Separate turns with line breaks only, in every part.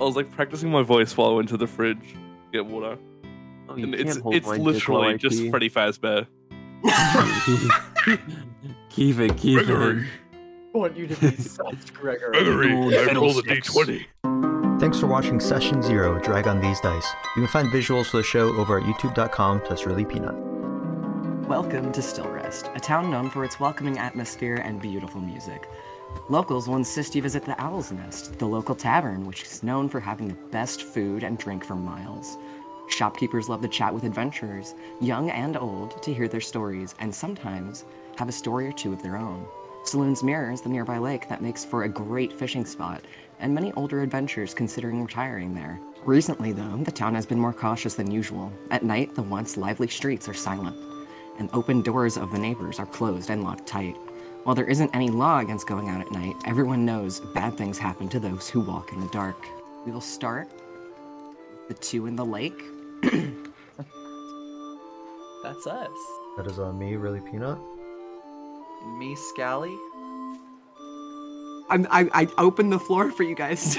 I was like practicing my voice while I went to the fridge to get water.
Oh,
And it's it's literally just Freddy Fazbear.
keep it, keep it.
want you to be such Gregory.
Ooh,
Gregory, I rolled a
fiddlesticks.
d20.
Thanks for watching Session Zero, Drag on These Dice. You can find visuals for the show over at youtube.com slash reallypeanut.
Welcome to Still Rest, a town known for its welcoming atmosphere and beautiful music. Locals will insist you visit the Owl's Nest, the local tavern, which is known for having the best food and drink for miles. Shopkeepers love to chat with adventurers, young and old, to hear their stories, and sometimes have a story or two of their own. Saloons mirrors the nearby lake that makes for a great fishing spot, and many older adventurers considering retiring there. Recently, though, the town has been more cautious than usual. At night, the once lively streets are silent and open doors of the neighbors are closed and locked tight. While there isn't any law against going out at night, everyone knows bad things happen to those who walk in the dark. We will start with the two in the lake.
That's us.
That is on me, Really Peanut.
Me, Scally.
I'm, I, I open the floor for you guys.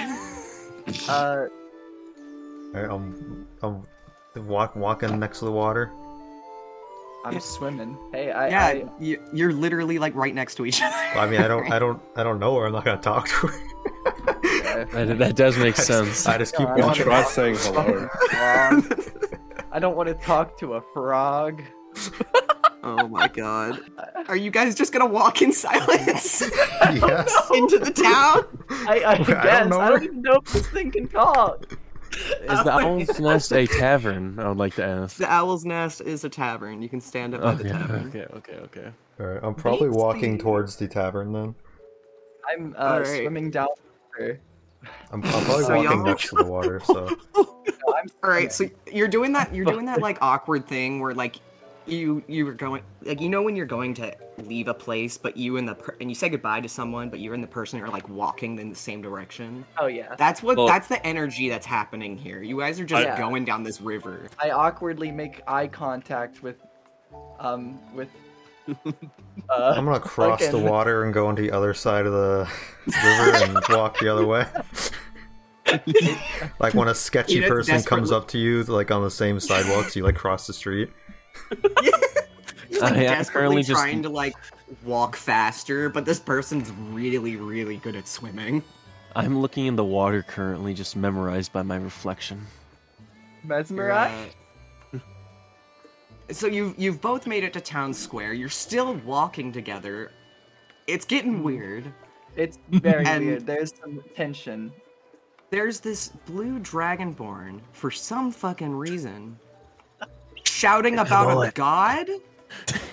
Uh,
All right, I'm, I'm walk, walking next to the water.
I'm swimming. Hey, I,
yeah,
I
you, you're literally like right next to each other.
I mean, I don't, I don't, I don't know her. I'm not gonna talk to her.
That,
uh,
that does make
I just-
sense.
I just keep
No, I
walking.
don't-
Try saying hello.
Frog. I don't want to talk to a frog.
oh my god. Are you guys just gonna walk in silence
yes.
into the town?
I, I guess. I don't,
know her.
even know if this thing can talk.
Is the Owl's Nest a tavern? I would like to ask.
The Owl's Nest is a tavern. You can stand up by the
Okay,
tavern.
okay, okay, okay.
All right, I'm probably walking towards the tavern then.
I'm uh,
All right.
swimming down. the river.
I'm, I'm probably
So
walking
y'all-
next to the water. So
No, I'm
All right, so you're doing that. You're doing that like awkward thing where like you you were going like you know when you're going to leave a place, but you and the per- and you say goodbye to someone, but you and the person are like walking in the same direction.
Oh yeah.
That's what.
Well-
that's the energy that's happening here. You guys are just
I-
going down this river.
I awkwardly make eye contact with, um, with. Uh,
I'm gonna cross
fucking-
the water and go into the other side of the river and walk the other way. like when a sketchy
You just
person comes
desperately-
up to you, like on the same sidewalk, so you like cross the street.
You're like
I am
desperately
currently just-
trying to like walk faster, but this person's really really good at swimming.
I'm looking in the water currently, just memorized by my reflection.
mesmerized.
Right. Uh, so you've you've both made it to town square. You're still walking together. It's getting weird.
It's very
And-
weird. There's some tension.
There's this blue dragonborn for some fucking reason shouting about a god.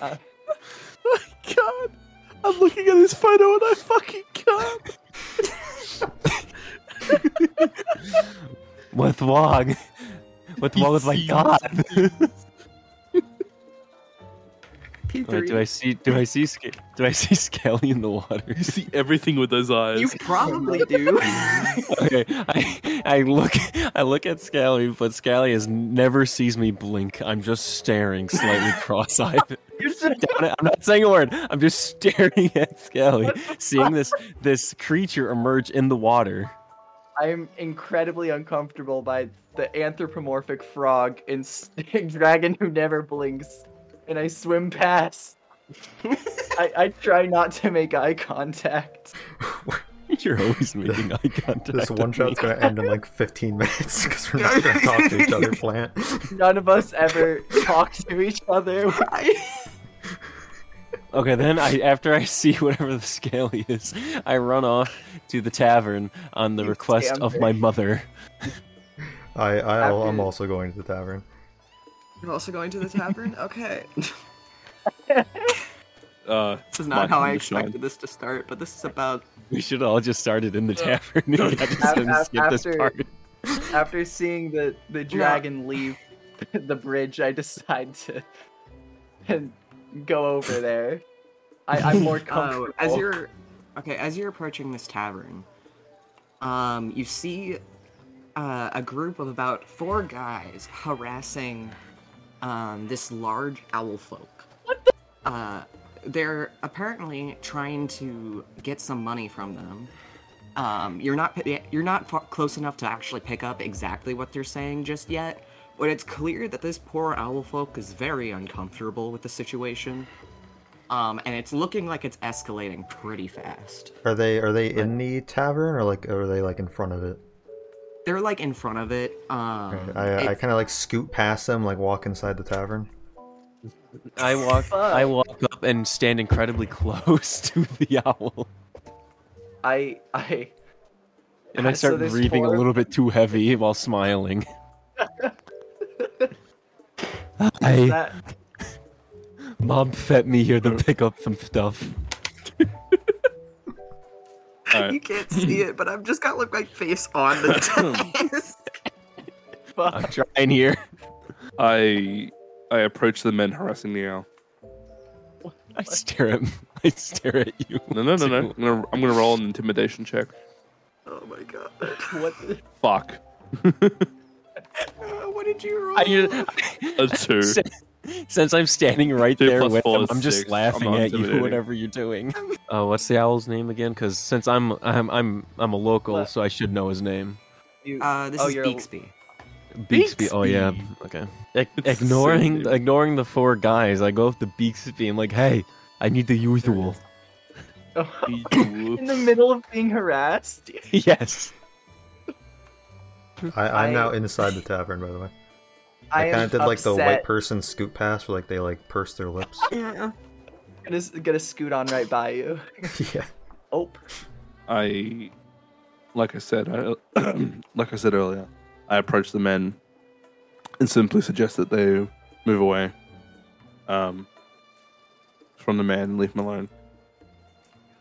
God, I'm looking at his photo and I fucking can't.
What's wrong? What's wrong with my god? Wait, do I see? Do I see? Sca- Do I see Skelly in the water?
You see everything with those eyes.
You probably do.
Okay, I, I look I look at Scally, but Scally has never sees me blink. I'm just staring slightly cross-eyed. Down at- I'm not saying a word. I'm just staring at Scally, seeing this this creature emerge in the water.
I'm incredibly uncomfortable by the anthropomorphic frog and s- dragon who never blinks, and I swim past. I, I try not to make eye contact.
You're always making eye contact.
This one
with me.
shot's gonna end in like 15 minutes because we're not gonna talk to each other. Plant.
None of us ever talk to each other.
Okay, then I after I see whatever the Scally is, I run off to the tavern on the
You
request of
scamper.
my mother.
I, I I'm
After-
also going to the tavern.
You're also going to the tavern? Okay. This
Uh,
is not how I
Martin Deshawn.
expected this to start, but this is about
We should all just start it in the tavern. We gotta just
Af-
skip
af-
this
after-
part.
After seeing the, the dragon leave the bridge, I decide to and go over there. I, I'm more comfortable.
Oh, as you're okay, as you're approaching this tavern, um, you see uh, a group of about four guys harassing um, this large owl folk. What the? Uh, they're apparently trying to get some money from them, Um, you're not pi- you're not far, close enough to actually pick up exactly what they're saying just yet, but it's clear that this poor owl folk is very uncomfortable with the situation. Um, and it's looking like it's escalating pretty fast.
Are they are they in the tavern or like are they like in front of it?
They're like in front of it. Um,
I, I
it's-
kind of like scoot past them, like walk inside the tavern.
I walk. I walk up and stand incredibly close to the owl,
I I
and I
So
start
this
breathing
poor-
a little bit too heavy while smiling. Hi,
that
mom fed me here to pick up some stuff.
You can't see it, but I've just got like my face on the desk.
I'm trying here.
I I approach the men harassing the owl.
I stare at. I stare at you.
No, no, no, no. I'm
too.
gonna, I'm gonna roll an intimidation check.
oh my god!
what
Fuck.
Uh, what did you roll?
I ju-
A two.
since I'm standing right
Two
there
plus
with
four
them,
is
I'm just
six. I'm
laughing
not
at you,
intimidating.
whatever you're doing. Uh, what's the owl's name again? Because since I'm I'm I'm I'm a local,
What?
so I should know his name.
you
Uh, this
Oh,
is
you're-
Beaksby.
Beaksby. Oh yeah. Okay. Ig-
It's the same
ignoring
name.
ignoring the four guys, I go up to Beaksby. I'm like, hey, I need the usual.
Oh.
E
in the middle of being harassed?
yes.
I,
I-
I'm now inside the tavern, by the way.
I,
I
am
kind of did like the white
upset.
person scoot pass, where like they like purse their lips.
gonna, s- gonna scoot on right by you.
yeah.
Oh,
I, like I said, I, like I said earlier, I approach the men and simply suggest that they move away um, from the man and leave him alone.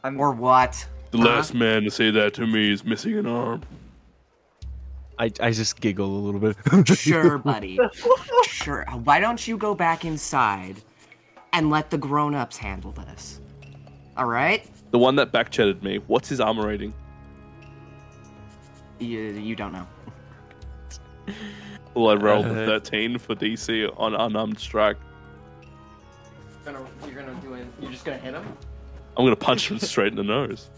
Or what?
The last man to say that to me is missing an arm.
I, I just giggle a little bit.
Sure, buddy. sure. Why don't you go back inside and let the grown-ups handle this? All right.
The one that backchatted me. What's his armor rating?
You, you don't know.
Well, I rolled a
Uh,
13 for DC on unarmed strike.
You're gonna do it. You're just gonna hit him.
I'm gonna punch him straight in the nose.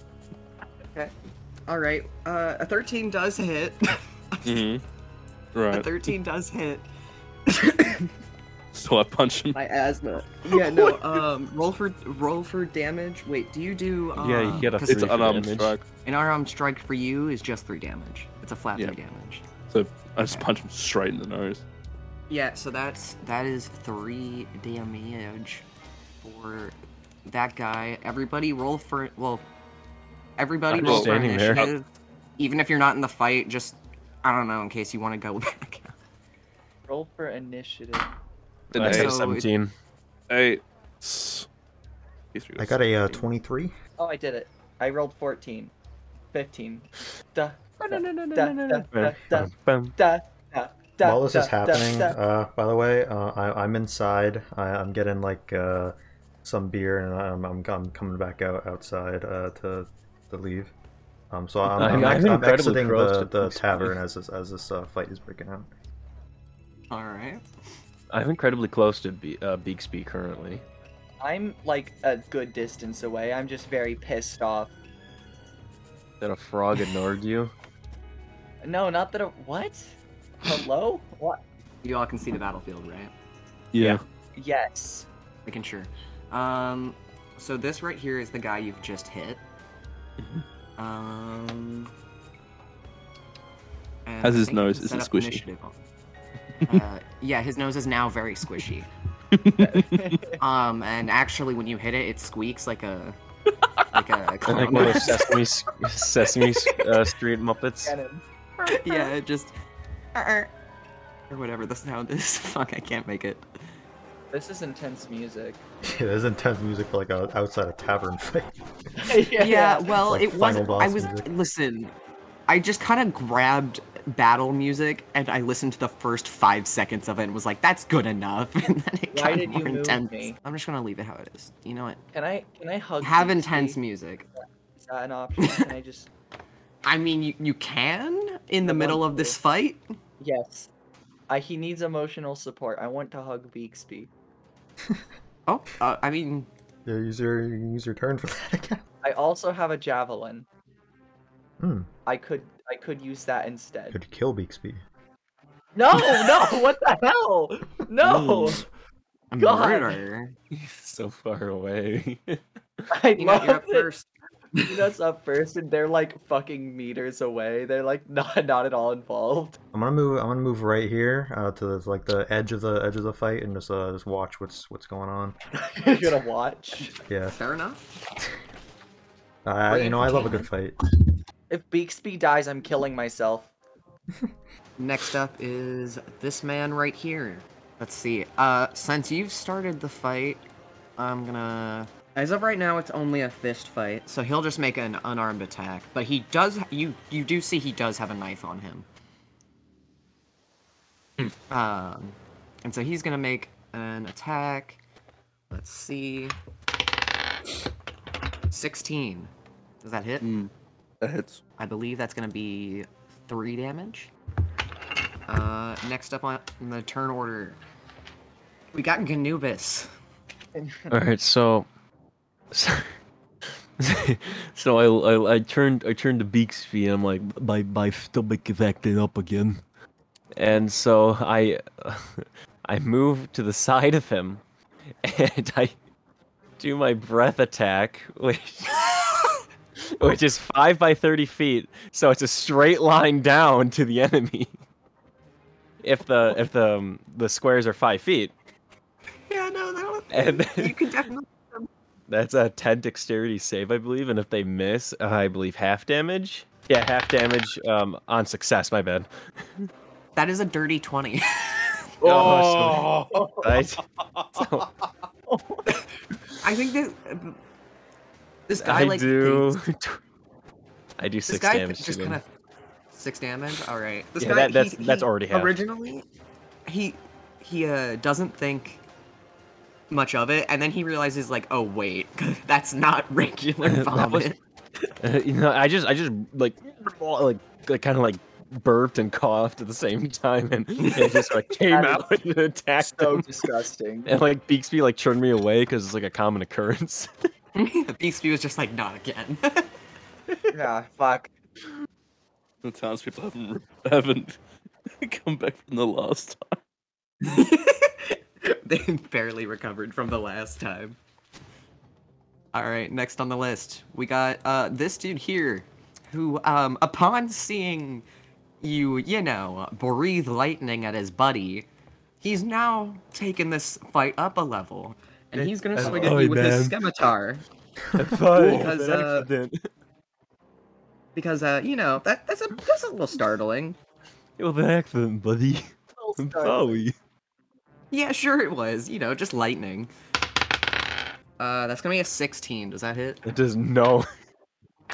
Okay. All right. Uh, a thirteen does hit.
Mm-hmm. Right.
thirteen does hit.
So I punch him.
My asthma. Yeah, no. Um, roll for roll for damage. Wait, do you do? Uh,
Yeah, you get a
'cause
It's
Three for
unarmed
damage.
strike.
An unarmed strike for you is just three damage. It's a flat
Yeah.
three damage.
So I just punch him straight in the nose.
Yeah, so that's that is three damage for that guy. Everybody roll for well. Everybody
I'm
roll
just
for
standing there.
initiative. Even if you're not in the fight, just I don't know in case you want to go back.
roll for initiative.
An
I
eight.
got a
So it-
17.
eight. S-
I got a uh, 23.
Oh, I did it. I rolled 14. 15. Duh. duh, duh, duh, duh,
Bam, bam.
duh, duh, duh,
While this is
duh, duh,
happening,
duh.
uh, by the way, uh, I, I'm inside. I, I'm getting like uh, some beer, and I'm, I'm, I'm coming back out outside uh, to to leave. Um, so
I'm-
I'm, I'm,
I'm
ex- I'm
incredibly
exiting
close
the,
to
the
this place.
tavern as this, as this uh, fight is breaking out.
All right.
I'm incredibly close to Be- uh, Beaksby currently.
I'm like a good distance away. I'm just very pissed off.
That a frog ignored you?
No, not that. A... What? Hello? what?
You all can see the battlefield, right?
Yeah.
Yes.
Making sure. Um, so this right here is the guy you've just hit.
Mm-hmm.
Um, and
How's
I
his
think you
nose?
can
Is
set
it
up an
squishy?
initiative on- uh, yeah, his nose is now very squishy. um, and actually, when you hit it, it squeaks like a like a
I like
clown.
one of those Sesame, S- Sesame S- uh, Street Muppets.
Cannon.
yeah, it just or whatever the sound is. Fuck, I can't make it.
This is intense music.
Yeah, there's intense music for like a, outside a tavern fight.
yeah, well,
Like
it
final
wasn't.
boss
I was
music.
listen. I just kind of grabbed battle music and I listened to the first five seconds of it and was like, "That's good enough." And then it
Why
got
did you
more
move
intense.
me? Oh,
I'm just gonna leave it how it is. You know what?
Can I? Can I hug?
Have
you,
intense
please?
music.
Is that an option? Can I just?
I mean, you, you can in
I
the
want
middle of
to.
this fight.
Yes. I, he needs emotional support. I want to hug Beaksby.
Oh, uh, I mean,
Yeah, use your you can use your turn for that again.
I also have a javelin.
Hmm.
I could I could use that instead.
Could kill Beaksby.
No, no, what the hell? No,
A
God.
murderer.
so far away.
I
You know,
love
you're up
that
first.
Peanut's up first, and they're like fucking meters away. They're like not not at all involved.
I'm gonna move. I'm gonna move right here uh, to the, like the edge of the edge of the fight and just uh, just watch what's what's going on.
You're gonna watch.
Yeah,
Fair enough.
I, you know I love a good fight.
If Beaksby dies, I'm killing myself.
Next up is this man right here. Let's see. Uh, since you've started the fight, I'm gonna. As of right now, it's only a fist fight, so he'll just make an unarmed attack. But he does. You you do see he does have a knife on him.
Hmm.
Um, and so he's gonna make an attack. Let's see. Sixteen. Does that hit?
Hmm. That hits.
I believe that's going to be three damage. Uh, next up on in the turn order, we got Ganubis.
All right, so, so, so I, I I turned I turned to Beaksby and I'm like my my stomach is acting up again, and so I I move to the side of him, and I do my breath attack, which which is five by thirty feet, so it's a straight line down to the enemy. If the if the um, the squares are five feet,
Yeah, no, that was.
and
could definitely.
That's a 10 dexterity save, I believe. And if they miss, uh, I believe half damage. Yeah, half damage um, on success. My bad.
That is a dirty twenty.
Oh,
Oh, right. So
I think that uh, this guy
I
like
do.
thinks-
I do
this
six
guy
damage. to
just
them.
kind of six damage. All right, this
Yeah,
guy
that- that's-
he-
that's
he
already half.
Originally, he he uh, doesn't think much of it, and then he realizes like, oh wait, that's not regular
That
vomit.
was- you know, I just, I just like, like, like kind of like burped and coughed at the same time, and it just like came
That
out and attacked
So
him.
disgusting.
And like Beaksby like turned me away because it's like a common occurrence.
Beastie was just like, not again.
Yeah, fuck.
The townspeople haven't haven't come back from the last time.
they barely recovered from the last time. All right, next on the list, we got uh, this dude here, who, um, upon seeing you, you know, breathe lightning at his buddy, he's now taken this fight up a level, and he's gonna swing at you with his scimitar.
Oh,
Because, uh, Because uh, you know that that's a that's a little startling.
It was an accident, buddy. I'm sorry.
Yeah, sure it was. You know, just lightning. Uh, that's gonna be a 16. Does that hit?
It does no.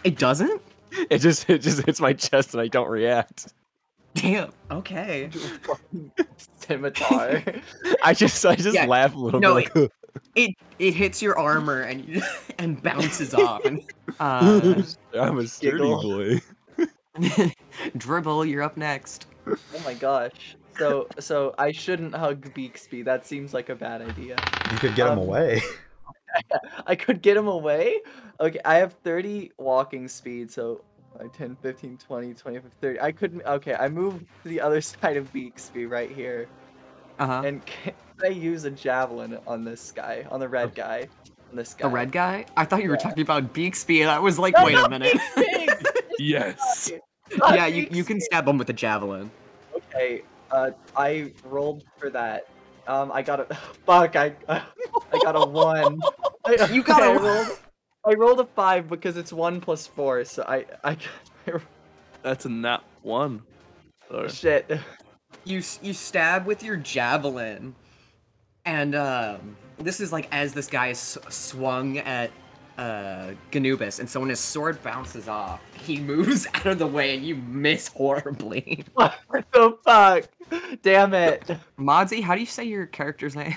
It doesn't.
It just it just hits my chest and I don't react.
Damn. Okay.
Scimitar.
I just I just
Yeah.
laugh a little
No,
bit. Like,
It it hits your armor and you- and bounces off. And, uh,
I'm a sturdy
giggle.
boy.
dribble, you're up next.
oh my gosh. So so I shouldn't hug Beaksby. That seems like a bad idea.
You could get him
Um,
away.
I could get him away? Okay, I have 30 walking speed, so uh, 10, 15, 20, 25, 30. I could, okay, I move to the other side of Beaksby right here.
Uh huh.
And can I use a javelin on this guy, on the red guy? On this guy.
Oh. A red guy? I thought you were talking about Beaksby, and I was like,
No,
wait
no,
a minute.
Beaksby!
Yes.
Not
yeah, you, you can
Beaksby.
stab him with a javelin.
Okay, uh, I rolled for that. Um, I got a fuck. I I got a one. I,
You got a
I
one.
rolled, I rolled a five because it's one plus four. So I I
That's a nat one. Sorry.
shit.
you s- you stab with your javelin and um this is like as this guy is s- swung at uh Ganubis and so when his sword bounces off he moves out of the way and you miss horribly
What the fuck? Damn it.
Modzi how do you say your character's name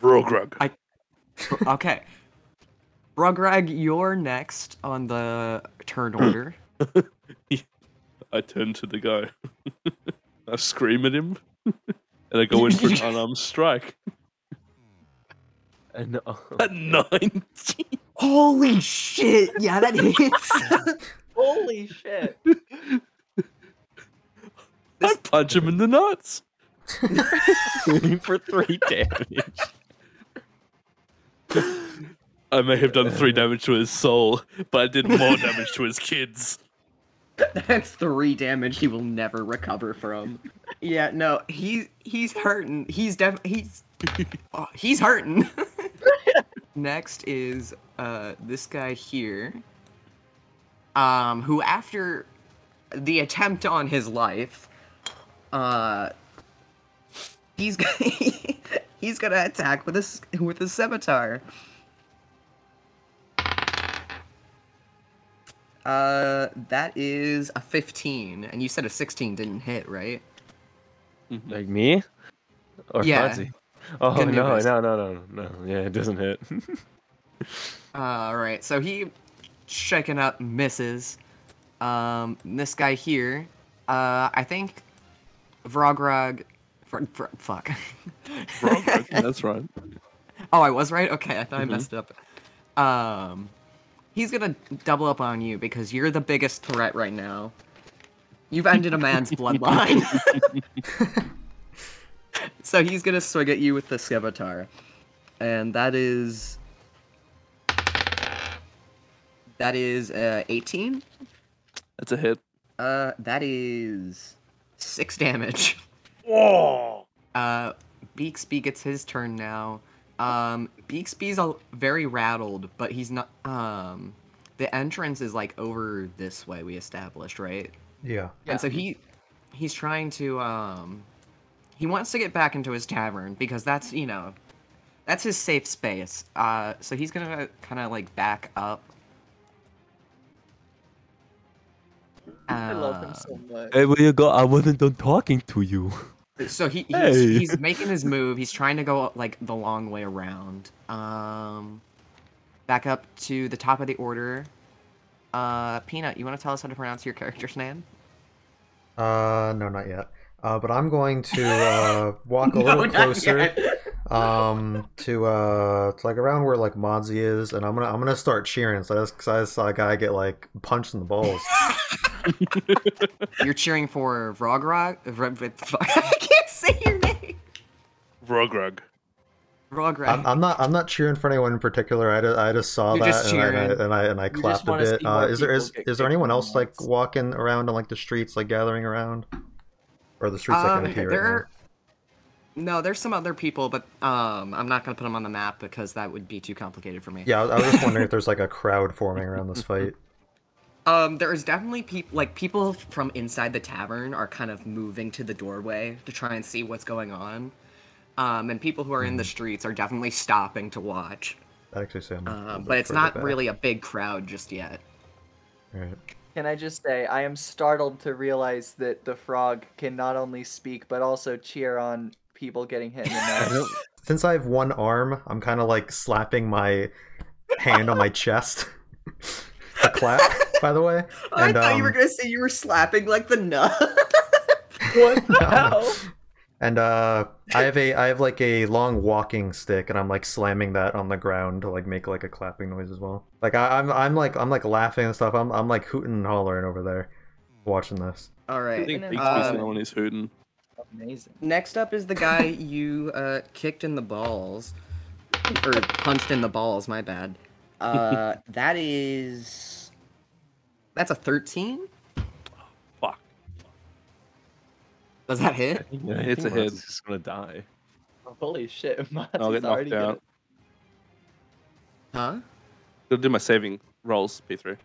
Raw grog.
I- okay Rugrag you're next on the turn order
I turn to the guy. I scream at him, and I go in for an unarmed strike.
And, uh,
At nineteen.
Holy shit! Yeah, that hits.
Holy shit.
I punch him in the nuts.
for three damage.
I may have done three damage to his soul, but I did more damage to his kids.
That's three damage he will never recover from. Yeah, no, he he's hurting. He's def he's oh, he's hurting. Next is uh this guy here. Um who after the attempt on his life uh he's he's going to attack with his with his scimitar. Uh, that is a 15, and you said a 16 didn't hit, right?
Like me? Or
Yeah.
Fonzie? Oh
Good
no,
news.
no, no, no, no. Yeah, it doesn't hit.
All Uh, right, so he checking up misses. Um, this guy here, uh, I think Vrogrog. Fr- fr- fuck.
Wrong, okay, that's right.
oh, I was right. Okay, I thought I messed up. Um, he's gonna double up on you because you're the biggest threat right now. You've ended a man's bloodline. so he's gonna swing at you with the scimitar, and that is that is uh, 18.
That's a hit.
Uh, that is six damage. Uh, Beaksby gets his turn now. Um, Beaksby's a, very rattled, but he's not. Um, the entrance is like over this way we established, right?
Yeah.
Yeah.
And so he, he's trying to. Um, he wants to get back into his tavern because that's you know, that's his safe space. Uh, so he's gonna kind of like back up.
I love him
Uh,
so much.
Hey, where you go? I wasn't done talking to you.
So he, he's,
Hey.
he's making his move. He's trying to go like the long way around. Um, back up to the top of the order. Uh, Peanut, you want to tell us how to pronounce your character's name?
Uh, no, not yet. Uh, but I'm going to uh, walk a little closer um to uh to like around where like Modzy is, and I'm gonna I'm gonna start cheering. So that's because I saw a guy get like punched in the balls.
You're cheering for Vrogrog. Vr- fuck, I can't say your name.
Rogrug.
Vrogrog.
I'm, I'm not I'm not cheering for anyone in particular. I just, I just saw
You're
that
just
and, I, and I-
cheering.
and I and I
just
clapped a
wanna
bit.
see
Uh,
more
is there is
people get
is there
kicked
anyone
in the
else like
nuts.
walking around on like the streets, like gathering around, or the streets like
Um,
in here?
there
right now?
are- no, there's some other people, but um, I'm not gonna put them on the map because that would be too complicated for me.
Yeah, I was, I was just wondering if there's like a crowd forming around this fight.
Um, there is definitely people like people from inside the tavern are kind of moving to the doorway to try and see what's going on. Um, and people who are in the streets are definitely stopping to watch.
That actually sounds.
Um, but it's not really a big crowd just yet.
Can I just say, I am startled to realize that the frog can not only speak, but also cheer on people getting hit in the nuts.
Since I have one arm, I'm kind of like slapping my hand on my chest. a clap, by the way. And, um,
gonna say you were slapping like the nut.
what the
No.
hell?
And uh, I have a I have like a long walking stick, and I'm like slamming that on the ground to like make like a clapping noise as well. Like I, I'm I'm like I'm like laughing and stuff. I'm I'm like hooting and hollering over there, watching this.
All
I
right.
think
Um,
Beaksby's the one who's hooting.
Amazing.
Next up is the guy you uh, kicked in the balls, or punched in the balls. My bad. Uh, that is. That's a thirteen.
Fuck.
Does that hit?
Yeah, it's a hit.
He's just gonna die.
Holy shit,
I'll
Mazzy's
get knocked
already good.
out.
Huh?
I'll do my saving rolls, P3.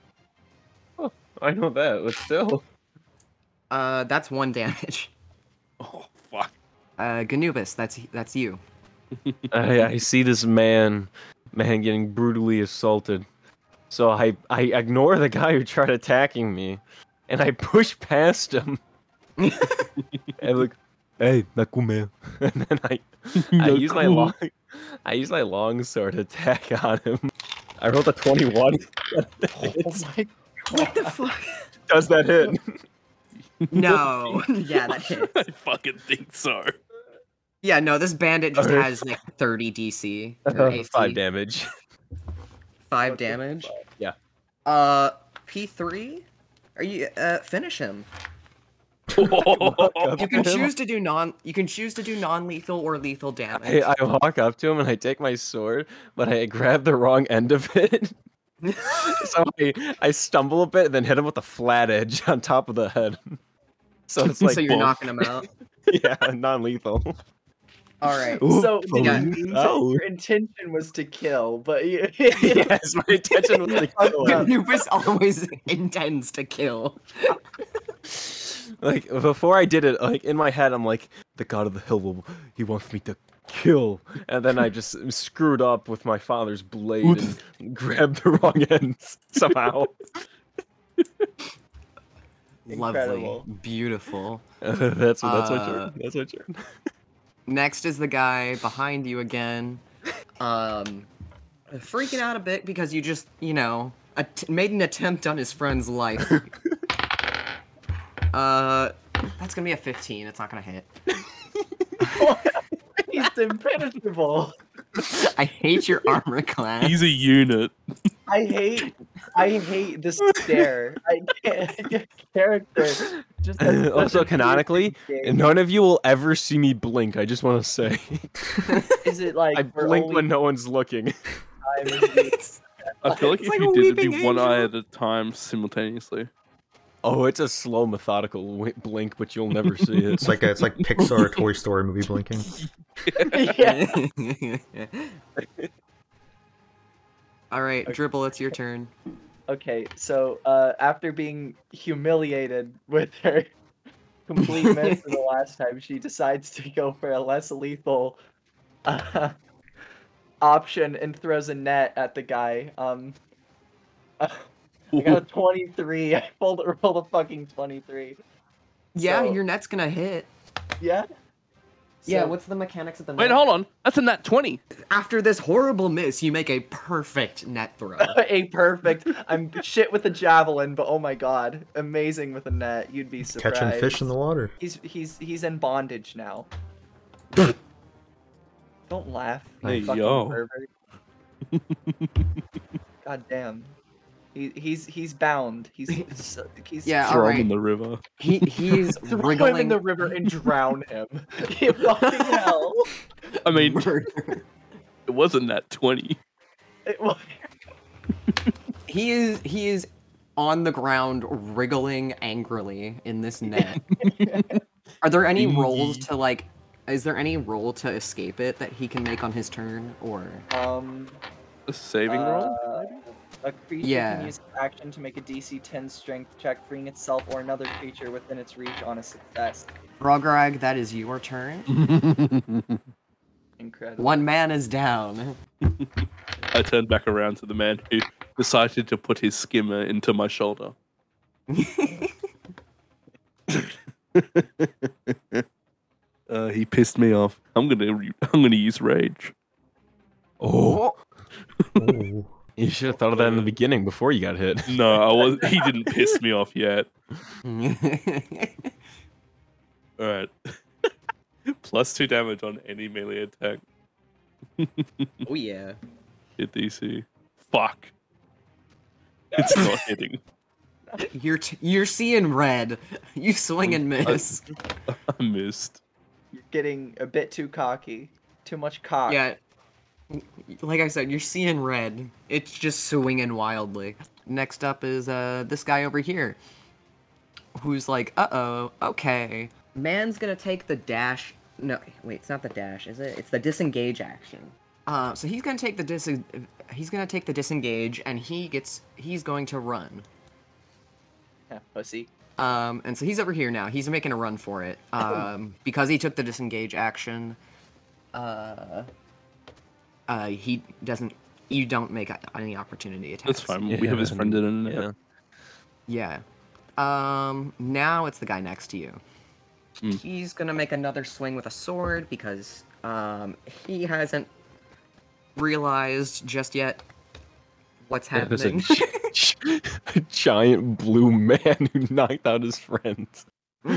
I know that, but still.
Uh, that's one damage.
Oh, fuck.
Uh, Ganubis, that's that's you.
I, I see this man, man getting brutally assaulted. So I, I ignore the guy who tried attacking me, and I push past him. and like, hey, not cool, man. And then I, I
Not
use my
cool.
long, I use my long sword attack on him. I rolled a twenty-one.
Oh
It's-
What the fuck?
Does that hit?
No. yeah, that hit.
I fucking think so.
Yeah, no, this bandit just
Okay.
has like 30 DC. Or
Uh,
AC.
Five damage.
Five
What the
damage.
fuck?
Uh, P three. Are you uh finish him?
You can choose to do non. You can choose to do non-lethal or lethal damage.
I, I walk up to him and I take my sword, but I grab the wrong end of it. so I, I stumble a bit and then hit him with the flat edge on top of the head. So it's like
so you're
boom.
knocking him out.
yeah, non-lethal.
All right.
So
Ooh,
yeah.
you said
Oh.
your intention was to kill, but you,
yes, my intention was to kill him.
Anubis always intends to kill.
Like before I did it, like in my head, I'm like, the god of the hill will. He wants me to kill, and then I just screwed up with my father's blade and grabbed the wrong end somehow.
Incredible.
Lovely, beautiful.
that's what. That's what
Uh,
you're. That's what you're.
Next is the guy behind you again.
Um, freaking out a bit because you just you know att- made an attempt on his friend's life. uh,
That's gonna be a 15. It's not gonna hit.
he's impenetrable.
I hate your armor class.
He's a unit.
I hate, I hate this stare. I can't. this Character. Just has such
also
an
canonically,
interesting game.
none of you will ever see me blink. I just want to say
is it like
I
for
blink
only
when no one's looking.
time is it-
I feel like
It's
if
like a
you did, it'd be
weeping
one
angel.
eye at a time simultaneously.
Oh, it's a slow, methodical wi- blink, but you'll never see it.
It's like it's like Pixar Toy Story movie blinking.
yeah.
All right, dribble. It's your turn.
Okay, so uh, after being humiliated with her complete miss the last time, she decides to go for a less lethal uh, option and throws a net at the guy. Um, uh, I got a 23. I pulled, rolled a fucking 23.
Yeah,
So-
your net's gonna hit.
Yeah? So-
What's the mechanics of the
Wait, hold on. That's a nat 20.
After this horrible miss, you make a perfect net throw.
a perfect. I'm shit with a javelin, but oh my god, amazing with a net. You'd be surprised.
Catching fish in the water.
He's he's he's in bondage now. Don't laugh. you
Hey,
fucking
yo.
pervert. god damn. He, he's he's bound. He's he's, he's
Yeah,
throw
Throw him
right.
in the river.
He he's
him in the river and drown him. You fucking hell.
I mean,
Murder.
it wasn't nat 20.
It wa-
He is he is on the ground wriggling angrily in this net. Are there any rolls to like? Is there any roll to escape it that he can make on his turn or?
um
A saving roll?
Uh, A creature
Yeah.
can use its action to make a DC 10 strength check, freeing itself or another creature within its reach on a success.
Rograg, that is your turn.
Incredible.
One man is down.
I turned back around to the man who decided to put his skimmer into my shoulder. uh, he pissed me off. I'm gonna re- I'm gonna use rage.
Oh,
Ooh.
you should have thought of that in the beginning before you got hit.
No, I was. He didn't piss me off yet.
Oh,
All right. Plus two damage on any melee attack.
oh yeah.
Hit DC. Fuck. It's not hitting.
you're t- you're seeing red. You swing and miss.
I missed.
You're getting a bit too cocky. Too much cock.
Yeah. Like I said, you're seeing red. It's just swinging wildly. Next up is uh this guy over here, who's like, uh oh, okay.
Man's gonna take the dash. No, wait, it's not the dash, is it? It's the disengage action.
Uh, so he's gonna take the dis. He's gonna take the disengage, and he gets. He's going to run.
Yeah, pussy.
Um, and so he's over here now. He's making a run for it.
Oh.
Um, because he took the disengage action. Uh, uh, he doesn't. You don't make any opportunity attacks.
That's fine. we have his
Yeah,
friend in it.
yeah.
Yeah. Um. Now it's the guy next to you.
Hmm.
He's gonna make another swing with a sword because um he hasn't.
Realized just yet what's
Yeah, There's a,
happening.
gi- a giant blue man who knocked out his friend.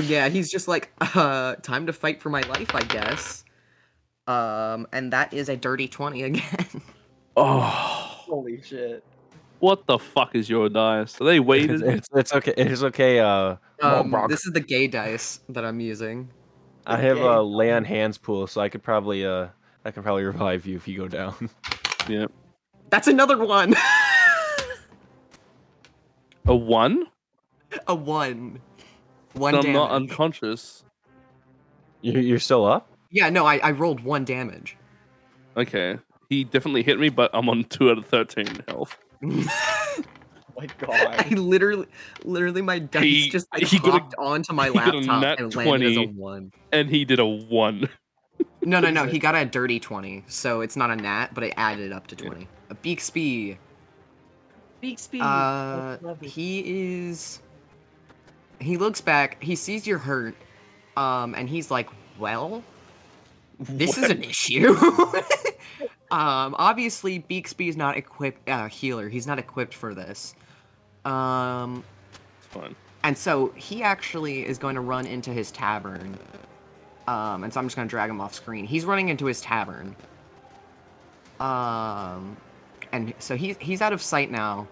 yeah, he's just like, uh, time to fight for my life, I guess. Um, and that is a dirty twenty again.
Oh.
Holy shit.
What the fuck is your dice? Are they
It's,
weighted?
it's, it's okay. It's okay. Uh,
Um,
Marlboro.
this is the gay dice that I'm using.
I have
Okay.
a lay on hands pool, so I could probably uh, I can probably revive you if you go down.
yeah.
That's another one.
A one?
a one. One
Then I'm
damage.
not unconscious.
You're, you're still up.
yeah, no, I, I rolled one damage.
Okay. He definitely hit me, but I'm on two out of thirteen health.
Oh my
I
god.
literally, literally, my dice
He-
just like,
he got a-
popped onto my
he got a nat
laptop and landed as a
20.
one.
And he did a one.
No, no, no. He got a dirty twenty, so it's not a nat, but it added up to twenty. A Beaksby.
Speak
Uh, he is. He looks back. He sees you're hurt, um, and he's like, "Well, this is an issue." um, obviously, Beaksby is not equipped. Uh, healer. He's not equipped for this. Um,
It's fine.
and so he actually is going to run into his tavern. Um, and so I'm just going to drag him off screen. He's running into his tavern. Um, and so he's he's out of sight now.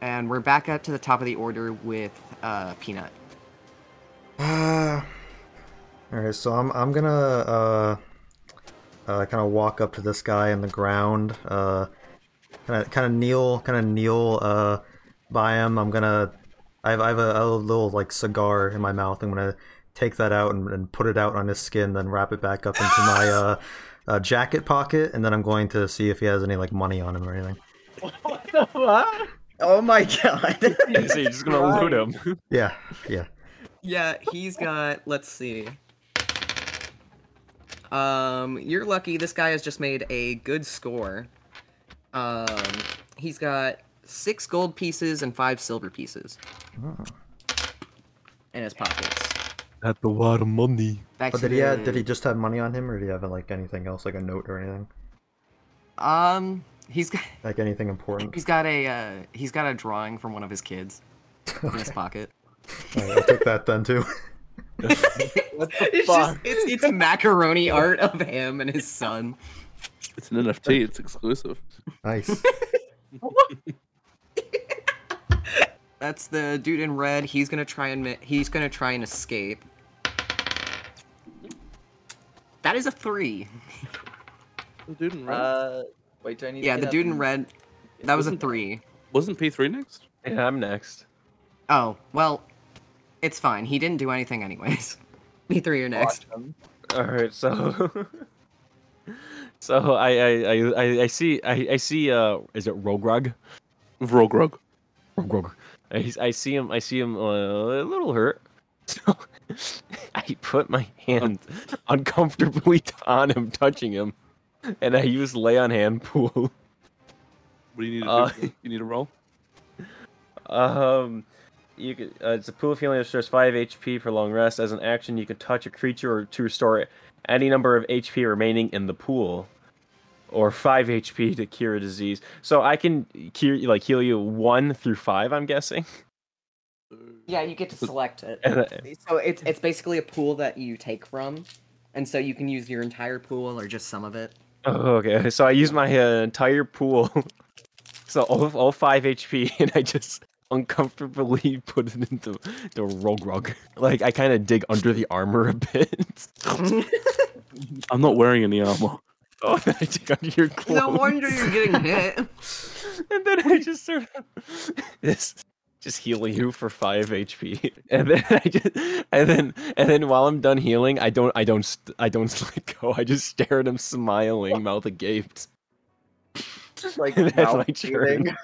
And we're back up to the top of the order with uh, Peanut.
Uh, all right, so I'm I'm gonna uh, uh, kind of walk up to this guy in the ground, uh, kind of kind of kneel, kind of kneel uh, by him. I'm gonna, I have I have a, a little like cigar in my mouth. I'm gonna take that out and, and put it out on his skin, then wrap it back up into my uh, uh, jacket pocket, and then I'm going to see if he has any like money on him or anything.
Oh my god.
so you're just gonna loot him.
Yeah, yeah.
Yeah, he's got. Let's see. Um, you're lucky. This guy has just made a good score. Um, he's got six gold pieces and five silver pieces
Oh.
in his pockets.
At the water money.
Back
But
to
did he have, did
the-
he just have money on him, or did he have like anything else, like a note or anything,
Um, he's got
like anything important?
he's got a uh, he's got a drawing from one of his kids in his pocket.
All right, I'll take that then too.
It's just it's, it's macaroni art of him and his son.
It's an NFT. It's exclusive.
Nice.
That's the dude in red. He's gonna try and mi- he's gonna try and escape. That is a three.
Dude in red.
Uh, wait, do I need to
Yeah,
get
the
up
dude in
and-
red. That was a
Isn't-
three.
Wasn't P3 next?
Yeah, I'm next.
Oh well, it's fine. He didn't do anything anyways. Me three are next.
Awesome.
All right, so. So I I, I, I- I see I, I see uh is it Rogrug?
Vrogrog.
Rogrug. I, I see him I see him uh, a little hurt. So I put my hand uncomfortably on him, touching him, and I use lay on hand pool.
What do you need to
Uh,
do? You need a roll?
Um, you could. Uh, it's a pool of healing that restores five HP per long rest. As an action, you can touch a creature or to restore any number of HP remaining in the pool, or five HP to cure a disease. So I can cure, like heal you one through five. I'm guessing.
Yeah, you get to select it.
And, uh,
So it's it's basically a pool that you take from, and so you can use your entire pool or just some of it.
oh, okay, so I use my uh, entire pool, so all, all five HP, and I just uncomfortably put it into the rogue rug. Like I kind of dig under the armor a bit.
I'm not wearing any armor.
Oh, I dig under your clothes.
No wonder you're getting hit.
and then I just sort of just, just heal you for five HP, and then I just and then and then while I'm done healing, I don't I don't st- I don't let go. I just stare at him, smiling, mouth agape.
Just like
That's
mouth
my turn.
breathing.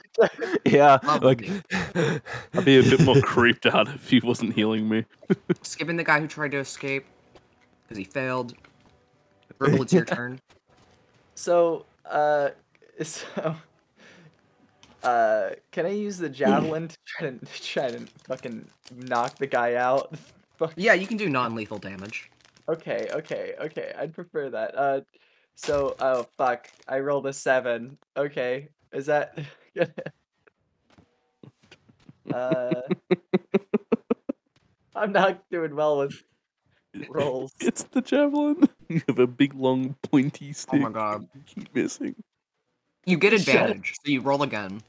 Yeah, like
Lovely.
I'd be a bit more creeped out if he wasn't healing me.
Skipping the guy who tried to escape because he failed. Verbal, it's your turn.
So, uh, so, uh, can I use the javelin to try to, to try to fucking knock the guy out? Fuck.
Yeah, you can do non-lethal damage.
Okay, okay, okay. I'd prefer that. Uh, so, oh fuck, I rolled a seven. Okay, is that? uh, I'm not doing well with rolls.
It's the javelin. You have a big, long, pointy stick.
Oh god.
You keep missing.
You get
Shut up.
advantage, so you roll again.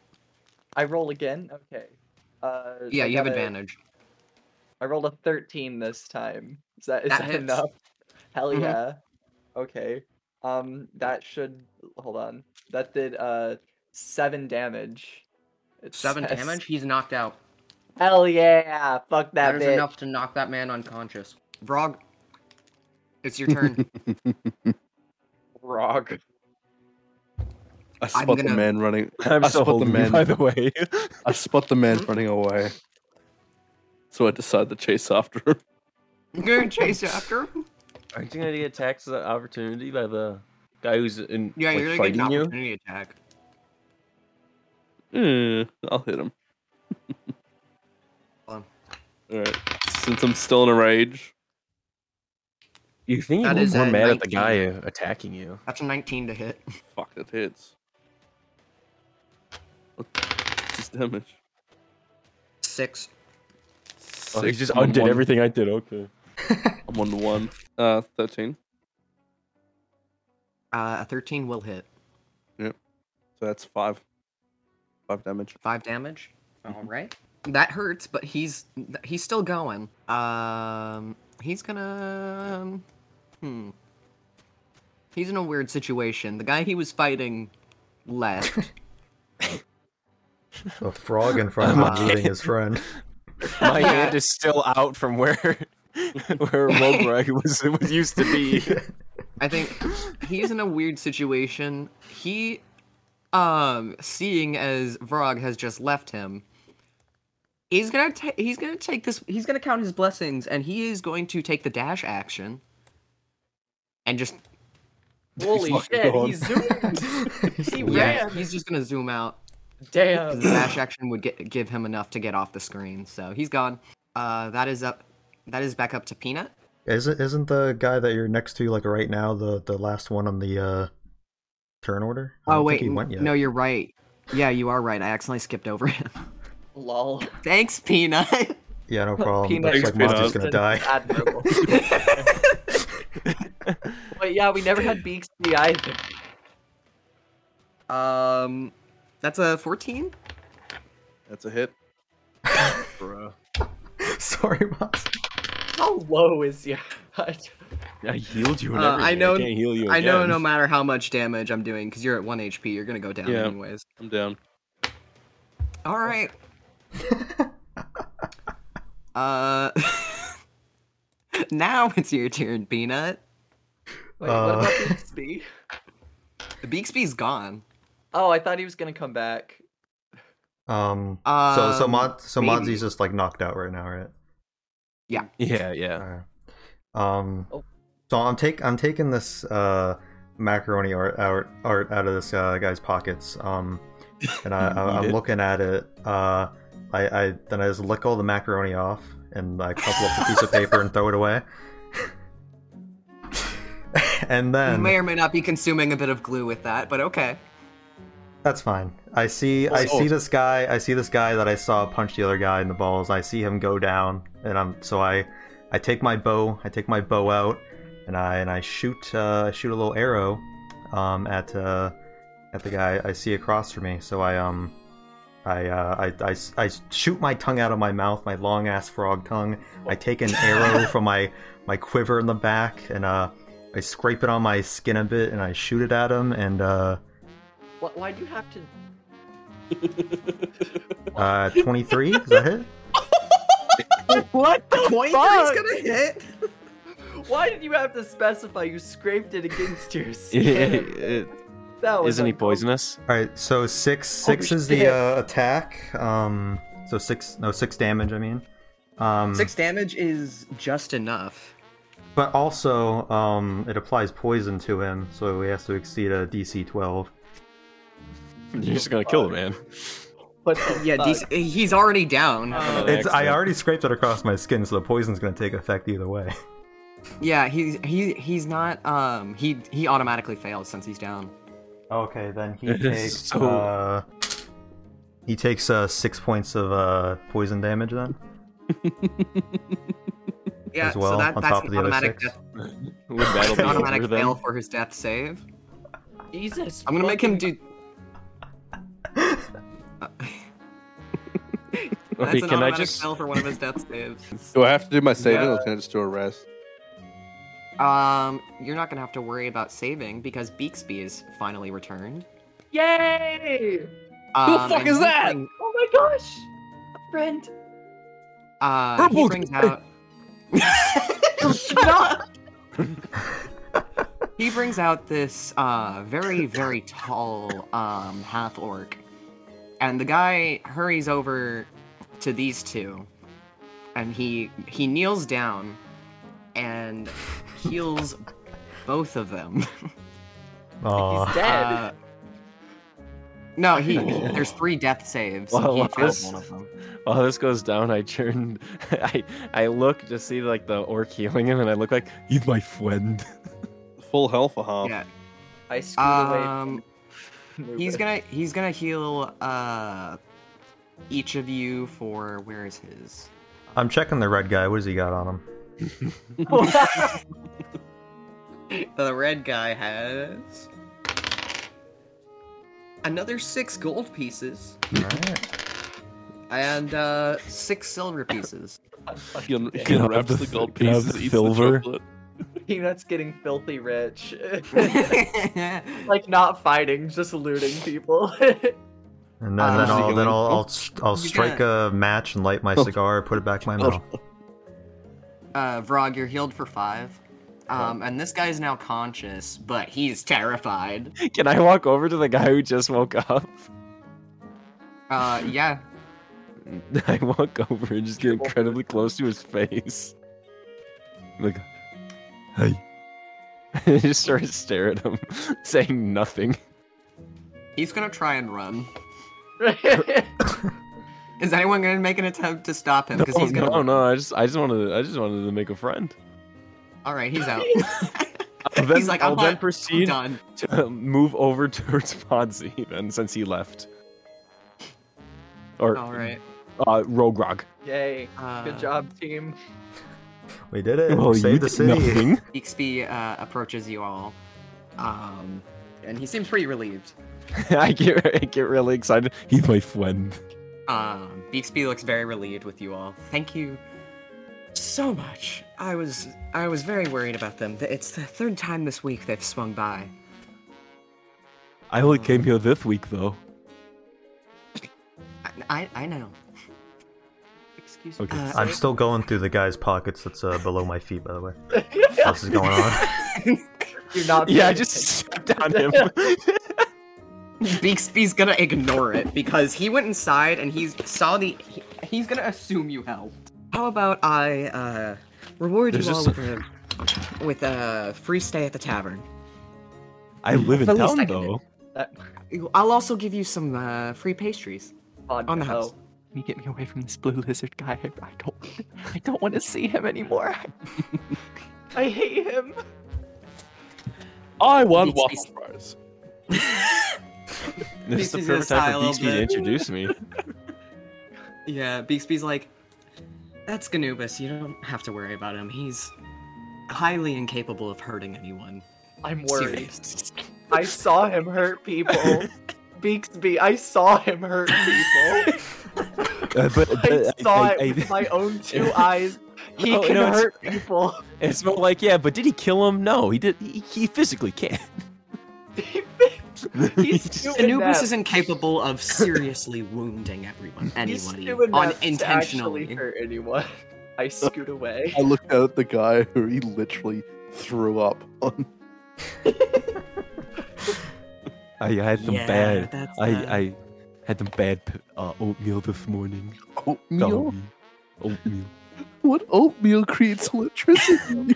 I roll again. Okay. Uh,
Yeah,
I
you have
got a-
advantage.
I rolled a 13 this time. Is that is
That
that,
hits.
enough? Hell
Mhm.
yeah. Okay. Um that should hold on. That did uh 7 damage. It
Seven
says.
damage. He's knocked out.
Hell yeah. Fuck that
That is
bitch.
enough to knock that man unconscious. Brog, it's your turn.
Rock.
I spot
gonna-
the man running.
I'm
I
so
spot the
holding you,
man.
by the way.
I spot the man running away. So I decide to chase after him.
You're gonna chase after him?
Aren't you gonna get attacked as an opportunity by the guy who's in
Yeah,
like,
you're gonna get
fighting
an
you?
opportunity attack.
Eh, I'll hit him.
Hold
Alright. Since I'm still in a rage.
You think
That
you'd
is
be more
a
mad at the guy attacking you?
That's a 19 to hit.
Fuck, that hits. What's his damage?
Six.
Oh, he
Six,
just
I'm on
undid
one-
everything I did. Okay.
I'm one to one. Uh, 13.
Uh, a 13 will hit.
So that's five. Five damage.
Five damage. All right. That hurts, but he's th- he's still going. Um, he's gonna. um, Hmm. He's in a weird situation. The guy he was fighting left.
A frog in front of him losing his friend.
My hand is still out from where where Robrag was was used to be.
I think he's in a weird situation. He, um, seeing as Vrog has just left him, he's gonna ta- he's gonna take this. He's gonna count his blessings, and he is going to take the dash action, and just
Holy
fucking
shit,
gone.
he zoomed. he
yeah,
ran.
he's just gonna zoom out.
Damn.
The dash action would get, give him enough to get off the screen, so he's gone. Uh, that is up. That is back up to Peanut.
Isn't isn't the guy that you're next to like right now the the last one on the uh turn order? I
Oh
don't
wait,
think he went yet.
no, you're right. Yeah, you are right. I accidentally skipped over him.
Lol.
Thanks, Peanut.
yeah, no problem.
Peanut
Looks like Monty's
Thanks,
gonna
Peanut.
die.
Admirable. but yeah, we never had Beaksby either.
Um, that's a 14.
That's a hit.
Sorry, Monty.
How low is your
I healed you.
and Uh, I everything. I know-
can't heal you.
I know no matter how much damage I'm doing, because you're at 1 HP, you're gonna go down
Yeah.
anyways.
I'm down.
All right. uh, now it's your turn, Peanut.
Wait, what
Uh,
about Beaksby?
Beaksby's gone.
Oh, I thought he was gonna come back.
Um.
Um,
so so Mon so
maybe.
Monty's just like knocked out right now, right?
Yeah, yeah.
Alright. Um,
Oh.
so I'm take I'm taking this uh, macaroni art, art art out of this uh, guy's pockets, um, and I, I,
Eat
I'm
it.
looking at it. Uh, I, I then I just lick all the macaroni off and I couple up the piece of paper and throw it away. and
you
then
may or may not be consuming a bit of glue with that, but okay.
that's fine. I see I see this guy I see this guy that I saw punch the other guy in the balls. I see him go down and I'm so I I take my bow, I take my bow out and I and I shoot uh I shoot a little arrow um at uh at the guy I see across from me. So I um I, uh, I, I s- I shoot my tongue out of my mouth, my long ass frog tongue. I take an arrow from my, my quiver in the back, and uh, I scrape it on my skin a bit, and I shoot it at him. And uh,
Why, why do you have to?
Uh, 23? Is that hit?
What?
23's
Fuck!
gonna hit!
Why did you have to specify? You scraped it against your skin.
Isn't
Oh,
that was
he
uncom-
poisonous?
Alright, so six, six
Oh,
is
shit.
the uh, attack. Um, so six, no, six damage, I mean. Um,
Six damage is just enough.
But also, um, it applies poison to him, so he has to exceed a DC 12.
You're just gonna kill the man.
What the
Yeah,
fuck?
DC, he's already down.
Oh,
It-
It's, I
Excellent.
already scraped it across my skin, so the poison's gonna take effect either way.
Yeah, he's he he's not um he he automatically fails since he's down.
Okay, then he
It is
takes.
so-
Uh, he takes uh, six points of uh, poison damage then.
Yeah,
As well,
so that,
on
that's
top of
an
the other
automatic,
six.
death,
Would that
an automatic fail for his death save.
Jesus.
I'm gonna make him
fucking-
do That's
Okay, can
an
I
automatic
just-
spell for one of his death saves.
Do I have to do my saving or can I just do a rest?
Um, you're not gonna have to worry about saving because Beaksby is finally returned.
Yay!
Um,
fuck
and
is
he
that?
bring-
Oh my gosh! A friend.
uh, he
Purple
brings out.
Not
He brings out this uh, very, very tall um, half orc. And the guy hurries over to these two. And he he kneels down and heals both of them.
Aw.
he's dead.
Uh, no, he, he- there's three death saves.
Well,
he
well,
failed
this-
one of them.
While Oh, this goes down, I turn, I I look to see like the orc healing him, and I look like he's my friend.
Full health for half.
Yeah.
I scoot
Um,
away.
he's gonna he's gonna heal uh each of you for where is his
I'm checking the red guy. What does he got on him?
The red guy has another six gold pieces
All right.
and uh, six silver pieces.
He, un- he
Can I
unwraps
have
the,
the
gold
fi- can I have
pieces,
the
eats
silver?
the chocolate.
Peanut's getting filthy rich.
All
like not fighting, just looting people.
And then, then
Uh,
I'll then I'll I'll, st- I'll
You
strike a match and light my cigar, put it back in my mouth.
uh, Vrog, you're healed for five. Um, and this guy is now conscious, but he's terrified.
Can I walk over to the guy who just woke up?
Uh, yeah.
I walk over and just get incredibly close to his face. Like, hey. I just start to stare at him, saying nothing.
He's gonna try and run. Is anyone gonna make an attempt to stop him?
No,
Because he's gonna.
Oh, no, no, I just, I just wanted, to, I just wanted to make a friend.
All right, he's out.
I'll then,
he's like,
I'll
I'm
then
not- I'm
proceed
done.
to move over towards Ponzi, then since he left. Or
All right.
uh, Rogrog.
Yay.
Uh,
Good job, team.
We did it.
Oh,
Oh,
we saved the city.
Beaksby uh, approaches you all, um, and he seems pretty relieved.
I get, I get really excited. He's my friend.
Um, Beaksby looks very relieved with you all. Thank you so much. I was I was very worried about them. It's the third time this week they've swung by.
I only came here this week, though.
I I, I know.
Excuse
Okay.
Uh,
I'm still going through the guy's pockets. That's uh, below my feet, by the way. What else is going on?
You're not
Yeah, I
being
just stepped on him.
him.
Beaksby's gonna ignore it because he went inside and he saw the. He, he's gonna assume you helped. How about I uh, reward
There's
you all
just-
with a, with a free stay at the tavern?
I live in
At least
town,
I did it.
though.
that
I'll also give you some uh, free pastries.
vodka.
On the house.
Oh,
Let me get me away from this blue lizard guy. I, I don't, I don't want to see him anymore.
I hate him.
I won
Beats
waffle
me.
fries.
This is the
Beaksy's gonna
perfect time
sigh a
for
little
Beaksby to
bit.
introduce me.
Yeah, Beaksby's like, that's Ganubis. You don't have to worry about him. He's highly incapable of hurting anyone.
I'm worried.
Serious.
I saw him hurt people. Beaksby, I saw him hurt people.
Uh, but, but
I saw
I-
it
I-
with my own two eyes. He
No,
can
no, it's-
hurt people.
It's more like, yeah, but did he kill him? No, he did. He, he physically can't.
He's
Just-
stupid
Anubis
enough.
is incapable of seriously wounding everyone,
He's
anybody,
stupid enough to
unintentionally.
actually hurt anyone. I scoot away.
I looked at the guy who he literally threw up on.
I, I had some
Yeah,
bad.
that's,
I,
uh,
I had some bad uh, oatmeal this morning.
Oatmeal?
Sorry. Oatmeal.
What oatmeal creates electricity?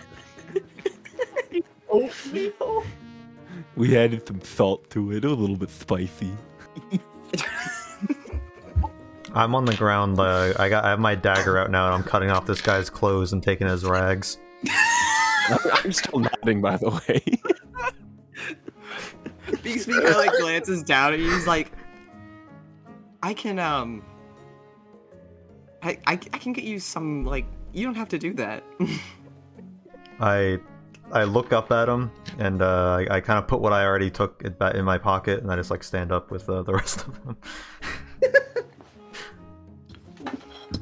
Oatmeal?
We added some salt to it, a little bit spicy.
I'm on the ground. Uh, I got. I have my dagger out now, and I'm cutting off this guy's clothes and taking his rags.
I'm still nodding, by the way.
Beaksby kind of like glances down at you. He's like, I can um, I, I I can get you some like. You don't have to do that.
I I look up at him, and uh, I, I kind of put what I already took it back in my pocket, and I just like stand up with uh, the rest of them.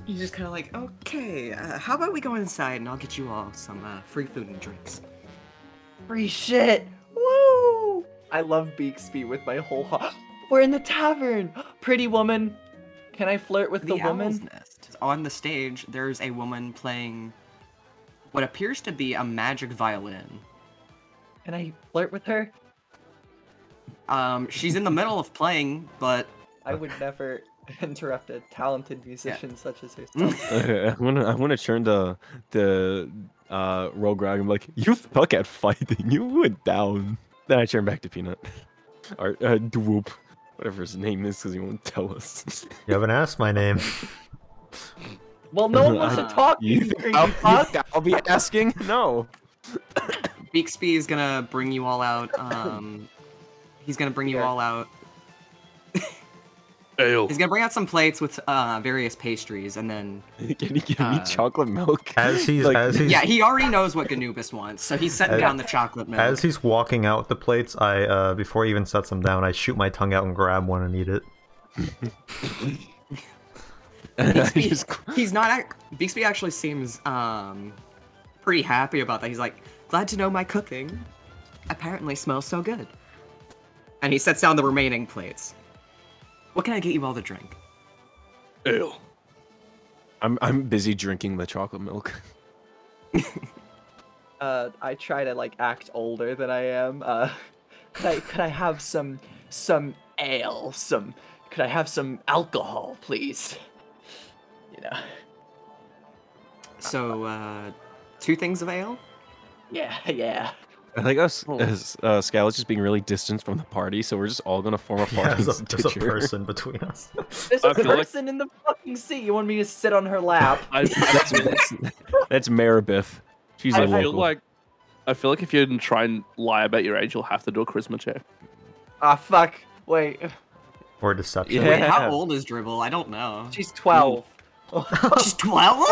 He's
just kind of like, okay, uh, how about we go inside and I'll get you all some uh, free food and drinks.
Free shit. Woo! I love Beaksby with my whole heart. We're in the tavern. Pretty woman. Can I flirt with the,
Owl's
woman?
Nest. On the stage, there's a woman playing what appears to be a magic violin.
Can I flirt with her?
Um, she's in the middle of playing, but
I would never interrupt a talented musician such as herself.
Okay, I want to. I want to turn to the uh, roll grog and be like, "You suck at fighting. You went down." Then I turn back to Peanut, or uh, Dwoop, whatever his name is, because he won't tell us.
You haven't asked my name.
Well, no one wants to talk. to
you
You
think I'll,
you fuck.
I'll be asking? No.
Beaksby is gonna bring you all out. Um, he's gonna bring you all out.
Ale.
He's gonna bring out some plates with uh, various pastries, and then
Can you give me
Uh,
chocolate milk?
As he's
Like,
as he's
yeah, he already knows what Ganubis wants, so he's setting down the chocolate milk.
as he's walking out with the plates, I uh, before he even sets them down, I shoot my tongue out and grab one and eat it.
I
Beaksby-
just-
he's not. ac- Beaksby actually seems um, pretty happy about that. He's like, glad to know my cooking apparently smells so good. And he sets down the remaining plates. What can I get you all to drink?
Ale.
I'm I'm busy drinking the chocolate milk.
Uh, I try to like act older than I am. Uh, could I could I have some some ale? Some could I have some alcohol, please? You know,
So, uh, two things of ale.
yeah, yeah.
I think us as uh, Scal is just being really distant from the party, so we're just all gonna form a
Yeah,
party.
there's a, there's a
stitcher.
person between us.
There's a
I feel like-
person in the fucking seat. You want me to sit on her lap?
I,
that's that's, that's Maribeth. She's
I
a
feel
local.
like I feel like if you try and lie about your age, you'll have to do a charisma check.
Ah, fuck. Wait,
or deception.
Yeah.
Wait, how old is Dribble? I don't know.
she's
Hmm.
twelve.
She's 12?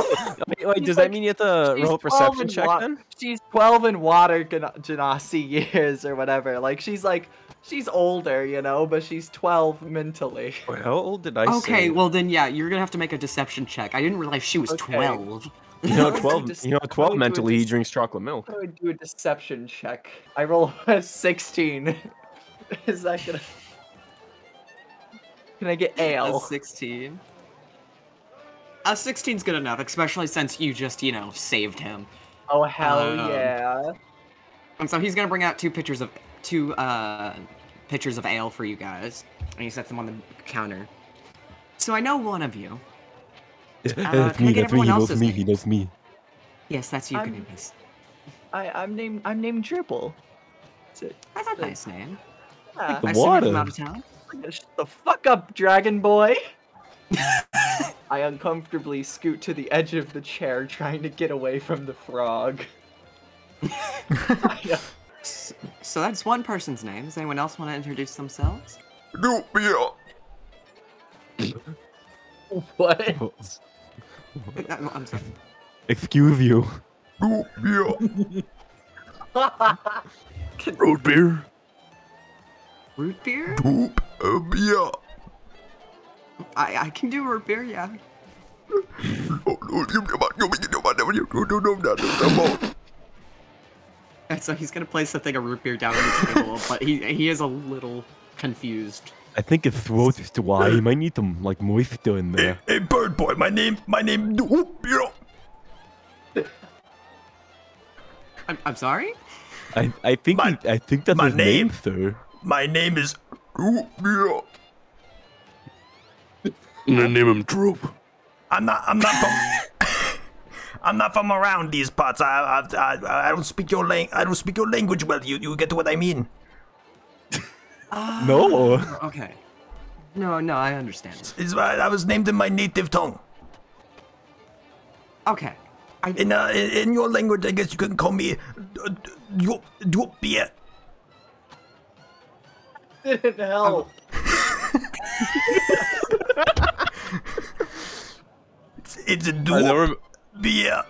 Wait, wait,
She's
does
like-
that mean you have to
she's
Uh, roll a
12
perception
and
check
wa-
then?
She's twelve and water Gen- genasi years or whatever. Like she's like she's older, you know, but she's twelve mentally.
Wait, how old did I
okay,
say?
well then, yeah, you're gonna have to make a deception check. I didn't realize she was
Okay.
12.
you know,
let's do
twelve.
dis-
You know,
let's
twelve.
do Uh, a
Mentally, he
dis-
drinks chocolate milk.
I would do a deception check. I roll a 16. Is that gonna. Can I get
A
ale?
16. A 16's good enough, especially since you just, you know, saved him.
Oh, hell
Um,
yeah.
And Um, so he's gonna bring out two pictures of two uh pitchers of ale for you guys, and he sets them on the counter. So I know one of you.
That's
can I
me.
get
That's me.
everyone
He knows
else's
me.
name?
He knows me.
Yes, that's you,
I'm-
Canubis.
I, I'm named I'm named Dribble. Is it- Ah.
That's a nice name.
Yeah.
The
I assume you're from
water.
out of town.
Shut the fuck up, Dragon Boy! I uncomfortably scoot to the edge of the chair trying to get away from the frog. I, uh,
S- So that's one person's name. Does anyone else want to introduce themselves?
what?
Oh.
Uh, no, I'm sorry.
Excuse you.
Road beer.
Root beer?
Oh,
I, I can do root beer, yeah.
Oh,
And so he's gonna place the thing of root beer down on the table, but he he is a little confused.
I think his throat is dry. He might need some like moisture in there.
Hey, bird boy, my name, my name, you know.
I'm, I'm sorry?
I, I think
My-
he- I think that's
my
his name,
name.
sir.
My name is Rubio.
I'm gonna name him Droop.
I'm not. I'm not from. I'm not from around these parts. I, I, I, I don't speak your lang. I don't speak your language well. You, you get what I mean?
No.
Okay. No, no, I understand.
It's, why I was named in my native tongue.
Okay. I,
In, uh, in, in your language, I guess you can call me uh, you, you beer.
Didn't help.
It's, it's a
I don't
duop
rem-
beer.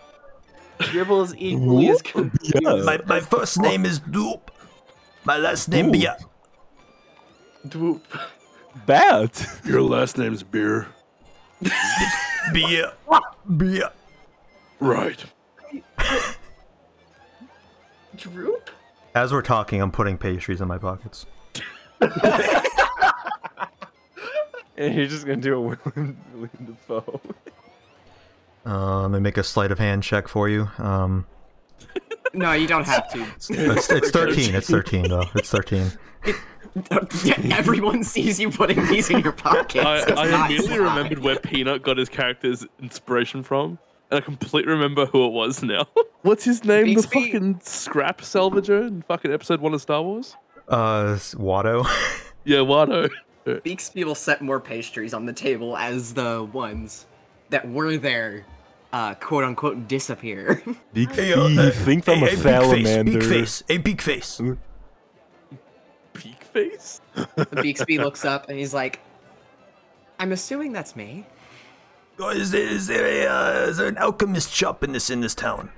Dribble is equally as confused.
My, my first name is Doop. My last name beer.
Dwoop.
Bad.
Your last name's Beer.
Beer. Beer.
Right.
Droop?
As we're talking, I'm putting pastries in my pockets.
And you're just gonna do a William, William Defoe.
Uh, let me make a sleight of hand check for you. Um,
No, you don't have to.
it's, it's 13. It's 13, though. It's 13.
Yeah, Everyone sees you putting these in your pockets.
I,
It's
I
not
immediately
sly.
remembered where Peanut got his character's inspiration from, and I completely remember who it was now. What's his name?
Beats
the
me.
fucking scrap salvager in fucking episode one of Star Wars.
Uh, s- Watto.
Yeah, Wado.
Beaksby will set more pastries on the table as the ones that were there, uh, quote unquote, disappear.
Hey, uh, uh, hey, hey, Big face, big
salamander.
face. Hey, big face.
Peak face.
Beaksby looks up and he's like, I'm assuming that's me.
Oh, is, there, is, there a, uh, is there an alchemist shop in this in this town?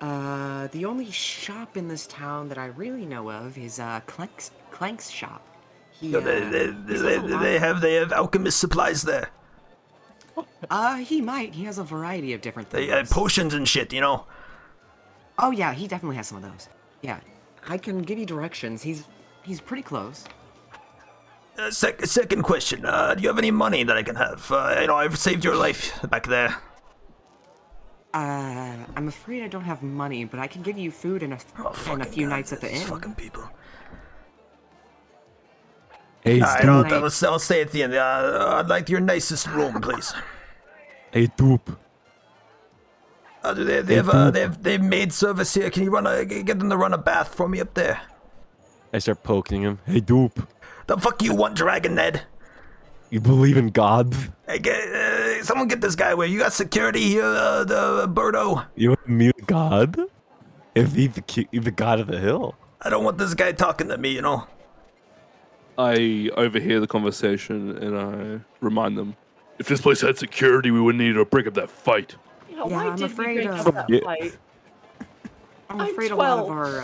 Uh, the only shop in this town that I really know of is uh, Clank's, Clank's shop. He,
No, they,
uh,
they,
he's
they,
a
they,
lot-
they have they have alchemist supplies there.
uh, he might. He has a variety of different
They
things.
have potions and shit. You know.
oh yeah, he definitely has some of those. Yeah, I can give you directions. He's he's pretty close.
Uh, sec- second question: uh, Do you have any money that I can have? Uh, you know, I've saved your life back there.
Uh, I'm afraid I don't have money, but I can give you food and a,
Oh,
and
fucking
a few
God,
nights at the
these
inn.
Fucking people.
Hey,
I don't.
Night.
I'll, I'll say at the end. Uh, I'd like your nicest room, please.
hey, doop.
Uh, do they, they have uh, they have they've maid service here. Can you run a g- get them to run a bath for me up there?
I start poking him. Hey, doop.
The fuck you want, Dragon Ned?
You believe in God?
Hey, get, uh, someone get this guy away. You got security here, uh, the uh, Birdo.
You mute God? If he the, ki- he the God of the Hill.
I don't want this guy talking to me. You know.
I overhear the conversation and I remind them. If this place had security, we wouldn't need to break up that fight.
Yeah, why
I'm
did
afraid,
we break
uh,
up that
Yeah.
fight?
I'm
I'm
afraid a lot of
12.
our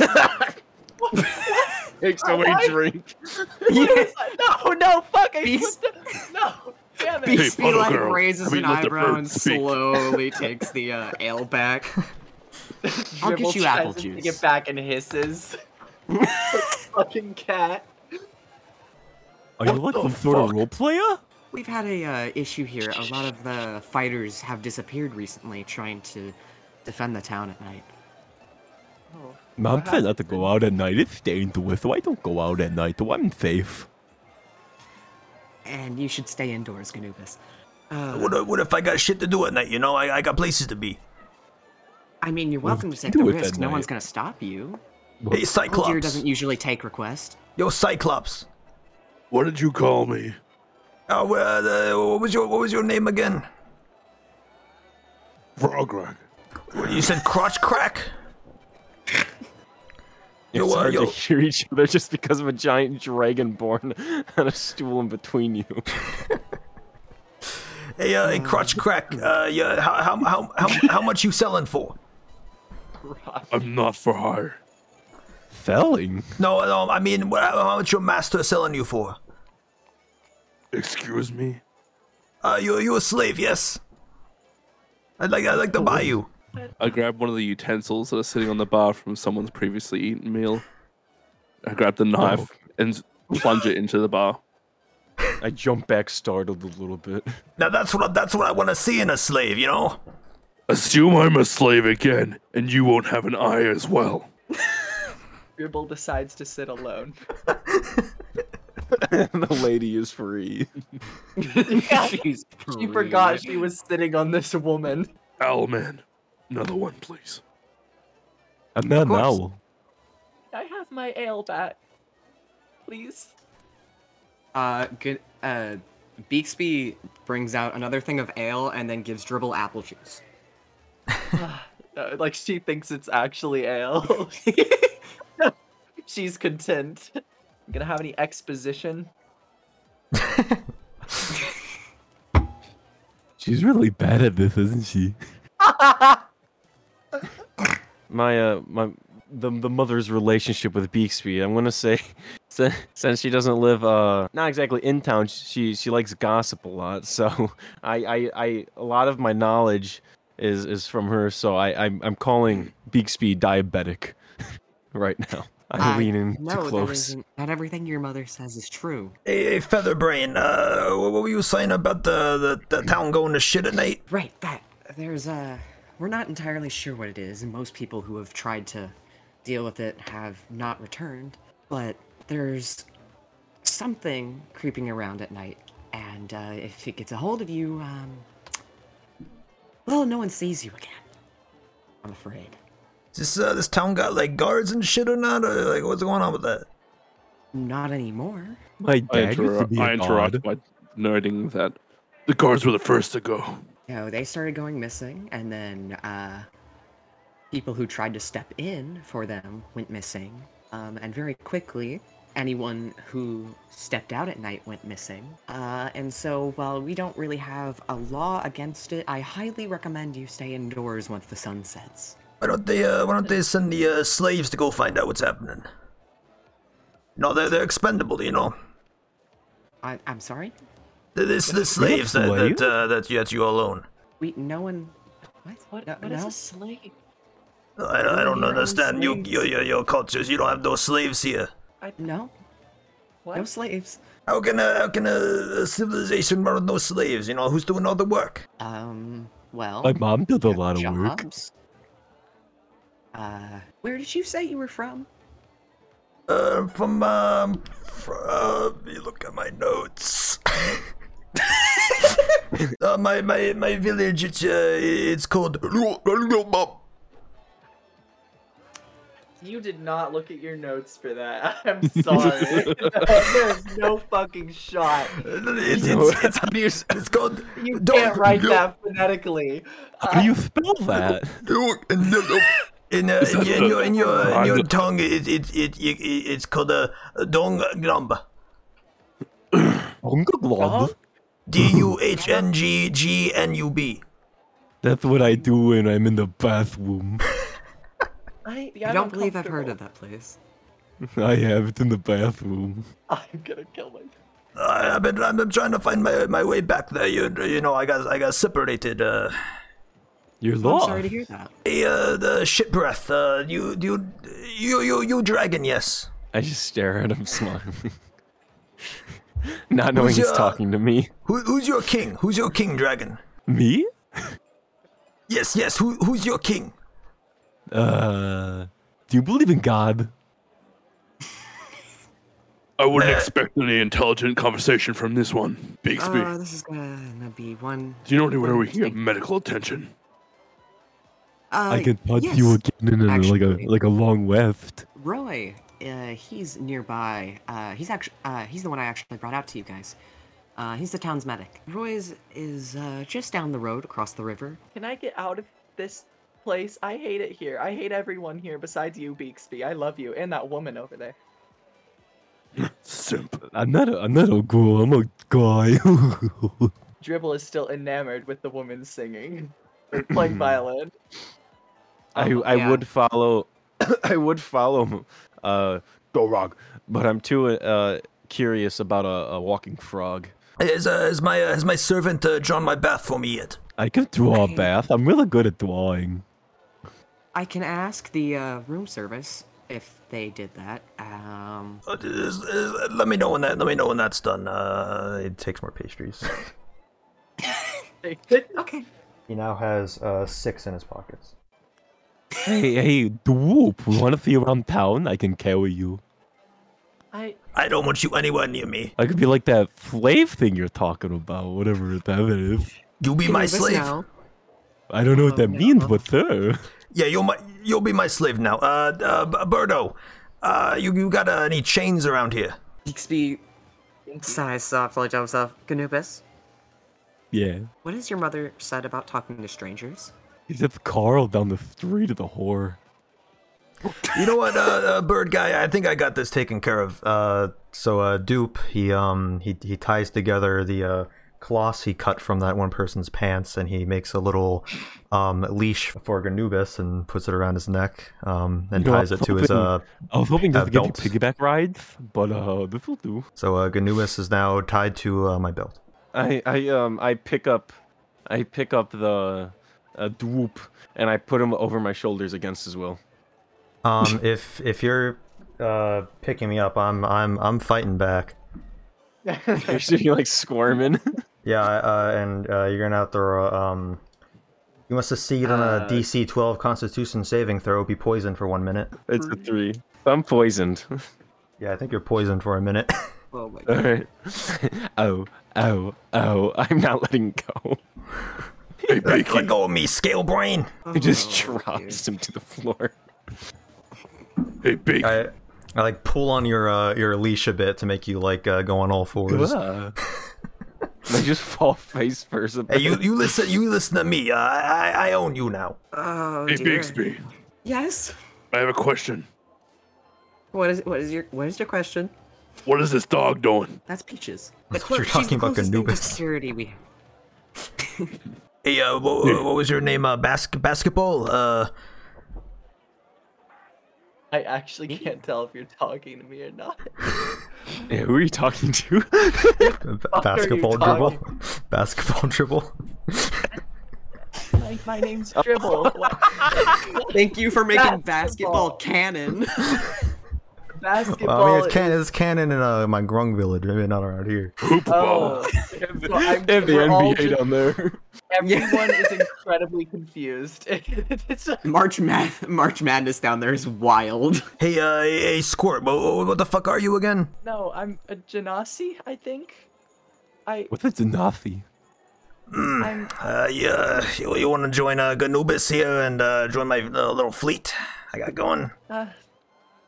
uh,
Takes
Oh,
away drink.
uh,
No, no, fuck! I
Beast-
slipped it. No, damn it!
Hey,
Beast
puddle
like
girl,
raises
have you
an
let the
eyebrow
bird
and
speak?
slowly takes the uh, ale back. I'll
Dribble
get you
tries
apple
to
juice.
Get back and hisses. fucking cat.
Are you like some sort of role player?
We've had a uh, issue here. A lot of the fighters have disappeared recently, trying to defend the town at night.
Man, I try not to go out at night. It's dangerous. I don't go out at night. I'm safe.
And you should stay indoors, Ganubis. Uh,
What, if- what if I got shit to do at night? You know, I, I got places to be.
I mean, you're welcome to take
do
the
it at
risk. No one's
night.
gonna stop you.
Hey,
Old deer
Cyclops.
doesn't usually take requests.
Yo, Cyclops.
What did you call me?
Oh, uh, the- what was your what was your name again?
Frograk.
What, You said crotch crack. Yo,
it's
uh,
hard
yo.
to hear each other just because of a giant dragon born on a stool in between you.
Hey, uh, hey, crotch crack. Uh, yeah, how how how how, how much you selling for?
I'm not for hire.
Felling?
No, no, I mean, wha- how much your master selling you for?
Excuse me?
Uh, you you a slave? Yes. I'd like I'd like
Oh,
to buy you.
I grab one of the utensils that are sitting on the bar from someone's previously eaten meal. I grab the knife and plunge it into the bar.
I jump back, startled a little bit.
Now that's what that's what I want to see in a slave. You know.
Assume I'm a slave again, and you won't have an eye as well.
Dribble decides to sit alone.
and the lady is free.
Jeez,
She forgot she was sitting on this woman.
Owlman, another one, please.
I'm not an
course.
owl.
I have my ale back. Please.
Uh, good. Uh, Beaksby brings out another thing of ale and then gives Dribble apple juice.
Uh, like she thinks it's actually ale. She's content. You gonna have any exposition?
She's really bad at this, isn't she? my uh my the the mother's relationship with Beaksby, I'm gonna say it's si- since she doesn't live uh not exactly in town, she she likes gossip a lot. So I I, I a lot of my knowledge is is from her. So I I'm, I'm calling Beaksby diabetic right now. I, lean in too
no, that
close.
isn't- Not everything your mother says is true.
Hey, hey, Featherbrain, uh, what what were you saying about the, the, the town going to shit at night?
Right, that there's uh we're not entirely sure what it is, and most people who have tried to deal with it have not returned, but there's something creeping around at night, and uh, if it gets a hold of you, um well, no one sees you again. I'm afraid.
This uh, this town got like guards and shit or not? Or, like, what's going on with that?
Not anymore.
My
I,
dad used to
interrupt,
be
I
an odd.
interrupt by noting that the guards were the first to go.
No, they started going missing, and then uh, people who tried to step in for them went missing. Um, and very quickly, anyone who stepped out at night went missing. Uh, and so, while we don't really have a law against it, I highly recommend you stay indoors once the sun sets.
Why don't they uh, why don't they send the uh, slaves to go find out what's happening? No, they're they're expendable, you know.
I, I'm sorry?
The- This the slaves that that, uh, that you that you all own.
We, no one. What?
What,
No-
what is
no?
a slave?
I, I don't
Your own
understand you
slaves.
your, your your cultures. You don't have no slaves here.
No? No
What?
slaves.
How can a how can a, a civilization run with no slaves? You know who's doing all the work?
Um, well.
My mom did a
have
lot of work.
jobs. Uh, where did you say you were from?
Uh, from um, from you look at my notes. uh, my my my village. It's uh, it's called.
You did not look at your notes for that. I'm sorry. There's no fucking shot.
It's it's it's, it's, it's called.
You
Don't-
can't write
no.
that phonetically.
How do you spell that?
In, uh, in, your- in your in your in your
I'm-
tongue, it it it, it it's called a uh, dong glomb.
Unglob.
D u h n g g n u b.
That's what I do when I'm in the bathroom.
I,
I don't believe I've heard of that place.
I have it in the bathroom.
I'm gonna kill myself.
I, Ah, I've been I've been trying to find my my way back there. You you know I got I got separated. Uh,
You're
I'm
lost.
sorry to hear that.
Hey, uh, the shit breath. Uh, you, you, you, you, you, dragon. Yes.
I just stare at him, smiling, not knowing he's
uh,
your-
talking to me.
Who, who's your king? Who's your king, dragon?
Me?
Yes, yes. Who, who's your king?
Uh, do you believe in God?
I wouldn't expect any intelligent conversation from this one. Bixby,
Uh, this is gonna be one.
do you know anywhere we can get medical attention?
Uh,
I can touch
yes,
you again in a, like a
actually.
like a long weft.
Roy. Uh, he's nearby. Uh, he's actually uh, he's the one I actually brought out to you guys. Uh, he's the town's medic. Roy's is uh, just down the road across the river.
Can I get out of this place? I hate it here. I hate everyone here besides you, Beaksby. I love you and that woman over there.
Simp.
I'm not a, I'm not a girl. I'm a guy.
Dribble is still enamored with the woman singing, or playing violin.
I
Oh,
I
yeah.
would follow, I would follow, uh, Dorog, but I'm too uh curious about a, a walking frog.
Has, uh, has my, uh, has my servant uh, drawn my bath for me yet?
I can draw a
Right.
bath. I'm really good at drawing.
I can ask the uh, room service if they did that. Um,
Uh, is- is- let me know when that. Let me know when that's done. Uh, it takes more pastries.
okay.
He now has uh, six in his pockets.
Hey hey, Dwoop, want to see around town? I can carry you.
I
I don't want you anywhere near me.
I could be like that slave thing you're talking about, whatever that is.
You be my
Leave us
slave.
now.
I don't know what that
Oh,
means, but sir.
Yeah, you'll my, you'll be my slave now. Uh, uh B- Birdo, uh, you, you got uh, any chains around here?
Geeksby sighs softly, jumps up. Canupus,
Yeah.
what has your mother said about talking to strangers?
He's just Carl down the street of the whore.
You know what, uh, uh, bird guy? I think I got this taken care of. Uh, so uh, dupe he um he he ties together the uh
cloths he cut from that one person's pants, and he makes a little um, leash for Ganubis and puts it around his neck um, and
You know, I
ties it
was
to his.
hoping-
Uh,
I was hoping
uh,
just to give you
belt.
piggyback rides, but uh, this will do.
so uh, Ganubis is now tied to uh, my belt.
I, I um I pick up, I pick up the, uh, dwoop, and I put him over my shoulders against his will.
Um, if if you're uh, picking me up, I'm I'm I'm fighting back.
You're sitting like squirming.
Yeah, uh, and uh, you're gonna have to. Uh, um, you must succeed on
Uh,
a DC 12 Constitution saving throw. Be poisoned for one minute.
It's a three. I'm poisoned.
Yeah, I think you're poisoned for a minute.
Oh my god.
All right. oh oh oh! I'm not letting go.
Let go of me, scale brain.
He just
Oh,
drops him to the floor.
Hey, big.
I, I like pull on your uh, your leash a bit to make you like uh, go on all fours.
Ah. they just fall face first.
Hey, you, you listen you listen to me. Uh, I I- I own you now.
Oh
hey,
dear.
Bigsby.
Yes.
I have a question.
What is what is your what is your question?
What is this dog doing?
That's peaches. The
what you're
she's
talking
the
about,
closest thing to
Anubis.
Security we have.
Hey, uh, what, what was your name? Uh, bas- basketball. Uh,
I actually can't tell if you're talking to me or not.
Yeah, who are you talking to?
B-
are
basketball
Oh, you
dribble. basketball dribble.
My name's Dribble.
Thank you for making
Basketball.
basketball canon.
Basketball.
Well, I mean, it's,
is-
can- it's canon in uh, my Grung village. Maybe not around here.
Hoop ball.
Oh, well, I'm-
They have the
we're all
NBA down there.
Everyone is incredibly confused. it's a,
March Mad- March Madness down there is wild.
hey, uh, hey, hey, Squirt. What, what- what the fuck are you again?
no, I'm a Genasi, I think. I
What's a Danathi?
Hmm.
I'm
Uh, yeah, you, you want to join uh, Ganubis here and uh, join my uh, little fleet I got going?
uh,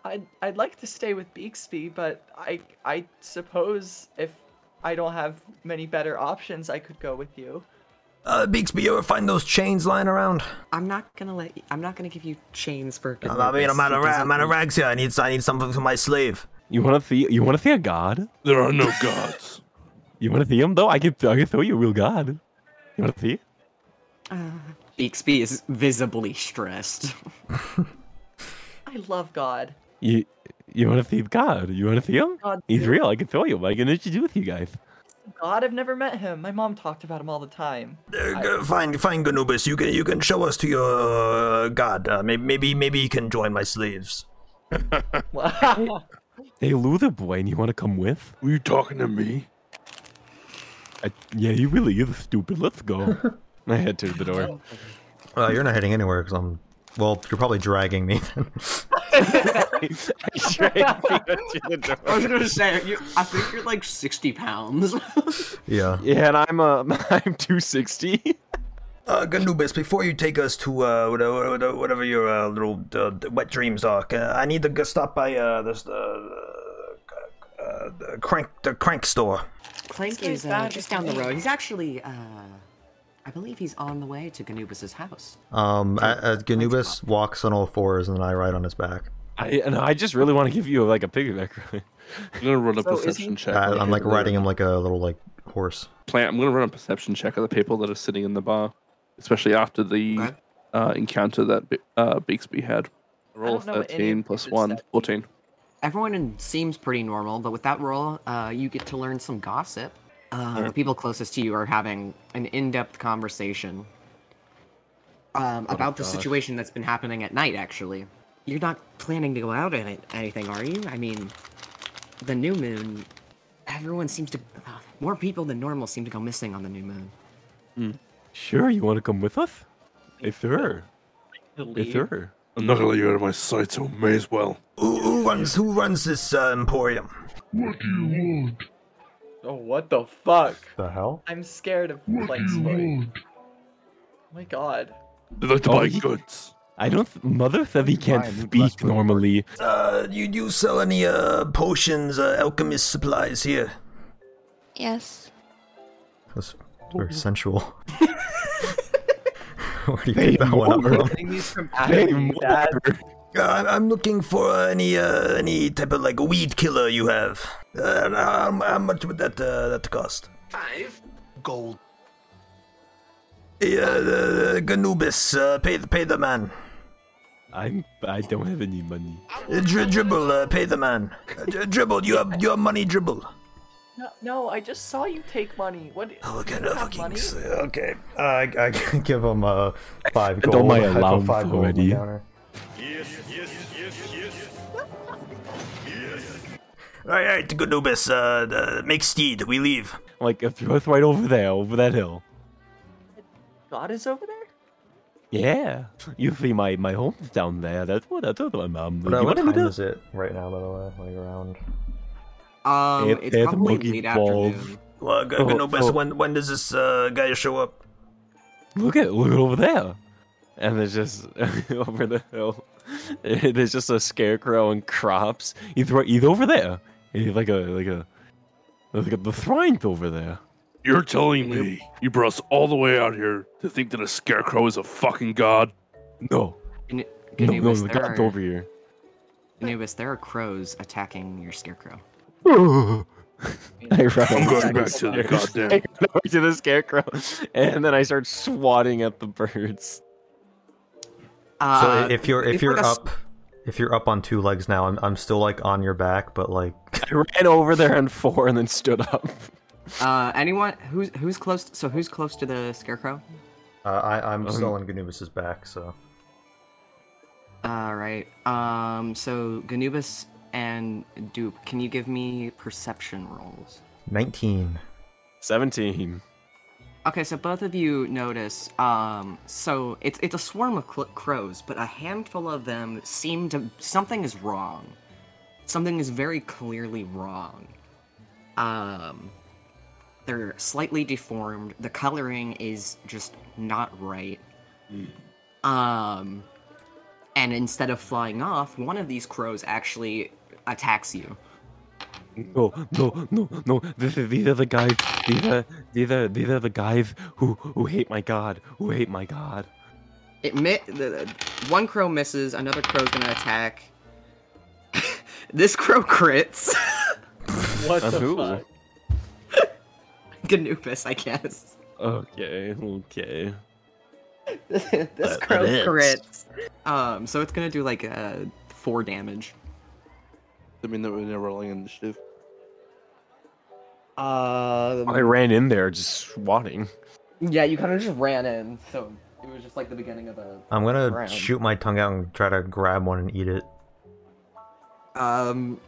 I'd I'd like to stay with Beaksby, but I I suppose if I don't have many better options, I could go with you.
Uh, Beaksby, you ever find those chains lying around?
I'm not gonna let you, I'm not gonna give you chains for. good
I mean,
purpose.
I'm out of
It
ra-
doesn't
I'm out of
mean-
rags here. I need I need something for my slave.
You want to see? You want to see a god?
There are no gods.
You want to see him though? I can. I can throw you a real god. You want to see?
Beaksby is visibly stressed.
I love God.
You. You want to see God? You want to see him?
God,
He's
yeah.
real. I can throw you. What can I do with you guys?
God, I've never met him. My mom talked about him all the time.
Uh, g- fine, fine, Ganubis. You can you can show us to your uh, god. Uh, maybe maybe maybe you can join my slaves.
Wow.
Hey, Luther boy, and you want to come with?
Were you talking to me?
I, yeah, you really is stupid. Let's go. I head to the door.
Uh, you're not heading anywhere because I'm. Well, you're probably dragging me. Then.
I drag Peter to the
I
door.
was gonna say, you, I think you're like 60 pounds.
yeah.
Yeah, and I'm uh, I'm 260.
Uh, Ganubis, before you take us to uh, whatever, whatever- whatever your uh, little uh, wet dreams are, ca- I need to go stop by uh, this uh, uh, the crank the crank store.
Clank
This guy's
is uh,
bad with
just down the
me.
road. He's actually, uh, I believe he's on the way to Ganubis' house.
Um. a- As Ganubis walks on all fours, and then I ride on his back.
I and I just really want to give you like a piggyback ride.
I'm gonna run a
So is
perception
he-
check.
I,
on the
I'm like
people that-
riding him like a little like horse.
Plan. I'm gonna run a perception check of the people that are sitting in the bar, especially after the
Okay.
uh, encounter that Bi- uh, Beaksby had. Roll
don't know what any
13
of
plus
this
1,
stuff-
14.
Everyone in- seems pretty normal, but with that roll, uh, you get to learn some gossip. Uh, The people closest to you are having an in-depth conversation um,
Oh,
about the situation that's been happening at night. Actually, you're not planning to go out in it, anything, are you? I mean, the new moon. Everyone seems to uh, more people than normal seem to go missing on the new moon.
Sure, you want to come with us? If sure, if sure.
I'm not gonna let you out of my sight, so may as well.
Who, who runs who runs this uh, emporium?
oh, what the fuck?
The hell?
I'm scared of Blank's voice. Oh my god.
They like to
Oh,
buy
he-
goods.
I don't. Mother said he can't speak normally.
Uh, you do you sell any uh, potions, uh, alchemist supplies here?
Yes.
That's very sensual. Where do you pick that one up
Lord.
from?
Getting these from
Hey,
Adam, that
mother.
Uh, I'm- I'm looking for uh, any uh, any type of like weed killer you have. Uh, how, how much would that uh, that cost? gold. Yeah, uh, Ganubis, uh, pay the pay the man.
I'm. I don't have any money.
Uh, dri- dribble, uh, pay the man. Uh, dri- dribble, you have you have money. Dribble.
No, no, I just saw you take money. What?
Oh,
you
what kind
don't
of
have
fucking
money?
s- okay.
Uh, I, I give him uh, five
don't
gold.
mind
I put
allowing
five
for
gold on the
it, yeah.
counter.
All right, all right, Ganubis, uh, uh, make steed. We leave.
Like, if you right over there, over that hill.
God is over there.
Yeah, you see my my home's down there. That's what I told my mom.
But, uh,
you
what
want me
time
to?
is it right now, by the way? Like around.
Um,
It-
it's
it's
probably
monkey
late
balls.
afternoon.
Well, G-
Oh,
Ganubis,
oh.
when when does this uh, guy show up?
Look at look over there, and there's just over the hill. There's just a scarecrow and crops. He's right, he's over there. He's like a like a like a the thrind over there.
You're telling me you brought us all the way out here to think that a scarecrow is a fucking god?
No,
Anu-
no, no,
Anubis,
the
there
god's
are,
over here.
Anubis, there are crows attacking your scarecrow.
I run.
I'm going back to the goddamn.
I go to the scarecrow, and then I start swatting at the birds.
Uh,
so if you're if
it's
you're
like a s-
up, if you're up on two legs now, I'm I'm still like on your back, but like
I ran over there on four and then stood up.
uh, anyone who's who's close? So who's close to the scarecrow?
uh, I I'm still on Ganubis's back. So
All Uh, right. Um, so Ganubis and Dupe, can you give me perception rolls?
nineteen.
Seventeen.
Okay, so both of you notice. Um, so it's it's a swarm of cl- crows, but a handful of them seem to something is wrong. Something is very clearly wrong. Um, they're slightly deformed. The coloring is just not right. Um, and instead of flying off, one of these crows actually attacks you.
No, no, no, no. This is, these are the guys. These are these are these are the guys who who hate my god. Who hate my god.
It mi- the, the- one crow misses, another crow's gonna attack. this crow crits.
What
I'm
the
Uh, who?
fuck?
Ganupus, I guess.
Okay, okay.
this
That-
crow.
that hits.
Crits. Um, so it's gonna do like uh four damage.
I mean, that we're never rolling initiative.
Uh,
I ran in there just swatting.
yeah, you kind of just ran in, so it was just like the beginning of a.
I'm gonna
Round.
shoot my tongue out and try to grab one and eat it.
Um,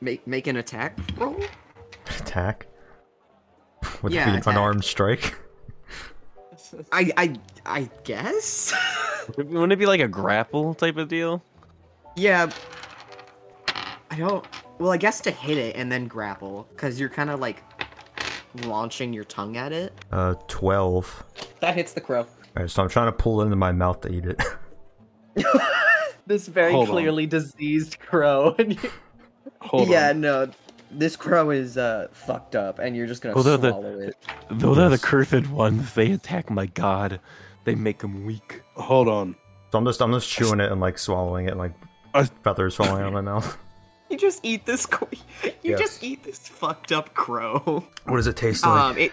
make make an attack roll.
Attack. Would
Yeah,
it be an
attack.
unarmed strike?
I I I guess.
Wouldn't it be like a grapple type of deal?
yeah. I don't. Well, I guess to hit it and then grapple, because you're kind of like launching your tongue at it.
Uh, twelve.
That hits the crow.
Alright, so I'm trying to pull it into my mouth to eat it.
This very
Hold on.
clearly diseased crow. And you...
Hold on.
yeah, no, this crow is uh fucked up, and you're just gonna
Although the-
swallow it.
Those are the cursed ones. They attack my god. They make him weak.
Hold on.
so I'm just I'm just chewing it and like swallowing it, and, like
I-
feathers falling out of my mouth.
You just eat this. qu- You just eat this fucked up crow.
What does it taste
Um, it.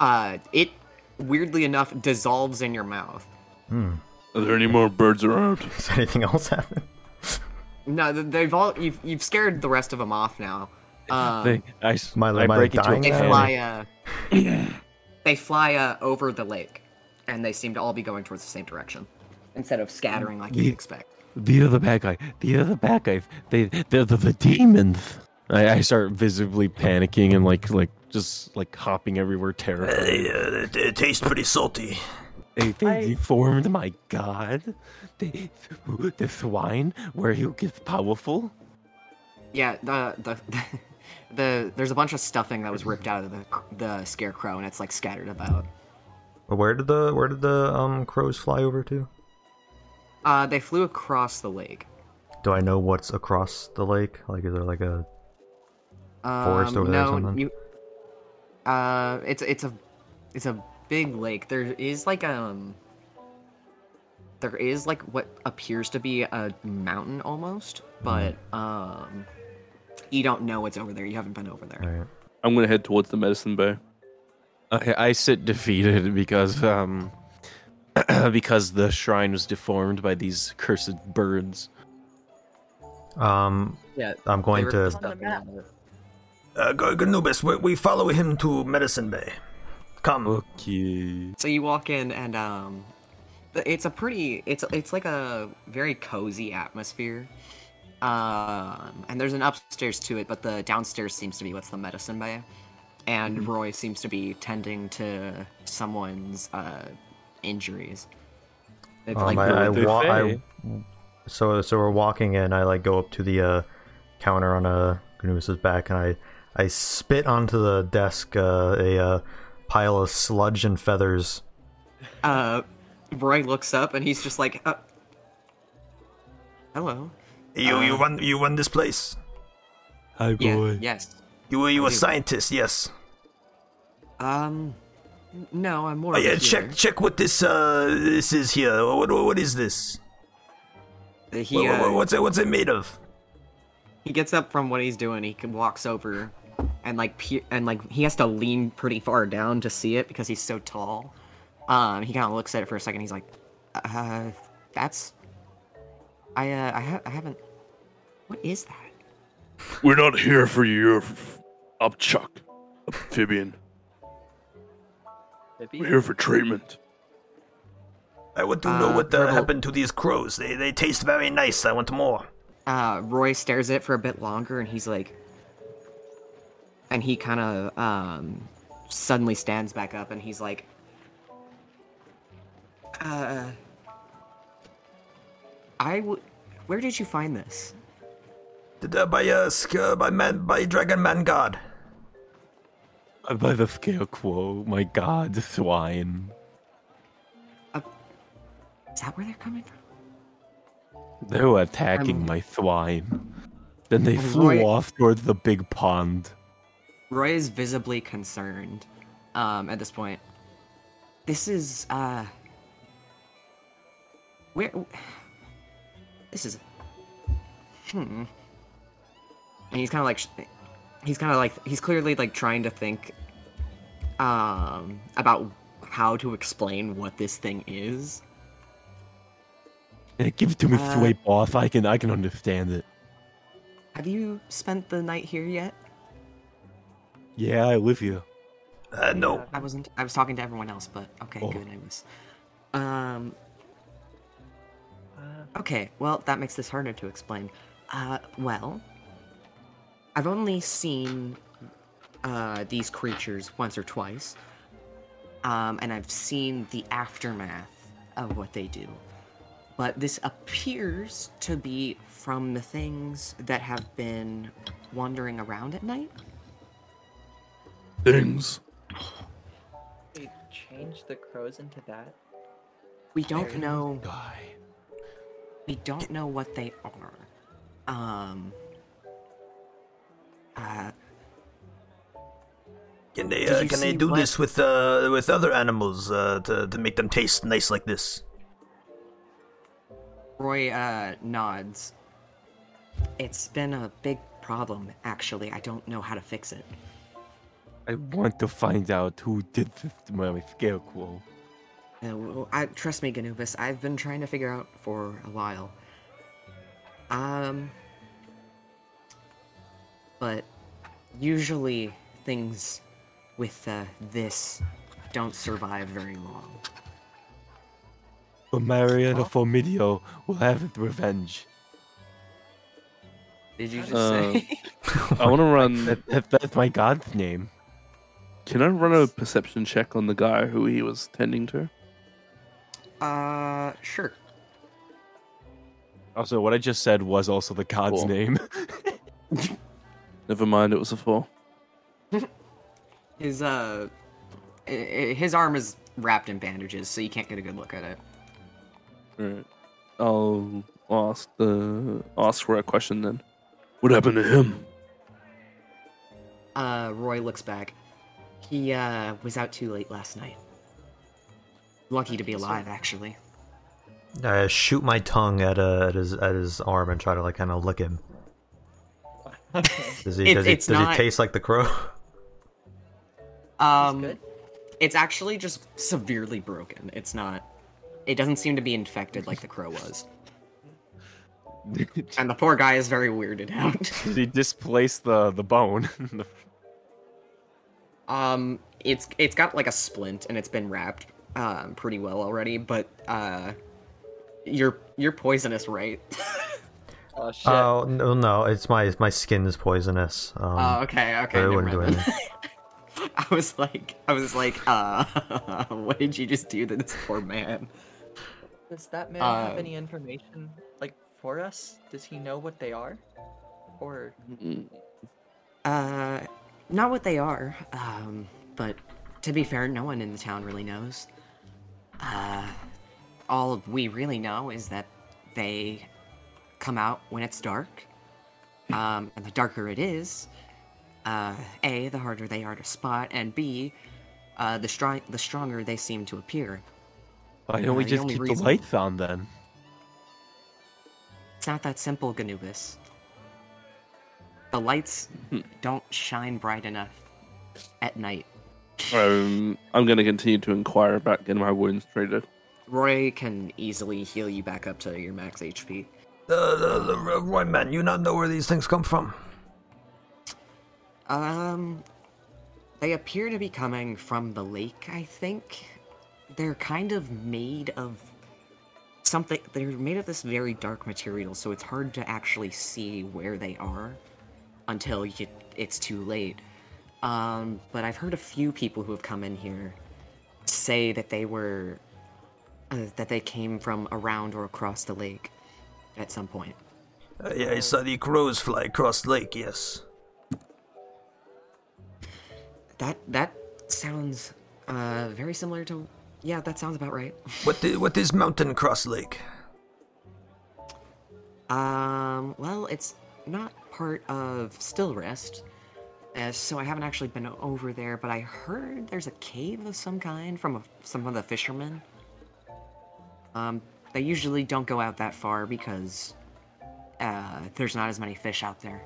Uh, it weirdly enough dissolves in your mouth.
Are there any more birds around?
Does anything else happen?
No, th- they've all you've you've scared the rest of them off now. Um,
They, I, s-
My-
I
my
break into a
dying
they
Yeah.
fly.
panic.
Uh, they fly uh, over the lake, and they seem to all be going towards the same direction instead of scattering like you'd
Ye-
expect.
These are the bad guy. These are the bad guys. They they're the, the demons. I, I start visibly panicking and like like just like hopping everywhere, terrified.
Hey, uh, it, it tastes pretty salty.
They, they
I-
deformed my god. They, the swine, where he gets powerful.
Yeah, the the. the there's a bunch of stuffing that was ripped out of the the scarecrow and it's like scattered about.
Where did the where did the um crows fly over to?
Uh, they flew across the lake.
Do I know what's across the lake? Like, is there like a Forest
Um,
over
no,
there or something?
You, uh, it's it's a it's a big lake. There is like um there is like what appears to be a mountain almost, but
Mm-hmm.
um you don't know it's over there. You haven't been over there.
Alright.
I'm gonna head towards the medicine bay.
Okay, I sit defeated because um because the shrine was deformed by these cursed birds.
Um,
Yeah.
I'm going
they were
to.
just up
map.
around it.
Uh, G- Gnubis, we, we follow him to Medicine Bay. Come.
Okay.
So you walk in and um th- it's a pretty it's it's like a very cozy atmosphere. Um and there's an upstairs to it, but the downstairs seems to be what's the medicine bay. And
Mm-hmm.
Roy seems to be tending to someone's uh injuries. It's
Oh,
Um,
like
I, I,
what they
wa- I,
say.
so so we're walking in. I like go up to the uh, counter on uh, Gnubis's back, and I I spit onto the desk uh, a uh, pile of sludge and feathers.
uh Roy looks up and he's just like uh, Hello. Uh,
You you run you run this place.
Hi
Yeah,
boy.
yes.
You you a scientist? Yes.
Um n- no, I'm more
Uh,
of a
yeah, check
healer.
check what this uh this is here. What what is this?
He,
What- what-
uh,
what's it what's it made of?
He gets up from what he's doing. He can- walks over, and like pe- and like he has to lean pretty far down to see it because he's so tall. Um, he kind of looks at it for a second. He's like, "Uh, that's I uh I, ha- I haven't. What is that?
We're not here for your f- upchuck, amphibian. We're here for treatment.
I want to know
Uh,
what uh,
purple-
happened to these crows. They they taste very nice. I want more.
Uh, Roy stares at it for a bit longer, and he's like, and he kind of um, suddenly stands back up, and he's like, uh, I w- where did you find this?
Did, uh, by uh, sk- uh by man by dragon man god.
Uh, By the scarecrow, my god, swine.
Is that where they're coming from?
They were attacking
I'm-
my swine. Then they flew
Roy-
off towards the big pond.
Roy is visibly concerned um, at this point. This is uh, where this is. Hmm. And he's kind of like, sh- he's kind of like, he's clearly like trying to think um, about how to explain what this thing is.
Yeah, give it to me,
Uh,
sway boss. I can I can understand it.
Have you spent the night here yet?
Yeah, I live here.
Uh, no.
I wasn't. I was talking to everyone else, but okay,
Oh.
good. I was. Um. Okay, well, that makes this harder to explain. Uh, well, I've only seen uh, these creatures once or twice, um, and I've seen the aftermath of what they do. But this appears to be from the things that have been wandering around at night.
Things.
They changed the crows into that.
We don't know.
Die.
we don't know what they are. Um. Uh,
Can they
Did
uh,
you
can they
see
do
what-
this with uh with other animals uh to to make them taste nice like this?
Roy uh, nods. It's been a big problem, actually. I don't know how to fix it.
I want to find out who did this to my scarecrow.
Uh, w- I, trust me, Ganubis. I've been trying to figure out for a while. Um, but usually things with uh, this don't survive very long.
But Mariana Formidio will have its revenge.
Did you just
Uh,
say?
I want to run.
That, that's my god's name.
Can I run a perception check on the guy who he was tending to?
Uh, sure.
Also, what I just said was also the god's
Cool.
name.
Never mind, it was a four.
His uh, i- i- his arm is wrapped in bandages, so you can't get a good look at it.
Alright. I'll ask the ask for a question then. What happened to him?
Uh, Roy looks back. He uh was out too late last night. Lucky to be alive, actually.
I shoot my tongue at uh, at his at his arm and try to like kind of lick him. Does he
It's-
does, he,
it's
does he
not-
taste like the crow?
Um,
good.
It's actually just severely broken. It's not. It doesn't seem to be infected like the crow was. and the poor guy is very weirded out.
Did he displace the the bone? The-
Um, it's it's got like a splint and it's been wrapped um pretty well already, but uh, you're you're poisonous, right?
Oh shit.
Oh no, no, it's my my skin is poisonous. Um,
Oh, okay, okay.
but it
never
wouldn't do
mind.
anything.
I was like, I was like, uh, what did you just do to this poor man?
Does that man
Um,
have any information like for us? Does he know what they are? Or
Uh, not what they are. Um, but to be fair, no one in the town really knows. Uh, all we really know is that they come out when it's dark. Um, and the darker it is, uh, a the harder they are to spot, and b uh, the strong the stronger they seem to appear.
Why don't we
The
just
only
keep the
reason-
lights on then?
It's not that simple, Ganubis. The lights don't shine bright enough at night.
Um, I'm going to continue to inquire about getting my wounds treated.
Roy can easily heal you back up to your max HP.
Uh, the, the, Roy, man, you not know where these things come from?
Um, they appear to be coming from the lake, I think. They're kind of made of something. They're made of this very dark material, so it's hard to actually see where they are until you, it's too late. Um, but I've heard a few people who have come in here say that they were. Uh, that they came from around or across the lake at some point.
Uh, yeah, I saw the crows fly across the lake, yes.
That that sounds uh very similar to yeah, that sounds about right.
What, i- what is mountain cross lake?
Um well, it's not part of Still Rest. Uh, so I haven't actually been over there, but I heard there's a cave of some kind from a, some of the fishermen. Um they usually don't go out that far because uh there's not as many fish out there.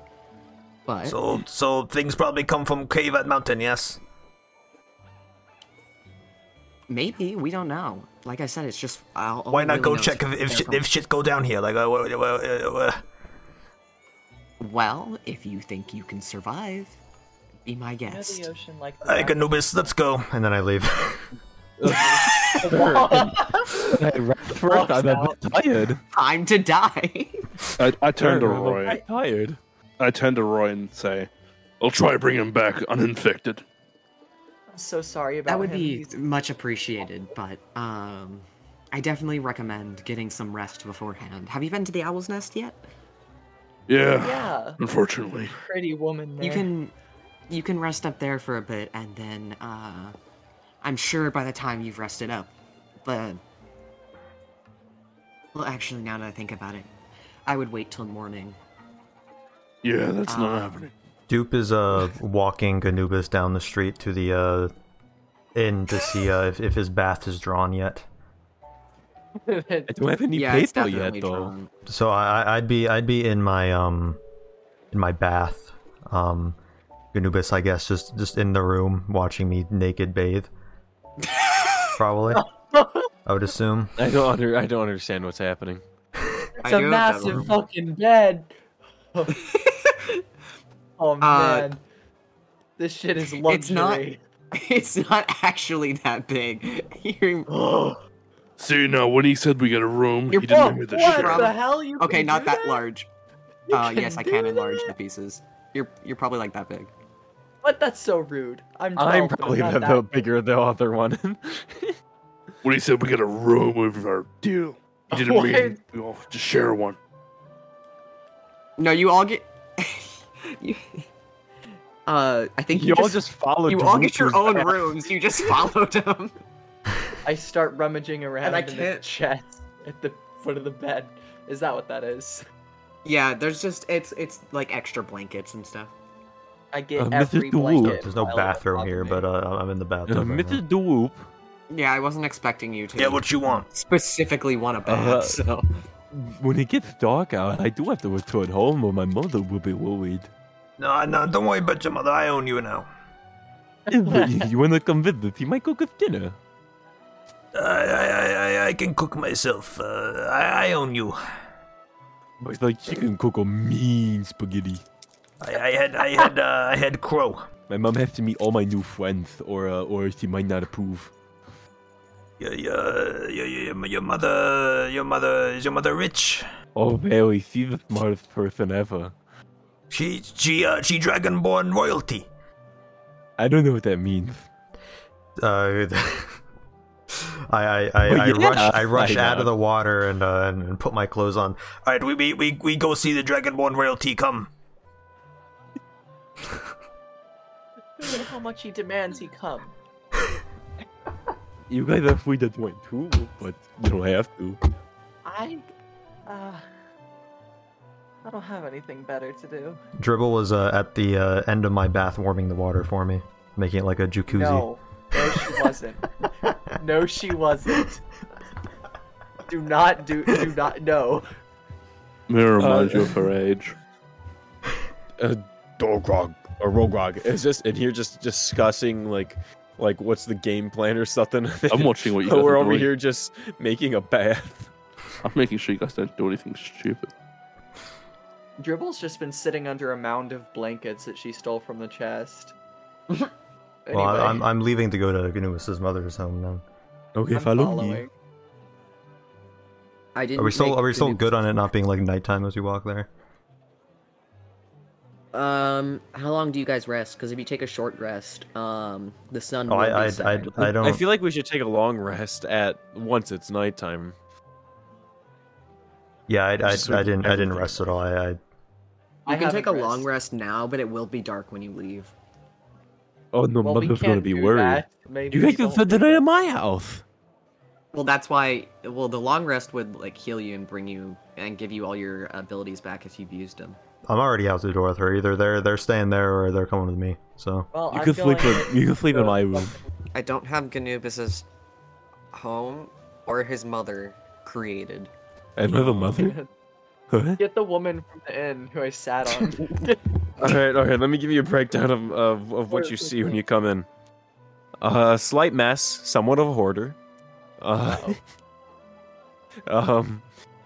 But
So, so things probably come from cave at mountain, yes?
maybe we don't know. Like I said, it's just I'll
Why
all
not
really
go
knows
check if, if,
they're
shit,
from-
if shit go down here? Like, uh, wha- wha- uh, uh,
Well, if you think you can survive, be my
you know
guest.
the ocean like the
like
back-
Anubis, let's go.
and then I leave.
First, I'm a bit tired.
Time to die.
I, I turn to
I'm a
Roy.
bit tired.
I turn to Roy and say, I'll try to bring him back uninfected.
I'm so sorry about
that would
him.
be
He's-
much appreciated, but um I definitely recommend getting some rest beforehand. Have you been to the Owl's Nest yet?
Yeah,
yeah,
unfortunately.
pretty woman. There.
You can you can rest up there for a bit and then uh I'm sure by the time you've rested up, the Well, actually now that I think about it, I would wait till morning.
Yeah, that's
Um,
Ah.
not happening.
Dupe is uh walking Anubis down the street to the uh inn to see uh, if, if his bath is drawn yet.
I don't have any
yeah, it's
paper yet,
definitely
though.
drawn.
So I, I- I'd be I'd be in my um in my bath. Um Anubis, I guess, just just in the room watching me naked bathe. Probably. I would assume.
I don't under, I don't understand what's happening.
I
It's a
do have that
massive
room.
fucking bed. oh man, this shit is luxury.
Uh, it's not- It's not actually that big. You're-
See, now when he said we got a room,
You're
he didn't
broke.
hear the
Oh, What
shit.
Rob-
the hell? You
okay,
can
not
do
that large.
You
Uh, yes, I can
do
enlarge
that?
the pieces. You're you're probably like that big.
What? That's so rude. I'm. 12,
I'm
but
probably
not
the,
that
the
big.
bigger the other one.
When he said we got a room with our deal, he didn't
What?
mean we all have to share one.
No, you all get. you, uh, I think you,
you all
just,
just followed.
you all get your
Dmitry's
own
path.
rooms. You just followed them.
I start rummaging around
I
in the
can't-
chest at the foot of the bed. Is that what that is?
yeah, there's just it's it's like extra blankets and stuff.
I get
Uh, Mrs.
every
Duluth.
blanket.
There's no
piled
bathroom
on
here,
me.
but uh, I'm in the
Uh,
bathroom. right now.
Mr. Doop,
Yeah, I wasn't expecting you to.
Yeah, what you want?
specifically want a bath.
Uh-huh.
Uh,
so
when it gets dark out, I do have to return home, or my mother will be worried.
No, no, don't worry about your mother. I own you now.
you wanna come with us? You might cook us dinner.
I, I, I, I can cook myself. Uh, I, I own you.
It's like she can cook a mean spaghetti.
I, I had, I had, uh, I had crow.
My mom has to meet all my new friends, or uh, or she might not approve.
Your, your, your, your, your mother, your mother, is your mother rich?
Oh, very. She's the smartest person ever.
She, she, uh, she dragonborn royalty.
I don't know what that means.
Uh, I I, I,
Well,
I
yeah,
rush I rush
like,
out
uh,
of the water and, uh, and and put my clothes on.
All right, we, we, we, we go see the dragonborn royalty. Come.
I don't know how much he demands he come.
You guys are free to join too, but you don't have to.
I, uh, I don't have anything better to do.
Dribble was uh, at the uh, end of my bath warming the water for me, making it like a jacuzzi.
No, no, she wasn't. no, she wasn't. Do not do. Do not. No.
May I remind
Uh,
you of her age?
a Dogrog or Rogrog is just in here just discussing like like what's the game plan or something.
I'm watching what you guys
We're
are
over
doing.
here just making a bath.
I'm making sure you guys don't do anything stupid.
Dribble's just been sitting under a mound of blankets that she stole from the chest.
Well, I, I'm I'm leaving to go to Gnuis's mother's home now.
Okay,
I'm following.
I didn't.
Are we still
make
are we still
Gnu-
good on it not being like nighttime as we walk there?
Um, how long do you guys rest? Because if you take a short rest, um, the sun.
Oh,
will
I I,
be
I,
setting.
I don't.
I
um,
feel like we should take a long rest at once it's nighttime.
yeah, I, I, I
Just sort of
didn't I didn't
everything.
rest at all. I, I
You
I
can take a
haven't
long
rest.
rest now, but it will be dark when you leave.
Oh no,
Well, we
mother's
can't
gonna be
do
worried.
that. Maybe
You
we
guys can
don't
spend the
do
night at my house.
Well, that's why. Well, the long rest would like heal you and bring you and give you all your abilities back if you've used them.
I'm already out the door with her. Either they're they're staying there or they're coming with me. So
Well,
You
I'm
can sleep
going
in you can sleep in my room.
I don't have Ganubis's home or his mother created.
Another mother? Huh?
Get the woman from the inn who I sat on.
All right, all right. Let me give you a breakdown of, of, of what you see when you come in. A uh, slight mess, somewhat of a hoarder. Uh, um,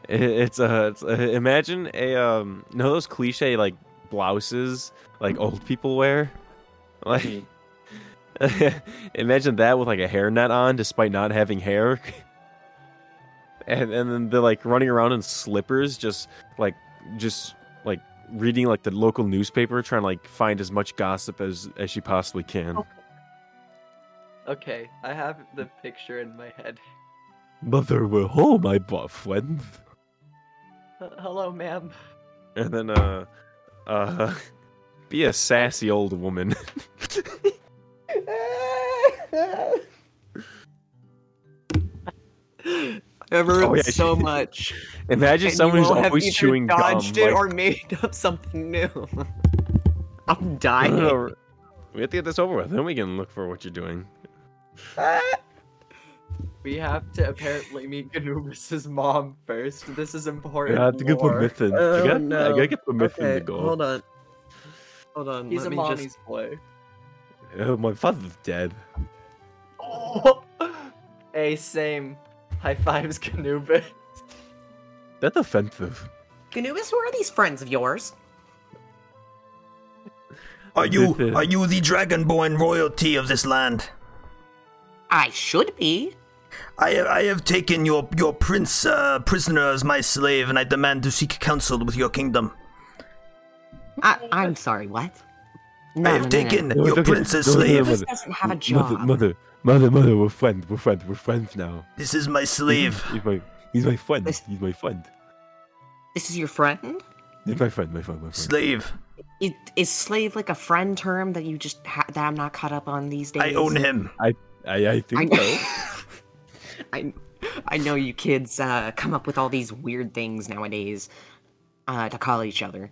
it, it's a it's, uh, imagine a um, you know those cliche like blouses like old people wear, like imagine that with like a hairnet on, despite not having hair, and and then they're like running around in slippers, just like just like reading like the local newspaper, trying to like find as much gossip as as she possibly can.
okay, I have the picture in my head.
Mother will home, my buff friend.
H- Hello, ma'am.
And then uh uh be a sassy old woman.
I've ruined
Oh, yeah,
so
she-
much.
Imagine
and you
someone who's
won't have
always
either
chewing gum.
dodged it
like-
or made up something new. I'm
I don't
dying.
know. We have to get this over with, then we can look for what you're doing.
We have to apparently meet Ganubis' mom first. This is important. lore.
permission.
Oh,
I, gotta, I
no.
gotta get permission
Okay,
to go.
hold on. Hold on.
He's
let
a
me
mommy's
just.
boy.
Oh, my father's dead.
A same. High fives, Ganubis.
That's offensive.
Ganubis, who are these friends of yours?
Are you,
This is-
are you the dragonborn royalty of this land?
I should be.
I have, I have taken your your prince uh, prisoner as my slave, and I demand to seek counsel with your kingdom.
I, I'm sorry. What?
I have taken
No,
your
it's okay.
prince as
No, no, no,
slave.
mother.
doesn't have a
Mother,
job.
mother, mother, mother, we're friends, we're friends, we're friends now.
This is my slave.
He's my, he's my friend.
This-
He's my friend.
This is your friend?
He's my friend. My friend. My friend.
Slave.
It, is slave like a friend term that you just ha- that I'm not caught up on these days?
I own him.
I, I think so.
I, I know you kids uh, come up with all these weird things nowadays uh, to call each other.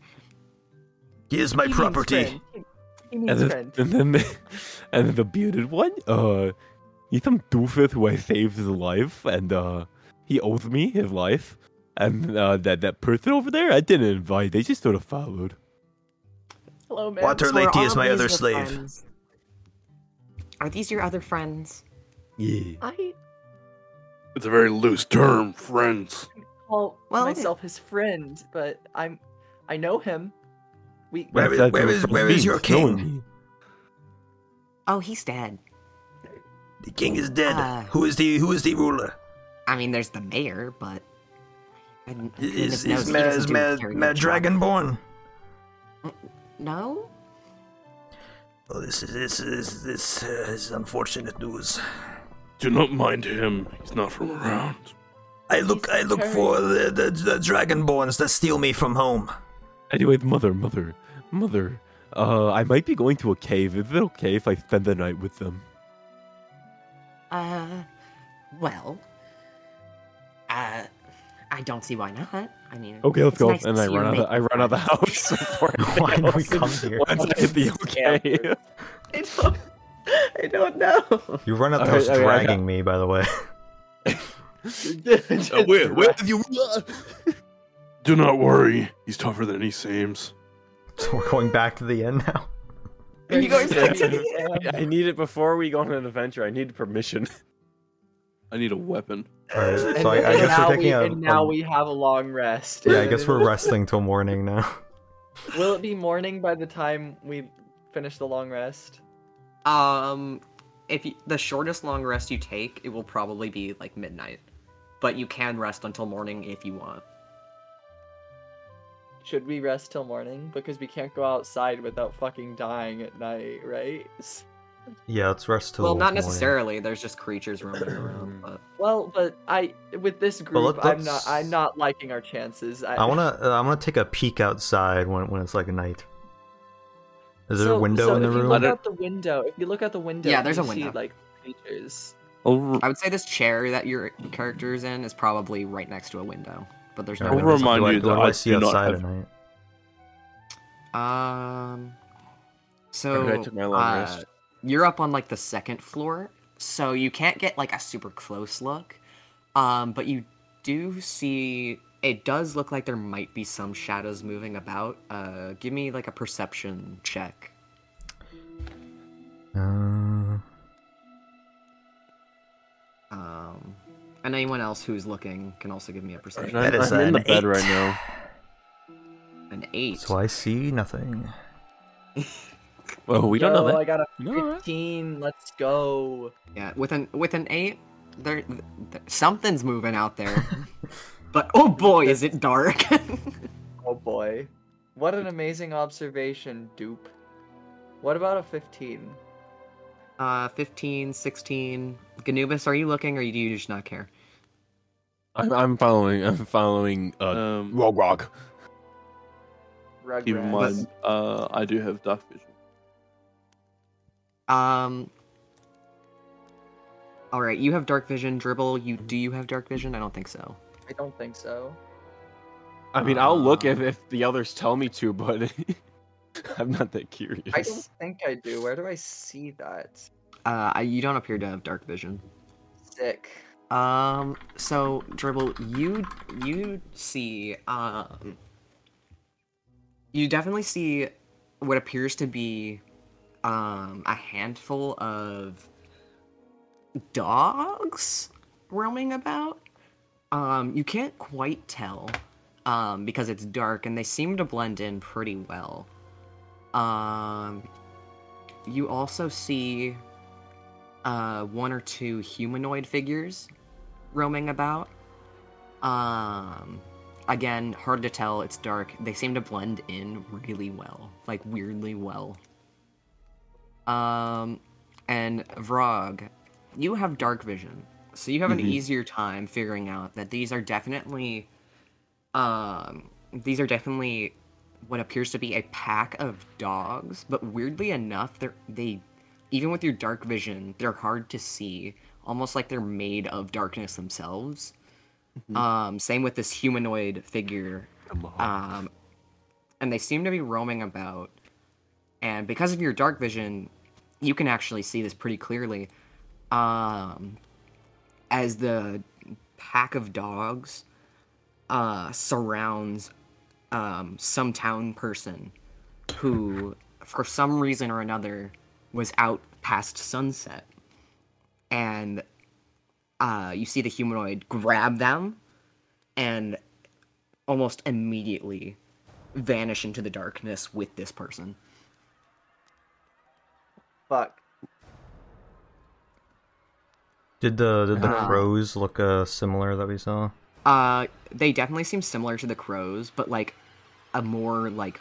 He is my
He means
property.
friend. He
and,
means
then,
friend.
and then, the, and then the bearded one. Uh, he's some doofus who I saved his life, and uh, he owes me his life. And uh, that that person over there, I didn't invite. They just sort of followed.
Hello, ma'am.
Water
So are
Lady
all
is my
these
other
your
slave.
friends? Are these your other friends?
Yeah.
I
It's a very loose term, friends.
call
Well,
myself his friend, but I'm I know him. We
Where is, where is, where is your king?
Oh, he's dead.
The king is dead.
Ah.
who is the who is the ruler?
I mean, there's the mayor, but I- I- goodness
Is
knows
is
he
Ma-
doesn't
is
do a
Ma-
very
Ma
good job.
Dragonborn?
No,
Well, this is this is this uh, is unfortunate news.
Do not mind him. He's not from around.
I look I look for the, the the Dragonborns that steal me from home.
Anyway, mother, mother, mother. Uh, I might be going to a cave. Is it okay if I spend the night with them?
Uh, well, uh, I don't see why not. I mean,
Okay, let's
it's
go.
nice to
and I
see you
run out.
make
The, I run out of the house. before
Why
anything
did we come
else.
here?
Once I hit the okay.
I don't I don't know.
You run out the
Okay,
house
okay, I got-
dragging me, by the way.
Uh, where, where have you? Do not worry. He's tougher than he seems.
So we're going back to the end now.
Are you going back to the
I, I need it before we go on an adventure. I need permission.
I need a weapon.
All right. So
And-
I, I
and
guess
now
we're taking
we,
a.
And now
a-
we have a long rest.
yeah, I guess we're resting till morning now.
Will it be morning by the time we finish the long rest?
Um, if you, the shortest long rest you take, it will probably be like midnight, but you can rest until morning if you want.
Should we rest till morning? Because we can't go outside without fucking dying at night, right? S-
Yeah, let's rest till.
well, not
morning.
necessarily. There's just creatures roaming around, but
Well, but I with this
let-
group, I'm not
let's-
I'm not liking our chances. I,
I wanna. Uh, I wanna take a peek outside when when it's like night. Is there
So-
a window
so
in the
if you
room?
Look out the window. If you look out the window,
Yeah, there's
you
a window.
See, like creatures.
I'll,
I would say this chair that your character is in is probably right next to a window, but there's no.
I'll
Alright,
windows.
remind
do I,
you
do
that
I,
I
see
do not
outside
have-
at night.
Um. So
Okay, I took my long
uh,
rest.
you're up on like the second floor, so you can't get like a super close look. Um, but you do see it does look like there might be some shadows moving about. Uh, give me like a perception check.
Uh,
Um, and anyone else who's looking can also give me a perception.
I'm,
is
I'm in
an
the bed
eight.
right now.
An eight.
so I see nothing.
Oh, we don't know
Yo,
that.
I got a
No, all right.
15. Let's go.
Yeah, with an with an eight, there, there something's moving out there. but oh boy, is it dark.
Oh boy, what an amazing observation, dupe. What about a 15?
Uh, 15, 16. Ganubis, are you looking or do you just not care?
I'm, I'm following. I'm following. Uh,
Um,
Rog Rog.
Rugrats.
keep in mind, uh, I do have dark vision.
Um. All right, you have dark vision. Dribble, you do you have dark vision? I don't think so.
I don't think so.
I mean, I'll look
Uh.
if, if the others tell me to, but I'm not that curious.
I don't think I do. Where do I see that?
Uh, I- you don't appear to have dark vision.
Sick.
Um. So dribble, you you see um. You definitely see what appears to be um a handful of dogs roaming about. Um, you can't quite tell um because it's dark and they seem to blend in pretty well. Um, you also see uh, one or two humanoid figures roaming about. Um, again, hard to tell. It's dark. They seem to blend in really well, like weirdly well. Um, and Vrog, you have dark vision, so you have an easier time figuring out that these are definitely, um, these are definitely what appears to be a pack of dogs. But weirdly enough, they're they, even with your dark vision, they're hard to see, almost like they're made of darkness themselves. Um, same with this humanoid figure. Um, and they seem to be roaming about. And because of your dark vision, you can actually see this pretty clearly. Um, as the pack of dogs uh, surrounds um, some town person who, for some reason or another, was out past sunset. And uh, you see the humanoid grab them and almost immediately vanish into the darkness with this person.
Fuck.
Did the did the
Ah.
Uh.
crows look uh, similar that we saw?
Uh, they definitely seem similar to the crows, but like a more like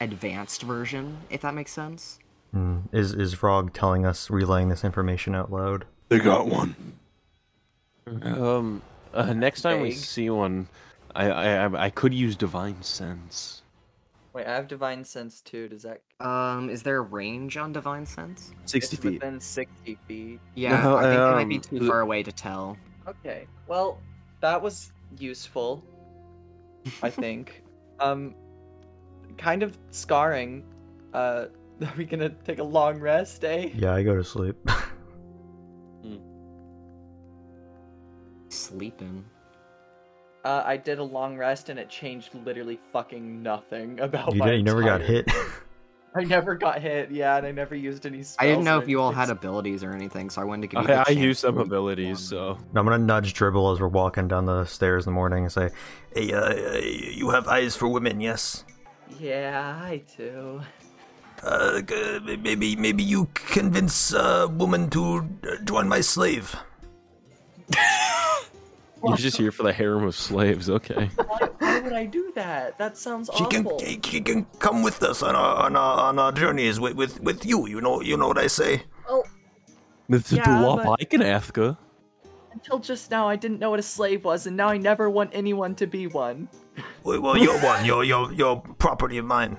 advanced version, if that makes sense.
Hmm. Is is Frog telling us relaying this information out loud?
They got one.
Um, uh, next time we
Vague.
see one, I, I I- I could use divine sense.
Wait, I have divine sense too. Does that?
Um, is there a range on divine sense?
Sixty
it's
feet.
Within sixty feet.
Yeah,
No,
I think it might
um,
be too
the-
far away to tell.
Okay. Well, that was useful. I think. um, kind of scarring. Uh, are we gonna take a long rest, eh?
Yeah, I go to sleep.
Sleeping.
Uh, I did a long rest and it changed literally fucking nothing about
Oh
you
my.
did, you never got
entire-
hit.
I never got hit. Yeah, and I never used any spells.
I didn't know
or
if you all had
anything.
abilities or anything, so I wanted to give you.
I,
the
I
chance
use some
to-
abilities, so
No, I'm gonna nudge Dribble as we're walking down the stairs in the morning and say,
Hey, uh, uh, you have eyes for women, yes?
Yeah, I do.
Uh, g- maybe, maybe you convince a woman to uh, join my slave.
you're just here for the harem of slaves. Okay.
Why, why would I do that? That sounds
She can,
awful.
she she can come with us on our on our, on our journeys with, with with you. You know, you know what I say.
This is
Yeah,
Dulop
but-
Icon Afka.
Until just now, I didn't know what a slave was, and now I never want anyone to be one.
Well, well, you're one. You're you're you're property of mine.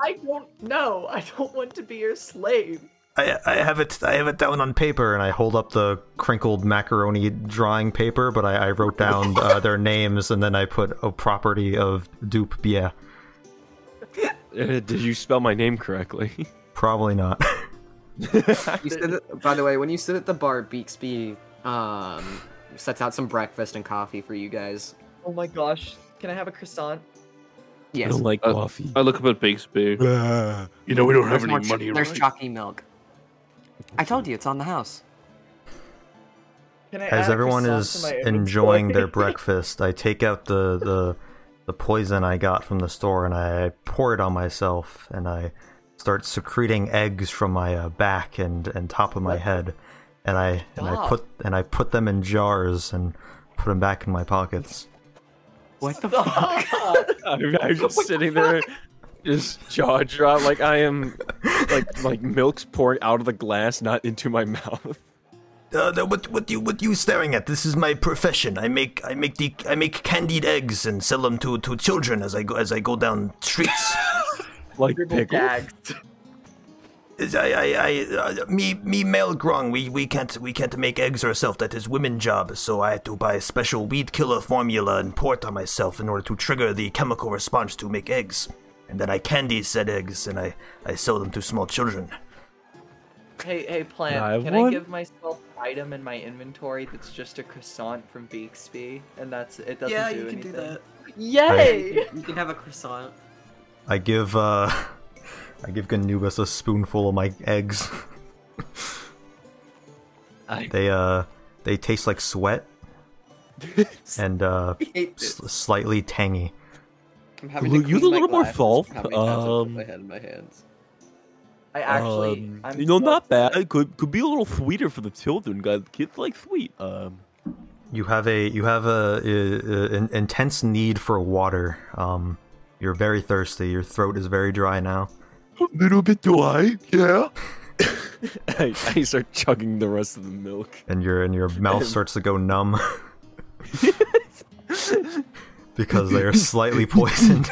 I don't know. I don't want to be your slave.
I, I have it I have it down on paper and I hold up the crinkled macaroni drawing paper, but I, I wrote down uh, their names and then I put a property of dupe. Yeah,
Uh, Did you spell my name correctly?
probably not.
You sit at, by the way, when you sit at the bar, Beaksby um, sets out some breakfast and coffee for you guys.
Oh my gosh. Can I have a croissant?
I
Yes.
don't like
Uh,
coffee.
I look up at Bixby. Uh, you know we don't have
There's, more
any
ch-
money,
there's
right?
chalky milk.
I told you it's on the house.
Can I add
As
a
everyone
croissant
is
to my
enjoying their
inventory?
breakfast, I take out the, the the poison I got from the store and I pour it on myself and I start secreting eggs from my uh, back and, and top of my head, and I and I
Stop.
put and I put them in jars and put them back in my pockets.
What the fuck?
I'm, I'm just sitting there, just jaw drop. Like I am, like like milk's pouring out of the glass, not into my mouth.
Uh, the- what what you what you staring at? This is my profession. I make I make the I make candied eggs and sell them to, to children as I go as I go down streets.
Like
Scribble
pickle.
gags.
Is I I, I uh, me me male grung. We we can't we can't make eggs ourselves. That is women job. So I had to buy a special weed killer formula and pour it on myself in order to trigger the chemical response to make eggs. And then I candy said eggs and I I sell them to small children.
Hey, hey, plan.
I have
can
one?
I give myself an item in my inventory that's just a croissant from Beaksby, and that's it doesn't
Yeah,
do
you can
anything.
do that.
Yay!
You can have a croissant.
I give uh I give Ganubis a spoonful of my eggs. they uh they taste like sweat and uh
hate
s- slightly tangy.
I'm
to Will you clean a my little more glasses from fall? how many times I've put Um, my
head in my hands.
I actually,
Um,
I'm
you know, not
so upset.
bad. It could could be a little sweeter for the children. Guys, kids like sweet. Um,
You have a you have a, a- an intense need for water. Um you're very thirsty. Your throat is very dry now.
A little bit dry, yeah.
I, I start chugging the rest of the milk.
and your and your mouth starts to go numb because they are slightly poisoned.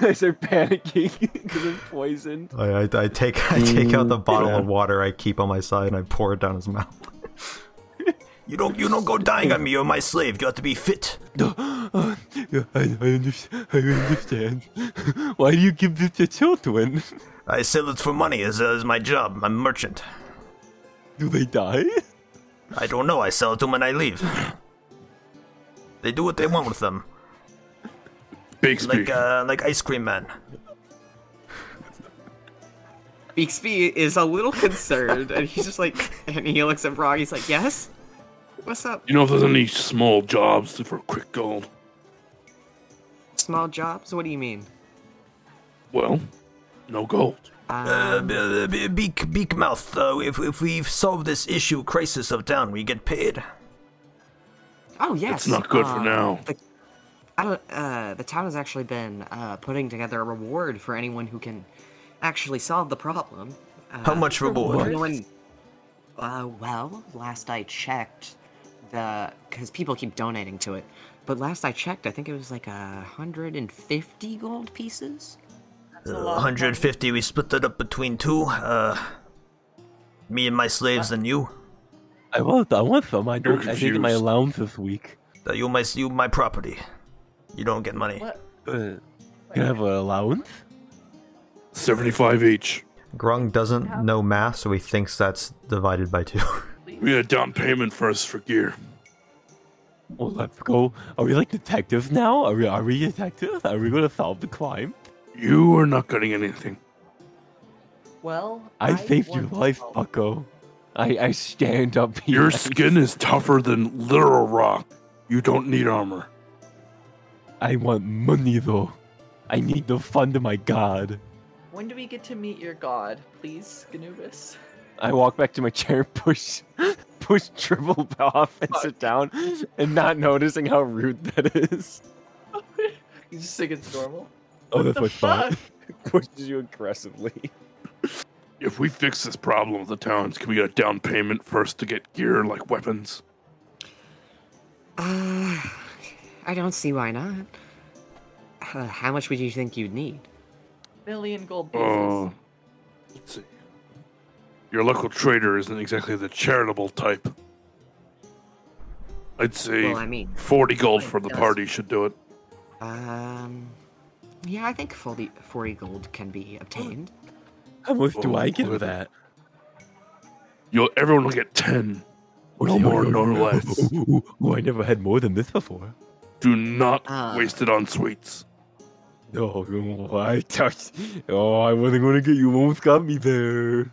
I start panicking because I'm poisoned.
I, I, I take I take out the bottle of water I keep on my side and I pour it down his mouth.
You don't you don't go dying on me. You're my slave. You have to be fit.
I, understand. I understand. Why do you give this to children?
I sell it for money. As is my job. I'm a merchant.
Do they die?
I don't know. I sell it to them and I leave. They do what they want with them,
Bixby.
uh, like uh, like ice cream man.
Bixby is a little concerned, and he's just like, and he looks at Brog. He's like, "Yes, what's up?
You know if there's any small jobs for quick gold?
Small jobs? What do you mean?"
Well, no gold.
Uh, b- b- beak, beak mouth. Uh, if if we've solved this issue crisis of town, we get paid.
Oh yes.
It's not good for
uh,
now.
The, I don't. Uh, the town has actually been uh, putting together a reward for anyone who can actually solve the problem. Uh,
How much reward?
No one. Uh, well, last I checked, the because people keep donating to it, but last I checked, I think it was like a hundred and fifty gold pieces.
Uh, 150. We split it up between two. Uh, me and my slaves, and you.
I want, I want them. I
You're
don't. I think my
confused.
allowance this week.
Uh, you my you my property. You don't get money.
What?
Uh, can I have an allowance?
75 each.
Grung doesn't know math, so he thinks that's divided by two.
We had a down payment first for gear.
Well, let's go. Are we like detectives now? Are we? Are we detectives? Are we gonna solve the crime?
You are not getting anything.
Well,
I, saved your
want to
life,
help.
Bucko. I, I stand up here.
Your skin is tougher than literal rock. You don't need armor.
I want money though. I need to fund my god.
When do we get to meet your god, please, Ganubis?
I walk back to my chair, push, push triple off and sit down, and not noticing how rude that is.
You just think it's normal?
Oh,
What
that's
the
my
fuck?
fault. Pushes you aggressively.
If we fix this problem with the towns, can we get a down payment first to get gear like weapons?
Uh, I don't see why not. Uh, how much would you think you'd need?
Million gold pieces.
Oh, let's see. Your local trader isn't exactly the charitable type. I'd say
Well, I mean,
40 gold for the
Yes.
party should do it.
um, yeah, I think 40, 40 gold can be obtained.
How much do
Oh,
I get
look
with
at
that?
You'll, everyone will get 10. No more, no less.
Ooh, ooh, ooh, I never had more than this before.
Do not
Ah.
waste it on sweets.
No, no, I touched. Oh, I wasn't gonna get you. Almost got me there.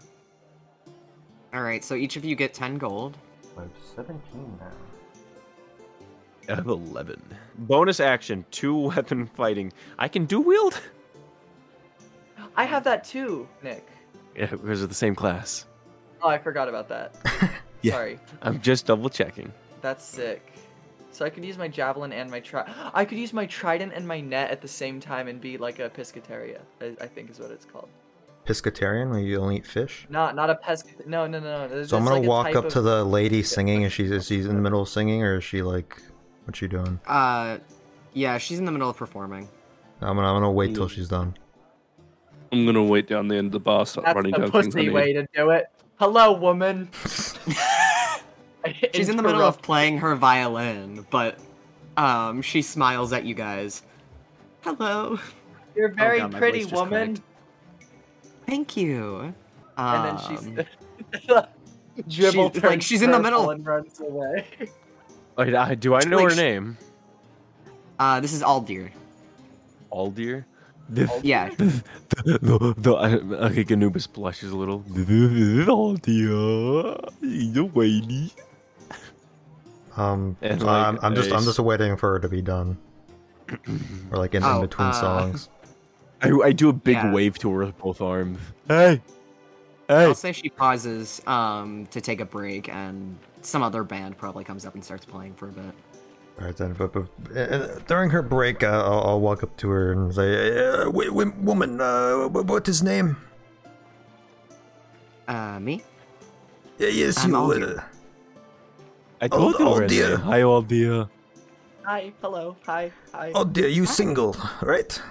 All right, so each of you get 10 gold.
I'm 17 now.
I have eleven. Bonus action: two weapon fighting. I can do wield.
I have that too, Nick.
Yeah, because of the same class.
Oh, I forgot about that.
Yeah.
Sorry.
I'm just double checking.
That's sick. So I could use my javelin and my tri- I could use my trident and my net at the same time and be like a pescataria. I, I think is what it's called.
Pescatarian, where you only eat fish.
Not not a pesc. No no no. no.
So I'm gonna walk up to the lady singing. Is she is she in the middle of singing, or is she like, what you doing?
Uh, yeah, she's in the middle of performing.
I'm gonna I'm gonna wait till she's done.
I'm gonna wait down the end of the bar, start
That's
running
the
down things. I
pussy
need.
way to do it. Hello, woman.
She's in the middle of playing her violin, but um, she smiles at you guys. Hello.
You're very
God, my voice
pretty,
just
woman.
Thank you. Um,
And then she's dribbled
she's-
her
like, she's in the
purple
middle.
and runs away.
Wait, I, do I know
Like
her
sh-
name?
uh, this is Aldir.
Aldir. This,
Yeah,
this, the, the, the, I, okay, Ganubis blushes a little. This is Aldir, the lady.
Um,
And,
so
like,
I'm, I'm just I'm
a-
just waiting for her to be done. or like in, in
Oh,
between
uh,
songs.
I, I do a big
Yeah.
wave to her with both arms. Hey, hey.
I'll say she pauses um, to take a break, and some other band probably comes up and starts playing for a bit.
All right, then, but, but uh, uh, during her break, uh, I'll, I'll walk up to her and say, uh,
Uh, w- w- woman, uh, w- what's his name?
Uh, me?
Y- yes,
I'm
you.
Aldir.
Uh,
I told
Oh,
you
Al-
already.
Aldir.
Hi, Aldir.
Hi, hello, hi, hi.
oh dear, you single, right?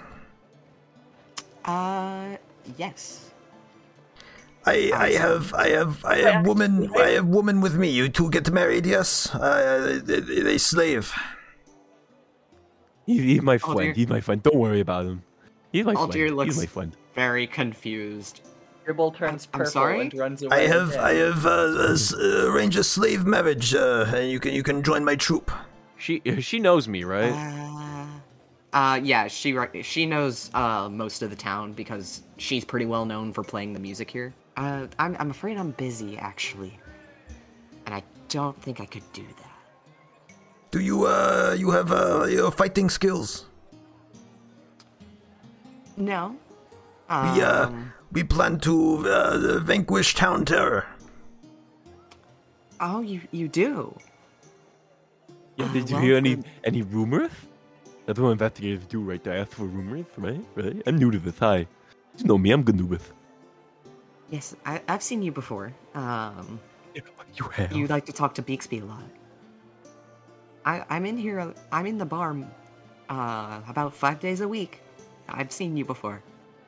Uh, yes.
I, I have I have I have woman I have woman with me. You two get married, yes? Uh, they, they they slave.
He, he's my friend.
Oh, dear.
He's my friend. Don't worry about him. He's my
Oh,
friend.
dear, looks-
He's my friend.
Very confused.
Dribble turns
I'm
purple
sorry?
and runs
I
away.
have
again.
I have uh, uh, s- uh, arranged a slave marriage, uh, and you can you can join my troop.
Ah,
She she knows me, right?
Uh, Uh, yeah, she rec- she knows uh, most of the town because she's pretty well known for playing the music here. Uh, I'm I'm afraid I'm busy actually, and I don't think I could do that.
Do you uh you have uh your fighting skills?
No. Um,
we uh we plan to uh, vanquish town terror.
Oh, you you do.
Yeah, did you hear any any rumors? That's what investigators do, right? They ask for rumors, right? Right? I'm new to this. Hi, you know me. I'm good new with.
Yes, I, I've seen you before. Um,
you have.
You like to talk to Beaksby a lot. I, I'm in here. I'm in the bar uh, about five days a week. I've seen you before.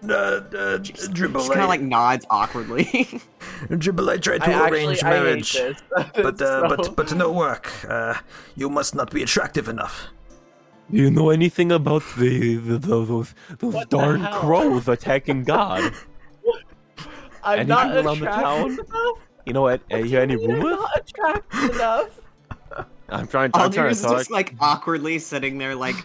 Uh, uh, Dribble.
She kind of like nods awkwardly.
Dribble, I tried to
I actually-
arrange
I hate
marriage,
this.
but uh,
So-
but but no work. Uh, you must not be attractive enough.
Do you know anything about the, the, the those those
What the
darn
hell?
crows attacking God?
I'm
Any
not
people on the town?
attractive enough.
You know what? Uh, you any
I'm
rumors?
not attractive enough.
I'm trying. I'm
Aldir
trying to
is
talk.
Oh, just like awkwardly sitting there, like,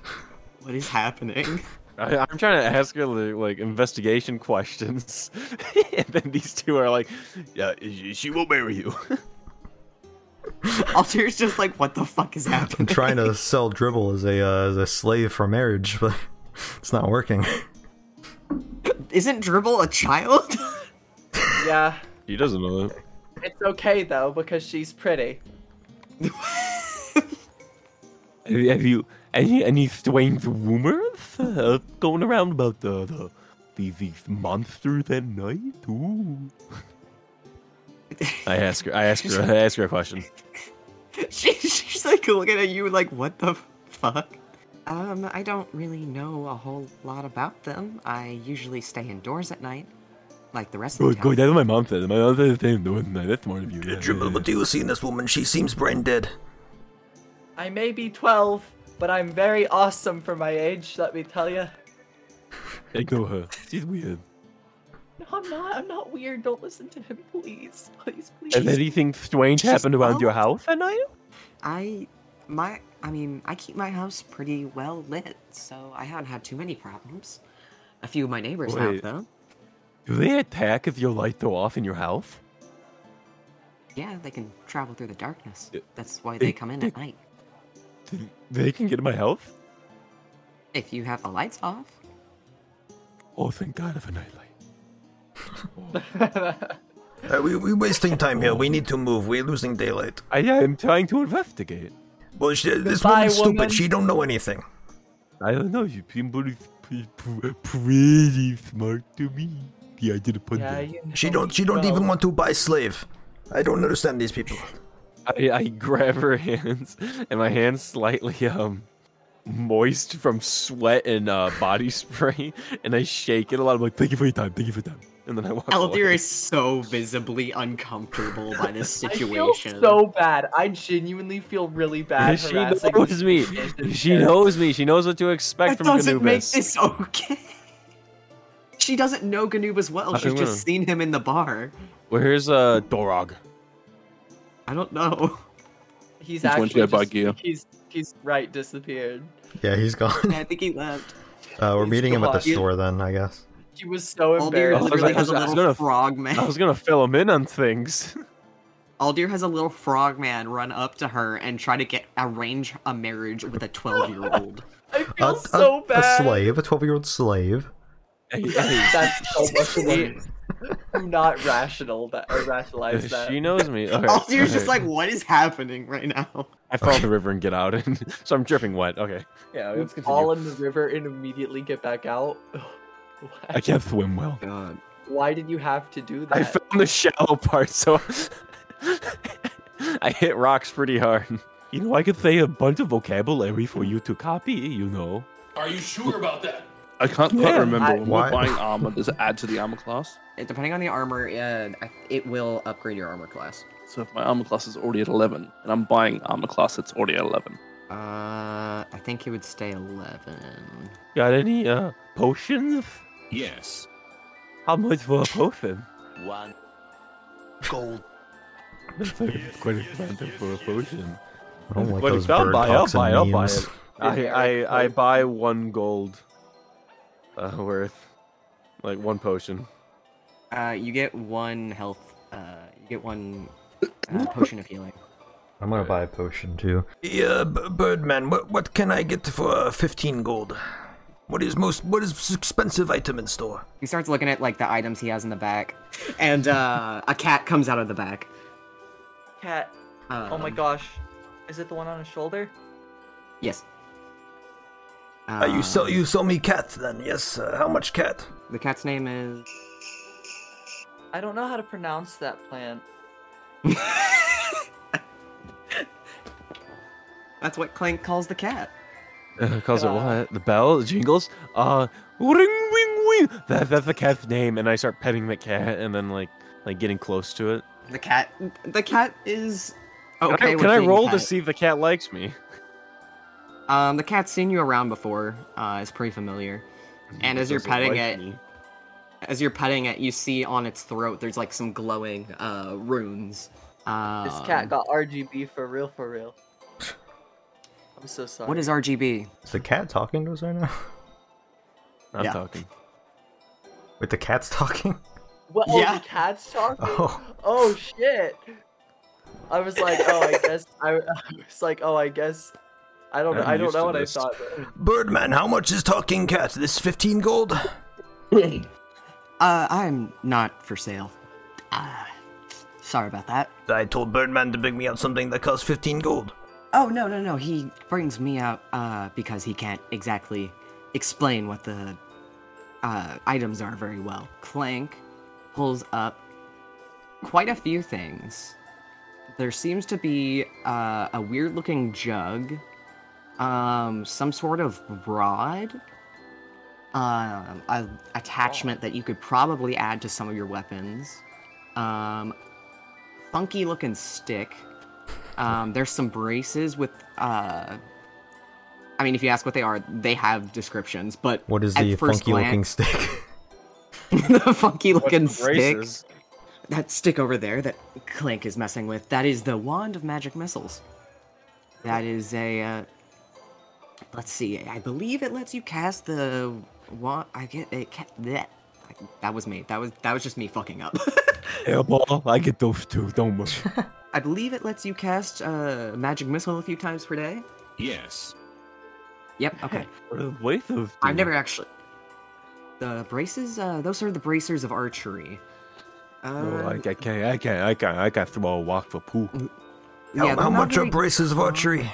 what is happening?
I, I'm trying to ask her like, like investigation questions, and then these two are like, "Yeah, she- she will marry you."
Altair's just like, what the fuck is happening?
I'm trying to sell Dribble as a uh, as a slave for marriage, but it's not working.
Isn't Dribble a child?
Yeah,
He doesn't know that.
it's okay though because she's pretty.
Have you, have you any any strange rumors uh, going around about the the the, the monster that night? Ooh. I ask her. I ask her. I ask her a question.
she, she's like looking at you like, what the fuck? Um, I don't really know a whole lot about them. I usually stay indoors at night, like the rest of the
Good,
town.
good. That's what my mom said. My mom said the same. thing. That's smart of you. Yeah,
Dribble,
yeah,
what do you see in this woman? She seems brain dead.
I may be 12, but I'm very awesome for my age. Let me tell you.
yeah. Ignore her. She's weird.
No, I'm not. I'm not weird. Don't listen to him, please, please, please.
Has anything strange
she's
happened around your
old.
house at night?
I, my, I mean, I keep my house pretty well lit, so I haven't had too many problems. A few of my neighbors
Wait.
have, though.
Do they attack if your lights go off in your house?
Yeah, they can travel through the darkness. That's why they come in at night.
They can get in my house.
If you have the lights off,
Oh, thank God of a nightlight.
Uh, we we wasting time here.
Oh.
We need to move. We're losing daylight.
I am trying to investigate.
Well, she, this
Goodbye,
woman's
woman.
stupid. She don't know anything.
I don't know. You people is pre- pre- pretty smart to me. Yeah, I did a pun
Yeah,
there.
you know
She don't. She don't
well.
even want to buy slave. I don't understand these people.
I, I grab her hands, and my hands slightly um moist from sweat and uh, body spray, and I shake it a lot. I'm like, "Thank you for your time. Thank you for your time." And then I walk
Eldir
away.
is so visibly uncomfortable by this
I
situation.
feel so bad. I genuinely feel really bad.
she
harassing
knows me. She knows me. She knows what to expect
That
from
doesn't make
Anubis.
this okay. She doesn't know Ganuba's well.
I
She's
will.
just seen him in the bar.
Where's uh Dorog?
I don't know.
He's
Just went
actually
to that
just,
Baguio.
he's he's right disappeared.
Yeah, he's gone.
I think he left.
Uh, we're meeting him at the
gone.
store then, I guess.
He was so
Aldir
embarrassed.
literally
I
has
was
a
gonna- I was
little
gonna-
frog man.
I was gonna fill him in on things.
Aldir has a little frog man run up to her and try to get arrange a marriage with a twelve year old.
I
A,
feel
a,
so
a
bad.
slave, a 12 year old slave.
That's so much worse. Do not rational that or rationalize that.
she knows me. Okay.
Aldir's just
okay.
like, what is happening right now?
I fell in the river and get out, and so I'm dripping wet. Okay. Yeah,
We fall in the river and immediately get back out. Why-
I can't swim well.
God.
Why did you have to do that?
I fell in the shallow part, so I hit rocks pretty hard. You know, I could say a bunch of vocabulary for you to copy. You know,
Are you sure about that?
I can't quite
Yeah,
remember.
I-
when
Why-
we're buying armor, does it add to the armor class?
It- Depending on the armor, uh, I- it will upgrade your armor class.
So if my armor class is already at 11, and I'm buying armor class that's already at 11.
Uh, I think it would stay eleven.
got any uh potions?
Yes.
How much for a potion?
One.
Gold.
That's like quite expensive for a potion.
I don't want
Well,
those
I'll
bird
buy, I'll
talks
buy, I'll
and
buy
memes.
it. I, I, I buy one gold uh, worth, like one potion.
Uh, you get one health. Uh, you get one uh, potion of healing.
I'm gonna buy a potion too.
Yeah, B- Birdman, what what can I get for uh, fifteen gold? What is most what is expensive item in store?
He starts looking at like the items he has in the back, and uh, a cat comes out of the back.
Cat. oh my
Um,
gosh. Is it the one on his shoulder?
Yes.
Uh, you sell you sell me cat then? Yes. Uh, how much cat?
The cat's name is.
I don't know how to pronounce that plant.
That's what Clank calls the cat.
Uh, Calls it what? The bell jingles. Uh, ring, wing, wing. That, that's the cat's name, and I start petting the cat, and then like like getting close to it.
The cat. The cat is.
Can I-
Okay.
can I,
with being a
roll to
cat.
see if the cat likes me?
Um, the cat's seen you around before. Uh, is pretty familiar. And
It
as you're
doesn't
petting
like
it,
me.
as you're petting it, you see on its throat there's like some glowing uh runes. Um,
This cat got RGB for real, for real. I'm so sorry.
What is RGB?
Is the cat talking to us right now?
I'm
Yeah.
talking.
Wait, the cat's talking?
What, oh,
Yeah.
the cat's talking?
Oh.
Oh. shit! I was like, oh, I guess. I, I was like, oh, I guess. I don't. know.
I'm
I don't
used
know
to
what
this.
I thought. but-
Birdman, how much is talking cat? This fifteen gold?
Uh, I'm not for sale. Uh, sorry about that.
I told Birdman to bring me out something that costs fifteen gold.
Oh no no no! He brings me out uh, because he can't exactly explain what the uh, items are very well. Clank pulls up quite a few things. There seems to be uh, a weird-looking jug, um, some sort of rod, um, a attachment that you could probably add to some of your weapons, um, funky-looking stick. Um, there's some braces with. Uh, I mean, if you ask what they are, they have descriptions. But
What is
at
the
first
funky looking
glance-
stick?
the funky looking
What's the
stick.
braces?
That stick over there that Clank is messing with. That is the wand of magic missiles. That is a. Uh, let's see. I believe it lets you cast the wand. I get it. Ca- bleh. That was me. That was that was just me fucking up.
Yeah, ball. I get those two. Don't move.
I believe it lets you cast uh, magic missile a few times per day.
Yes.
Yep. Okay.
What are the weight of?
I've never actually. The braces. Uh, those are the bracers of archery.
Oh,
Uh,
I, I can't. I can't. I can't. I can't throw a walk for poo.
Mm.
How,
Yeah, they're
how
not
much are
very-
braces of archery?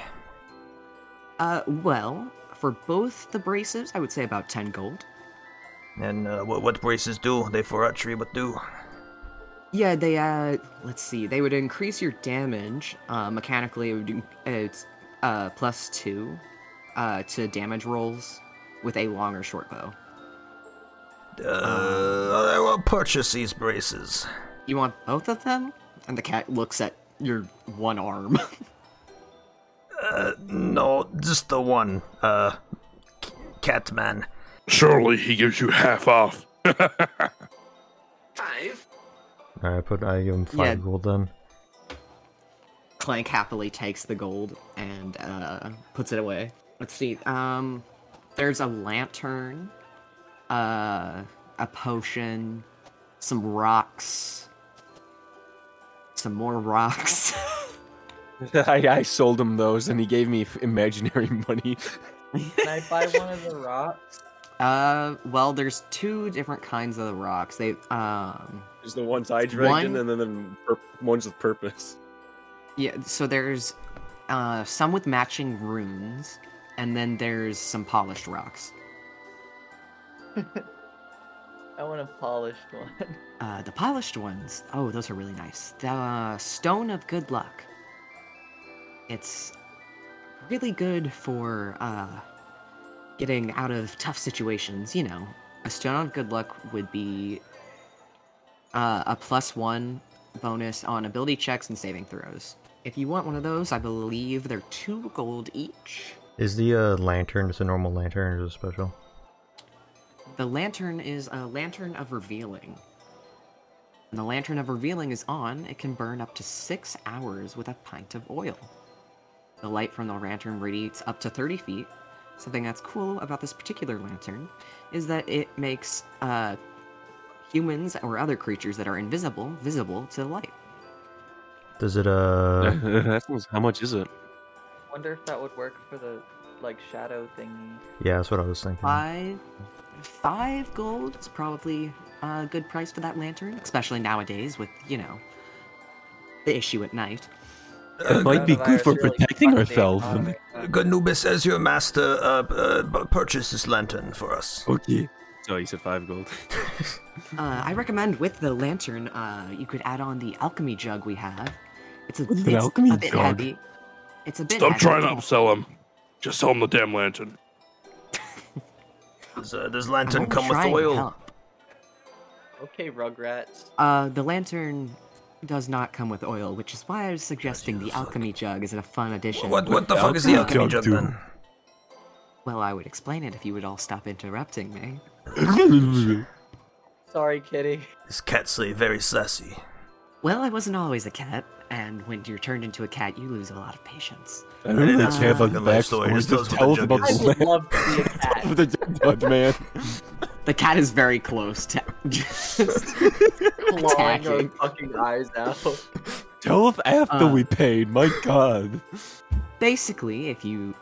Uh, well, for both the braces, I would say about 10 gold.
And uh, what what braces do? They for archery? What do?
Yeah, they, uh, let's see, they would increase your damage. Uh, mechanically, it would do, it's, uh, plus two, uh, to damage rolls with a long or short bow.
Uh, I will purchase these braces.
You want both of them? And the cat looks at your one arm.
Uh, no, just the one. Uh, c- Catman.
Surely he gives you half off.
Five.
Alright, I put I give him five
Yeah.
gold then.
Clank happily takes the gold and, uh, puts it away. Let's see, um, there's a lantern. uh, a potion, some rocks, some more rocks.
I, I sold him those, and he gave me f- imaginary money.
Can I buy one of the rocks?
uh, well, there's two different kinds of the rocks. They, um,
There's the ones I
dragged in, One-
and then the ones with purpose.
yeah. So there's, uh, some with matching runes, and then there's some polished rocks.
I want a polished one.
Uh, the polished ones. Oh, those are really nice. The uh, Stone of Good Luck. It's really good for uh, getting out of tough situations, you know. A Stone of Good Luck would be uh, a plus one bonus on ability checks and saving throws. If you want one of those, I believe they're two gold each.
Is the uh, lantern just a normal lantern or is it special?
The lantern is a lantern of revealing. When the lantern of revealing is on, it can burn up to six hours with a pint of oil. The light from the lantern radiates up to 30 feet. Something that's cool about this particular lantern is that it makes uh, humans or other creatures that are invisible visible to the light.
Does it uh?
how much is it?
Wonder if that would work for the like shadow thingy.
yeah, that's what I was thinking.
Five, five gold is probably a good price for that lantern, especially nowadays with you know the issue at night.
It might be good for protecting ourselves.
Uh,
Good Nubis, as your master, uh, uh, b- purchase this lantern for us.
Okay. So you said five gold.
Uh, I recommend with the lantern, uh, you could add on the alchemy jug we have. It's a,
With
it's
an alchemy
a bit
jug?
heavy. It's a bit.
Stop
heavy.
trying to upsell him. Just sell him the damn lantern.
Does, uh, does
I'm
lantern
only
come with
trying to
oil?
help.
Okay, Rugrats.
Uh, the lantern does not come with oil, which is why I was suggesting the alchemy jug is a fun addition.
What what the fuck is the alchemy jug then?
Well, I would explain it if you would all stop interrupting me.
Sorry, kitty.
This cat's say very sassy.
Well, I wasn't always a cat, and when you're turned into a cat, you lose a lot of patience.
I really don't care about the life story.
backstory.
Just tell us
Tell us
what the
about
jug
the
Love to
land.
is.
be a cat.
of the jug, man.
The cat is very close to just
Clawing her
attacking.
fucking eyes out.
Tell us after
Uh,
we paid. My God.
Basically, if you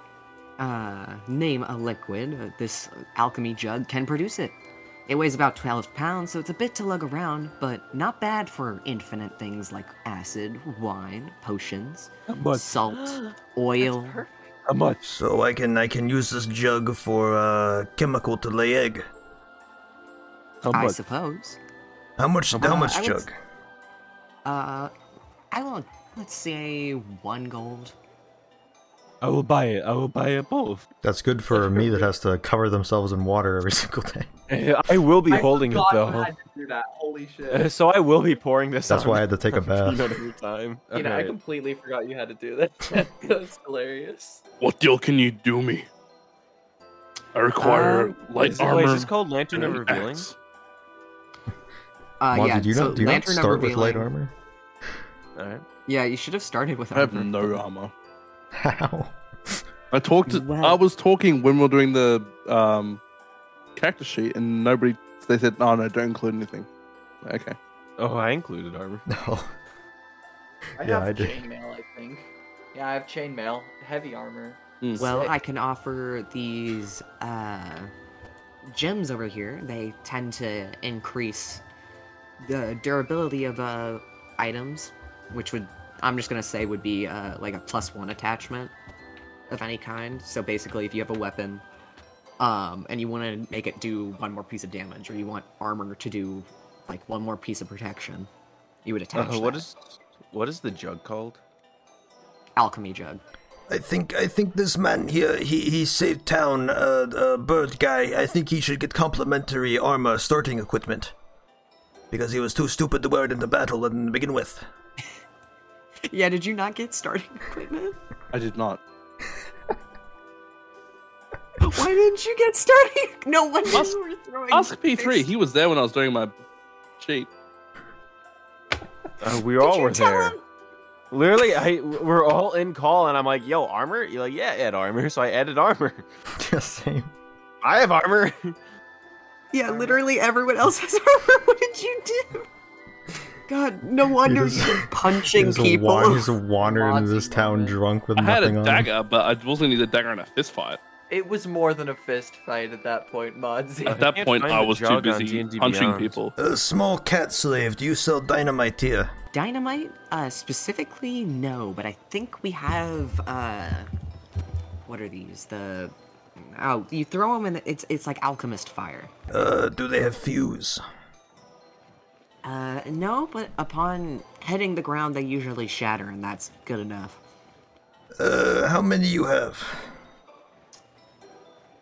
uh, name a liquid, uh, this alchemy jug can produce it. It weighs about 12 pounds, so it's a bit to lug around, but not bad for infinite things like acid, wine, potions,
much?
salt, oil.
How much?
So I can I can use this jug for uh, chemical to lay egg.
How
I
much?
suppose.
How much? How
Uh,
much
I would
jug?
Uh, I will. Let's say one gold.
I will buy it. I will buy it both.
That's good for me that has to cover themselves in water every single day.
I will be holding it
God, I
though.
had to do that. Holy shit.
Uh, So I will be pouring this.
That's
on
why I had to take a bath.
every time.
You know, I
Alright.
completely forgot you had to do that. That's hilarious.
What deal can you do me? I require
Um,
light
Uh, Is it-
armor.
wait, is this called Lantern
and
of
an
Revealing?
axe.
Uh,
Mom,
yeah.
did you
so
not, do you not
lantern of
start with light
revealing-
armor?
Alright.
Yeah, you should have started with
I have
armor.
no armor.
How?
I talked.
Well-
I was talking when we were doing the um, cactus sheet, and nobody. They said, "Oh, "No, no, don't include anything." Okay.
Oh, I included armor.
No.
I
Yeah,
have
I did.
chainmail, I think. Yeah, I have chainmail, heavy armor.
Well, I can offer these uh, gems over here. They tend to increase the durability of uh, items, which would I'm just gonna say would be uh, like a plus one attachment of any kind. So basically, if you have a weapon um, and you want to make it do one more piece of damage, or you want armor to do like one more piece of protection, you would attach.
Uh, what
that.
is what is the jug called?
alchemy jug?
I think I think this man here he he saved town. Uh, uh, bird guy. I think he should get complimentary armor starting equipment because he was too stupid to wear it in the battle and begin with.
yeah, did you not get starting equipment?
I did not.
Why didn't you get started? No one knew
Ask-
you were throwing.
Ask P three. He was there when I was doing my sheet.
Uh, we all were there. Literally, I we're all in call, and I'm like, "Yo, armor." You're like, "Yeah, add armor." So I added armor.
Same.
I have armor.
Yeah, literally everyone else has armor. What did you do? God, no wonder
just-
you're
He
punching
just wa-
people.
he just wandered into this town drunk with
I had
nothing
a
on.
dagger, but I also needed a dagger in a fist fight.
It was more than a fist fight at that point, Modsy.
At that
can't
point,
find
I
the
was too
jug on
busy
D&D
punching
Beyond.
people.
Uh, small cat slave, do you sell dynamite here?
Dynamite? Uh, specifically, no, but I think we have. uh... What are these? The. Oh, you throw them in. The, it's it's like alchemist fire.
Uh, do they have fuse?
Uh, no, but upon hitting the ground, they usually shatter, and that's good enough.
Uh, how many you have?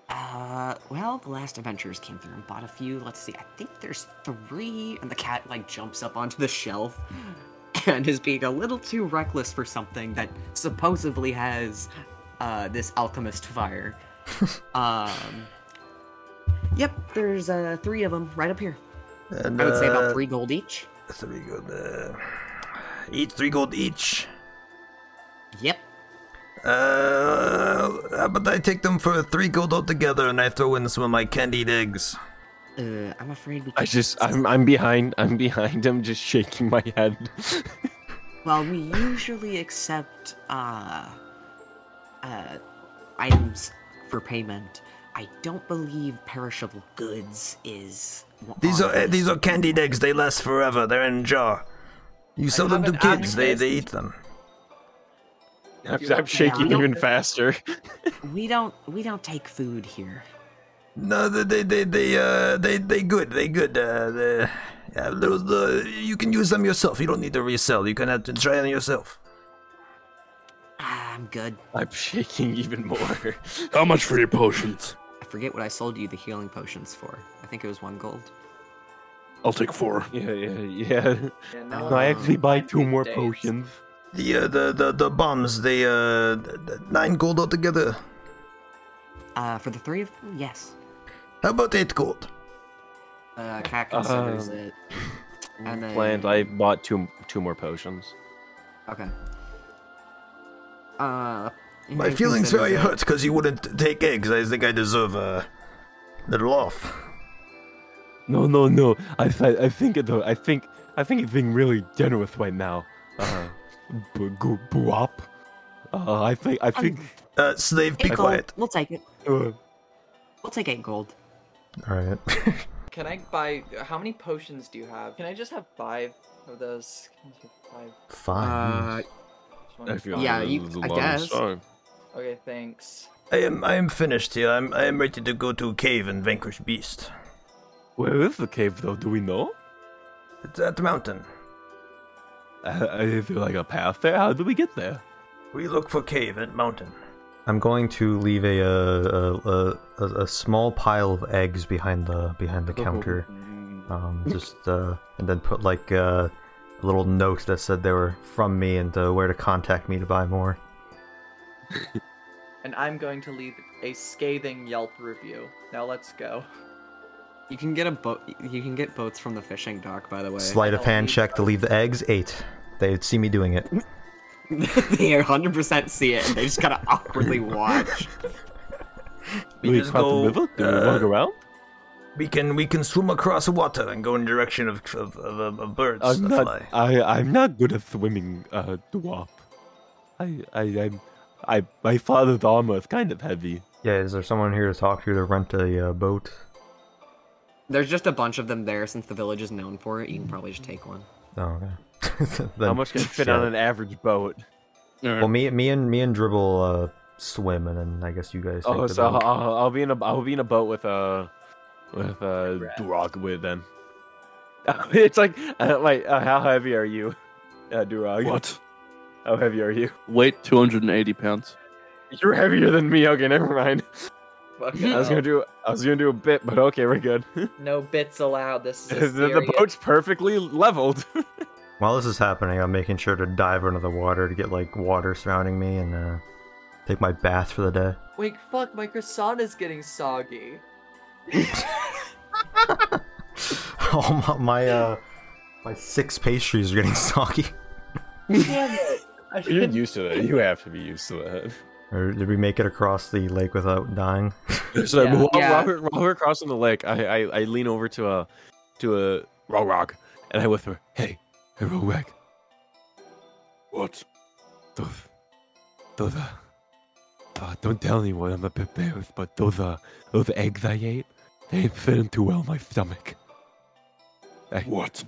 Uh, well, the last adventurers came through and bought a few. Let's see, I think there's three, and the cat like jumps up onto the shelf and is being a little too reckless for something that supposedly has uh, this alchemist fire. um, yep, there's uh, three of them right up here.
And,
I would say
uh,
about three gold each.
Three gold. Uh, each three gold each.
Yep.
Uh, how about I take them for three gold altogether and I throw in some of my candied eggs?
Uh, I'm afraid we.
I just, I'm, I'm behind, I'm behind him, just shaking my head.
Well, we usually accept uh, uh, items for payment. I don't believe perishable goods is.
These are eh, these are candied eggs. They last forever. They're in a jar. You sell them to
haven't had
kids. They
this.
they eat them.
I'm, I'm shaking
Yeah.
even faster.
We don't. We don't take food here.
No, they they they they uh they they good. They good. Uh, they, yeah, those the you can use them yourself. You don't need to resell. You can have to try them yourself.
Ah, I'm good.
I'm shaking even more.
How much for your potions?
I forget what I sold you the healing potions for. I think it was one gold.
I'll take four.
Yeah, yeah, yeah.
Yeah,
no,
no,
I actually buy
I'm
two more
days.
potions.
The uh, the the the bombs. They uh th- th- nine gold altogether.
Uh, for the three of them, yes.
How about eight gold?
Uh, Cat considers
Um,
it. And then,
Planned. I bought two, two more potions.
Okay. Uh,
My
he considers
feelings very
it-
hurt because you wouldn't take eggs. I think I deserve a little off.
No, no, no. I, th- I think it though. I think, I think it's being really generous right now. Uh, bu- gu- buop. Uh, I think, I think.
Uh, slave,
Eight gold. We'll take it.
Uh,
We'll take eight gold.
All right.
Can I buy? How many potions do you have? Can I just have five of those? Can I just have Five.
Fine.
Uh,
Just wanna-
yeah, you. I guess.
Okay, thanks.
I am I am finished here. I'm I am ready to go to a cave and vanquish beast.
Where is the cave though? Do we know?
It's at the mountain.
Uh, is there like a path there? How do we get there?
We look for cave at mountain.
I'm going to leave a uh, a, a, a, a small pile of eggs behind the behind the counter, um, just uh, and then put like uh, a little note that said they were from me and uh, where to contact me to buy more.
And I'm going to leave a scathing Yelp review. Now let's go.
You can get a boat. You can get boats from the fishing dock, by the way.
Sleight of hand check to leave the eggs. Eight. They'd see me doing it.
they 100 percent see it, and they just gotta awkwardly watch.
We
do we
just
cross
go,
the river? Do we
uh,
walk around?
We can we can swim across water and go in direction of of, of, of, of birds
Uh,
I'm
that
not.
fly.
I I'm not good at swimming. Uh, dwarf. I I I'm. I my father's armor is kind of heavy.
Yeah, is there someone here to talk to to rent a uh, boat?
There's just a bunch of them there since the village is known for it. You can probably just take one.
Oh, okay. Then-
How much can fit
yeah.
on an average boat?
Well, me, me, and me and Dribble uh, swim, and then I guess you guys. Take
Oh,
the
so I'll,
boat.
I'll, I'll be in a I'll be in a boat with a with a Durag with them. It's like uh, wait, uh, how heavy are you, uh, Durag?
What?
How heavy are you?
Weight 280 pounds.
You're heavier than me. Okay, never mind.
Fuck
I was
no.
gonna do I was gonna do a bit, but okay, we're good.
No bits allowed. This
the,
is a serious...
the boat's perfectly leveled.
While this is happening, I'm making sure to dive under the water to get like water surrounding me and uh, take my bath for the day.
Wait, fuck! My croissant is getting soggy.
oh my, my, uh, my six pastries are getting soggy.
Damn it! I
You're
should...
used to that. You have to be used to that.
Or did we make it across the lake without dying?
So
Yeah.
while,
Yeah.
while we're, while we're crossing the lake, I, I, I lean over to a to a rock rock, and I whisper, "Hey, hey, rock rock,
What?
those, those, uh, uh, don't tell anyone. I'm a bit embarrassed, but those uh, those eggs I ate, they ain't fitting too well in my stomach. I,
What?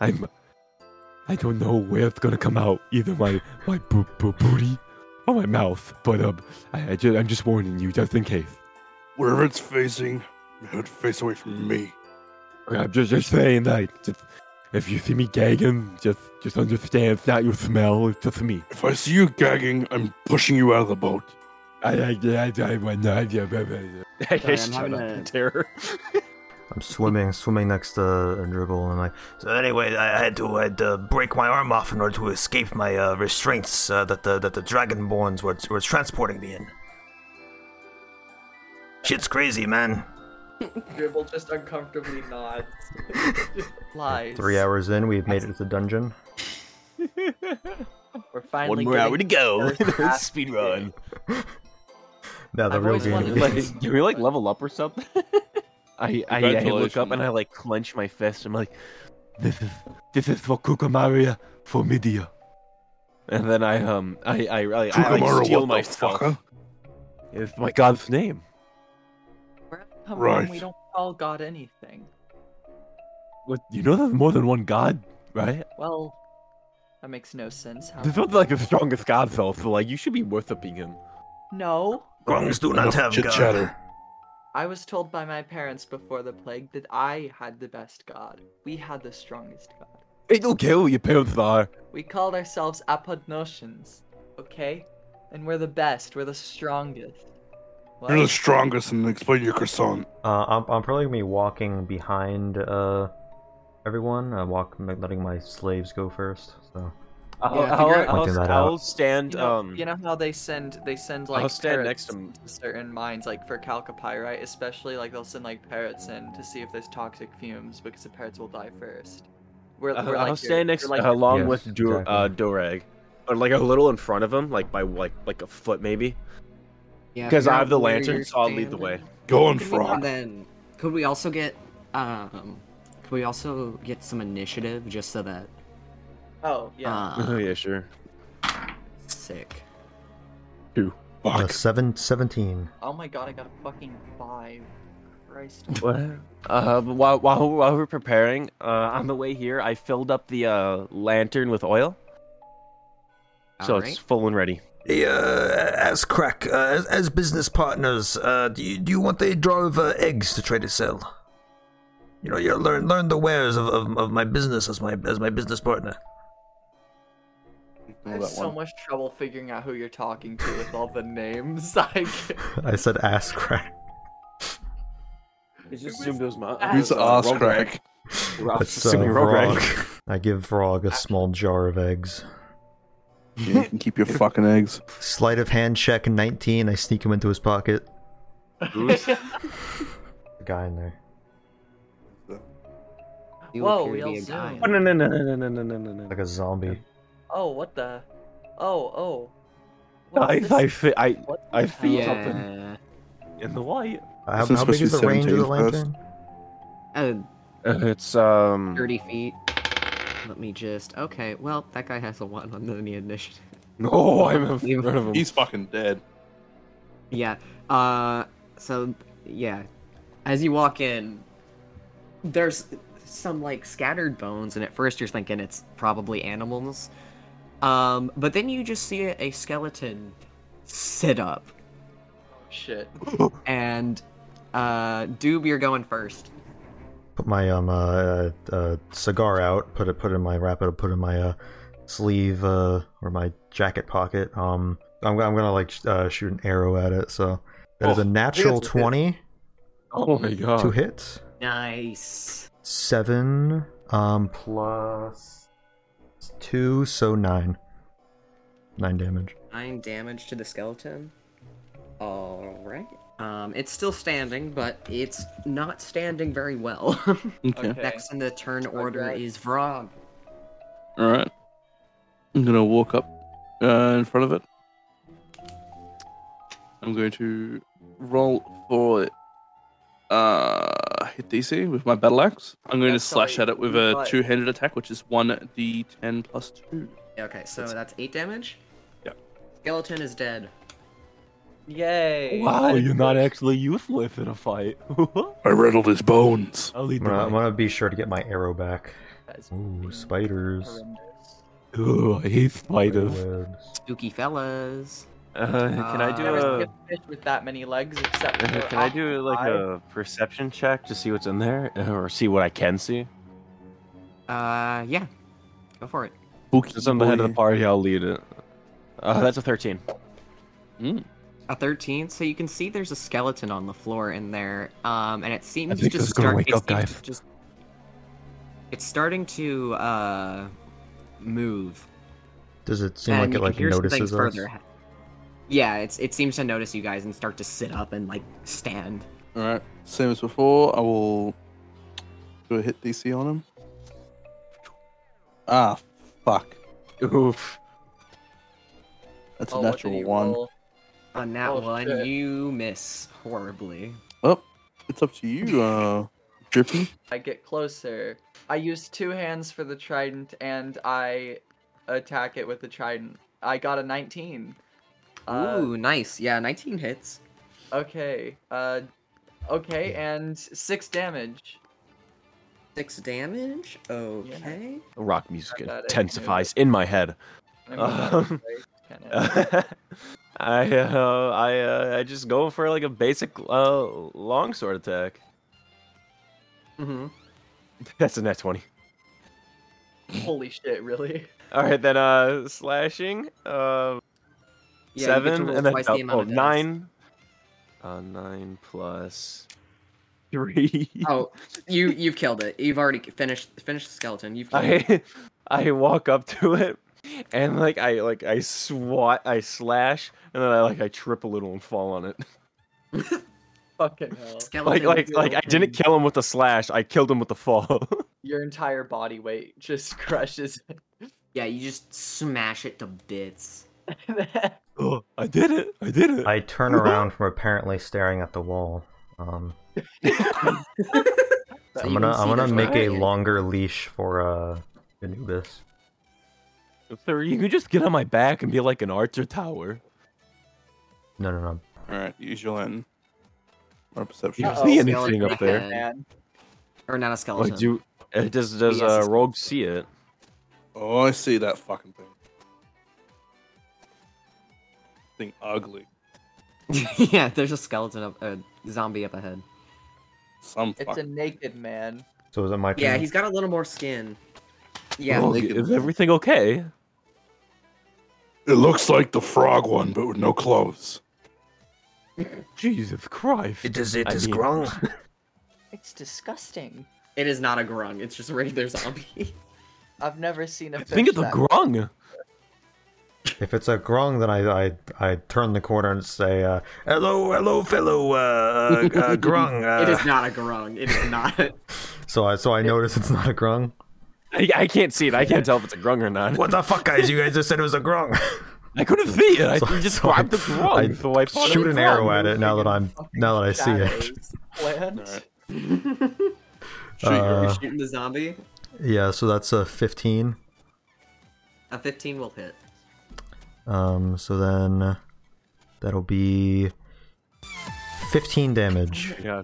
I'm, I don't know where it's gonna come out, either my my bo- bo- booty or my mouth. But um, I, I ju- I'm just warning you, just in case."
Wherever it's facing, it face away from me.
I'm just, just saying that. Just, if you see me gagging, just just understand it's not your smell, it's just me.
If I see you gagging, I'm pushing you out of the boat.
I I I I I, I,
Sorry, I'm having a-
terror.
I'm swimming, swimming next to Dribble, and like,
So anyway, I I had to I had to break my arm off in order to escape my uh, restraints uh, that the that the dragonborns were were transporting me in. Shit's crazy, man.
Dribble just uncomfortably nods. Lies.
three hours in, we've made it to the dungeon.
We're finally
more hour
getting
to go.
the first half
Speed
of
run.
it.
No, the
I've
real
always
game.
wanted, like, do we like level up or something? I, I, I look up
Congratulations.
and I like clench my fist. I'm like, this is this is for Kukamaria for Midia. And then I um I I, I, I like,
Kukumaro,
steal
what the
myself.
fucker?
It's my god's name.
Come
Right.
on, we don't all got anything.
What you know? There's more than one god, right?
Well, that makes no sense. How?
There's not like the strongest god, though. So like, you should be worshiping him.
No,
Grongs do not
Enough
have
chit
God.
chatter.
I was told by my parents before the plague that I had the best god. We had the strongest god.
It'll kill your parents are.
We called ourselves Apodnotians, okay? And we're the best. We're the strongest. What?
You're the strongest, and explain your croissant.
Uh, I'm, I'm probably gonna be walking behind uh, everyone. I walk, letting my slaves go first. So
I'll,
Yeah,
I'll,
figure out-
I'll-
Pointing that
I'll
out.
stand.
You know,
Oh, um,
you know how they send they send like
I'll stand
parrots
next to him.
certain mines, like for calcopyrite, especially like they'll send like parrots in to see if there's toxic fumes because the parrots will die first. We're,
I'll,
we're
Uh, I'll
like your-
stand next
we're like your-
Uh, along
Yes,
with Dur-
exactly.
uh, Doreg, or like a little in front of him, like by like like a foot maybe.
Yeah,
Because
figure
I
out
have the
where
lantern,
you're
so I'll lead the way.
standing.
Going
Could we not
frog.
then could we also get um could we also get some initiative just so that
Oh yeah.
uh,
yeah, sure.
sick.
uh,
Fuck.
seven, 17.
oh my god, I got a fucking five. Christ.
What? Uh, but while while while we're preparing, uh, on the way here, I filled up the uh lantern with oil, so it's
Alright.
full and ready.
Hey, uh, as crack, uh, as, as business partners, uh, do you, do you want a jar of uh, eggs to try to sell? You know, you learn learn the wares of, of, of my business as my as my business partner.
I have so much trouble figuring out who you're talking to with all the names. Like,
I said ass crack.
It's just assumed it was my.
Who's the ass crack?
That's uh, Vrog. I give Vrog a small jar of eggs.
Yeah, you can keep your fucking eggs.
Sleight of hand check 19. I sneak him into his pocket. The guy in there.
You
Whoa,
appear
we
to be
all
a
zoom.
guy.
No no no no no no no no no.
Like a zombie.
oh, what the? Oh, oh.
I
What's
I
this?
fi- I
What the
I
hell?
feel something
Yeah.
in the light.
Uh, How,
This
how
is
big is
supposed to
the
be
range of the
17 first.
lantern?
Uh,
Uh, It's um.
30 feet. Let me just. Okay, well, that guy has a 1 on the initiative.
No, I'm in
You-
front of him.
He's fucking dead.
Yeah. Uh, so yeah, as you walk in, there's some like scattered bones, and at first you're thinking it's probably animals, um, but then you just see a, a skeleton sit up,
Shit.
and uh, Doob, you're going first.
Put my um uh, uh cigar out. Put it put it in my wrap it. Put it in my uh sleeve uh or my jacket pocket. Um, I'm I'm gonna like sh- uh, shoot an arrow at it. So that is
Oh,
a
I think
natural
that's a hit.
twenty
Oh my god.
to hit.
Nice.
Seven um plus two, so nine. Nine damage.
Nine damage to the skeleton. All right. Um, it's still standing, but it's not standing very well.
Okay.
Okay.
Next in the turn order
right.
is Vrog.
All right. I'm gonna walk up uh, in front of it. I'm going to roll for uh hit DC with my battle axe. I'm going
That's
to slash
right.
at it with
You
a
got it.
two-handed attack, which is one d10 plus two.
Okay, so that's, eight damage.
Yeah.
Skeleton is dead.
Yay.
Wow,
I-
you're not actually useless in a fight.
I riddled his bones.
I'll lead
I'm
the
gonna, I'm
way.
gonna be sure to get my arrow back.
That's
Ooh, spiders.
horrendous.
Ooh, I hate spiders.
Webs.
Spooky fellas.
Uh, can I do
Never
a?
seen a fish with that many legs except for
uh, Can I do like a perception check to see what's in there, uh, or see what I can see?
Uh, yeah. Go for it.
Since I'm the head of the party, I'll lead it. Uh, that's a thirteen.
A 13, so you can see there's a skeleton on the floor in there, um, and it seems to
think this
just
is gonna
start.
wake
it
up,
seems
guys.
to Just, it's starting to uh, move.
Does it seem
and
like it
you can
like
hear something
notices us?
further. Yeah, it's it seems to notice you guys and start to sit up and like stand.
All right, same as before. I will do a hit DC on him. Ah, fuck.
Oof.
That's
Oh,
a
what
natural
did you
one.
roll? On that
Oh,
one,
shit.
you miss horribly.
Oh, it's up to you, uh, Drippy.
I get closer. I use two hands for the trident and I attack it with the trident. I got a 19. Uh,
Ooh, nice. Yeah, 19 hits.
Okay. Uh okay, and 6 damage.
6 damage? Okay.
Rock music
I got it.
intensifies in my head.
I
Um,
mean, that's
I uh, I uh, I just go for like a basic uh, longsword attack.
Mm-hmm.
That's a net twenty.
Holy shit, really?
All right, then uh, slashing uh,
Yeah, you get to
seven
roll
and then
twice the
oh,
amount of dice.
nine. Uh, nine plus three.
Oh, you you've killed it. You've already finished finished the skeleton. You've killed it.
I I walk up to it and like I like I swat I slash and then I like I trip a little and fall on it.
Fucking hell.
like like like I didn't kill him with the slash. I killed him with the fall.
Your entire body weight just crushes it.
Yeah, you just smash it to bits.
oh, I did it. I did it.
I turn
Mm-hmm.
around from apparently staring at the wall. Um,
So
I'm
you
gonna
can see
I'm gonna
there's no
make a
dragon.
longer leash for uh Anubis.
Sir, you can just get on my back and be like an archer tower.
No no no.
All right, use your lantern. Or perception.
You
Oh,
don't see anything up there.
Man.
Or not a skeleton.
Like do uh, does does
Yes,
uh,
it's-
rogue see it?
Oh, I see that fucking thing. Thing ugly.
yeah, there's a skeleton up a zombie up ahead.
Some
It's a naked man.
So is it my turn?
Yeah, he's got a little more skin. Yeah.
Rogue, is everything okay?
It looks like the frog one, but with no clothes.
Jesus Christ!
It is. It
I
is
mean-
grung.
It's disgusting.
It is not a grung. It's just a regular zombie.
I've never seen a fish
Think of the
that-
grung.
If it's a grung, then I I, I turn the corner and say, uh,
Hello, hello, fellow uh, uh, uh, grung.
it
Uh,
is not a grung. It is not.
so I so I notice it's not a grung.
I, I can't see it. I can't tell if it's a grung or not.
What the fuck, guys? You guys just said it was a grung.
I couldn't see it. I
So-
just
so I-
grabbed the grung.
I
so I thought it
shoot
was
an arrow
grung.
at it now that I'm now that I see it.
shadows, plant.
Shoot
Uh,
your
Shooting the zombie,
Yeah, so that's a 15.
a 15 will hit.
Um, so then that'll be 15 damage.
Yeah.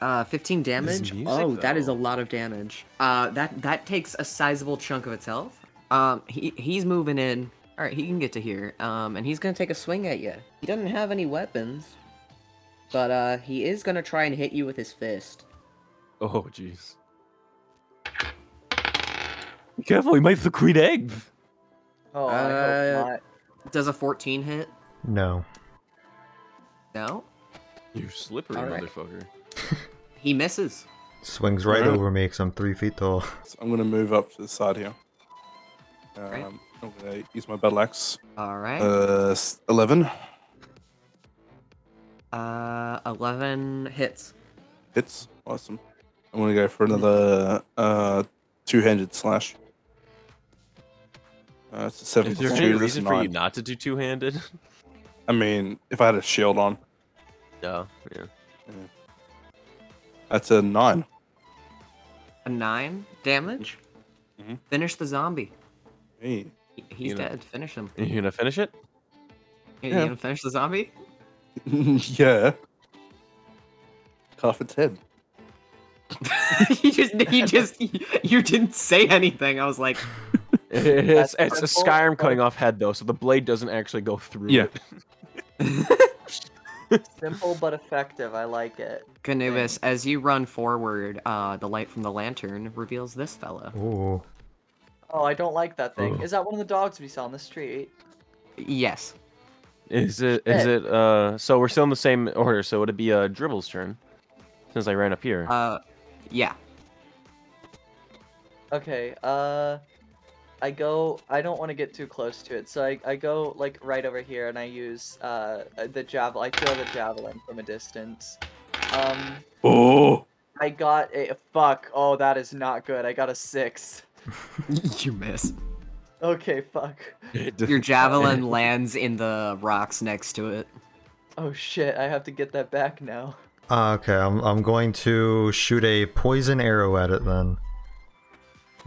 Uh, 15 damage.
music,
Oh, that is a lot of damage. Uh, that that takes a sizable chunk of its health. Um, he he's moving in. All right, he can get to here. Um, and he's gonna take a swing at you. He doesn't have any weapons, but uh, he is gonna try and hit you with his fist.
Oh jeez. Be Careful, he might secrete eggs.
Oh, I hope
Uh,
not.
Does a 14 hit?
No.
No,
You slippery
All right.
motherfucker.
he misses.
Swings right
Alright.
over me because I'm three feet tall.
So I'm gonna move up to the side here. Um, I'm gonna use my battle axe.
All right.
Uh, s- eleven
Uh, 11 hits.
hits. Awesome. I'm gonna go for another uh two-handed slash. Uh, it's a seven
Is there
plus
any
two. That's a
reason for you
nine.
not to do two-handed?
I mean, if I had a shield on,
No. Yeah.
that's a nine.
A nine damage.
Mhm.
Finish the zombie.
Hey.
He- He's
You know.
dead. Finish him.
You gonna finish it?
You-
Yeah.
You gonna finish the zombie?
yeah. Cut off its head.
you just, you just, you didn't say anything. I was like,
It's,
That's
it's a
purple.
Skyrim cutting off head though, so the blade doesn't actually go through.
Yeah.
it.
Simple but effective. I like it.
Canubis, as you run forward, uh, the light from the lantern reveals this fella.
Ooh.
Oh, I don't like that thing. Is that one of the dogs we saw on the street?
Yes.
Is it? Is
Shit.
it? Uh. So we're still in the same order. So it'd be uh, Dribble's turn, since I ran up here.
Uh, yeah.
Okay, uh I go I don't want to get too close to it, so I, I go like right over here and I use uh the javelin I throw the javelin from a distance. Um
Oh.
I got a fuck, oh that is not good. I got a six.
you miss.
Okay, fuck.
Your javelin lands in the rocks next to it.
Oh shit, I have to get that back now.
Uh, okay, I'm, I'm going to shoot a poison arrow at it then.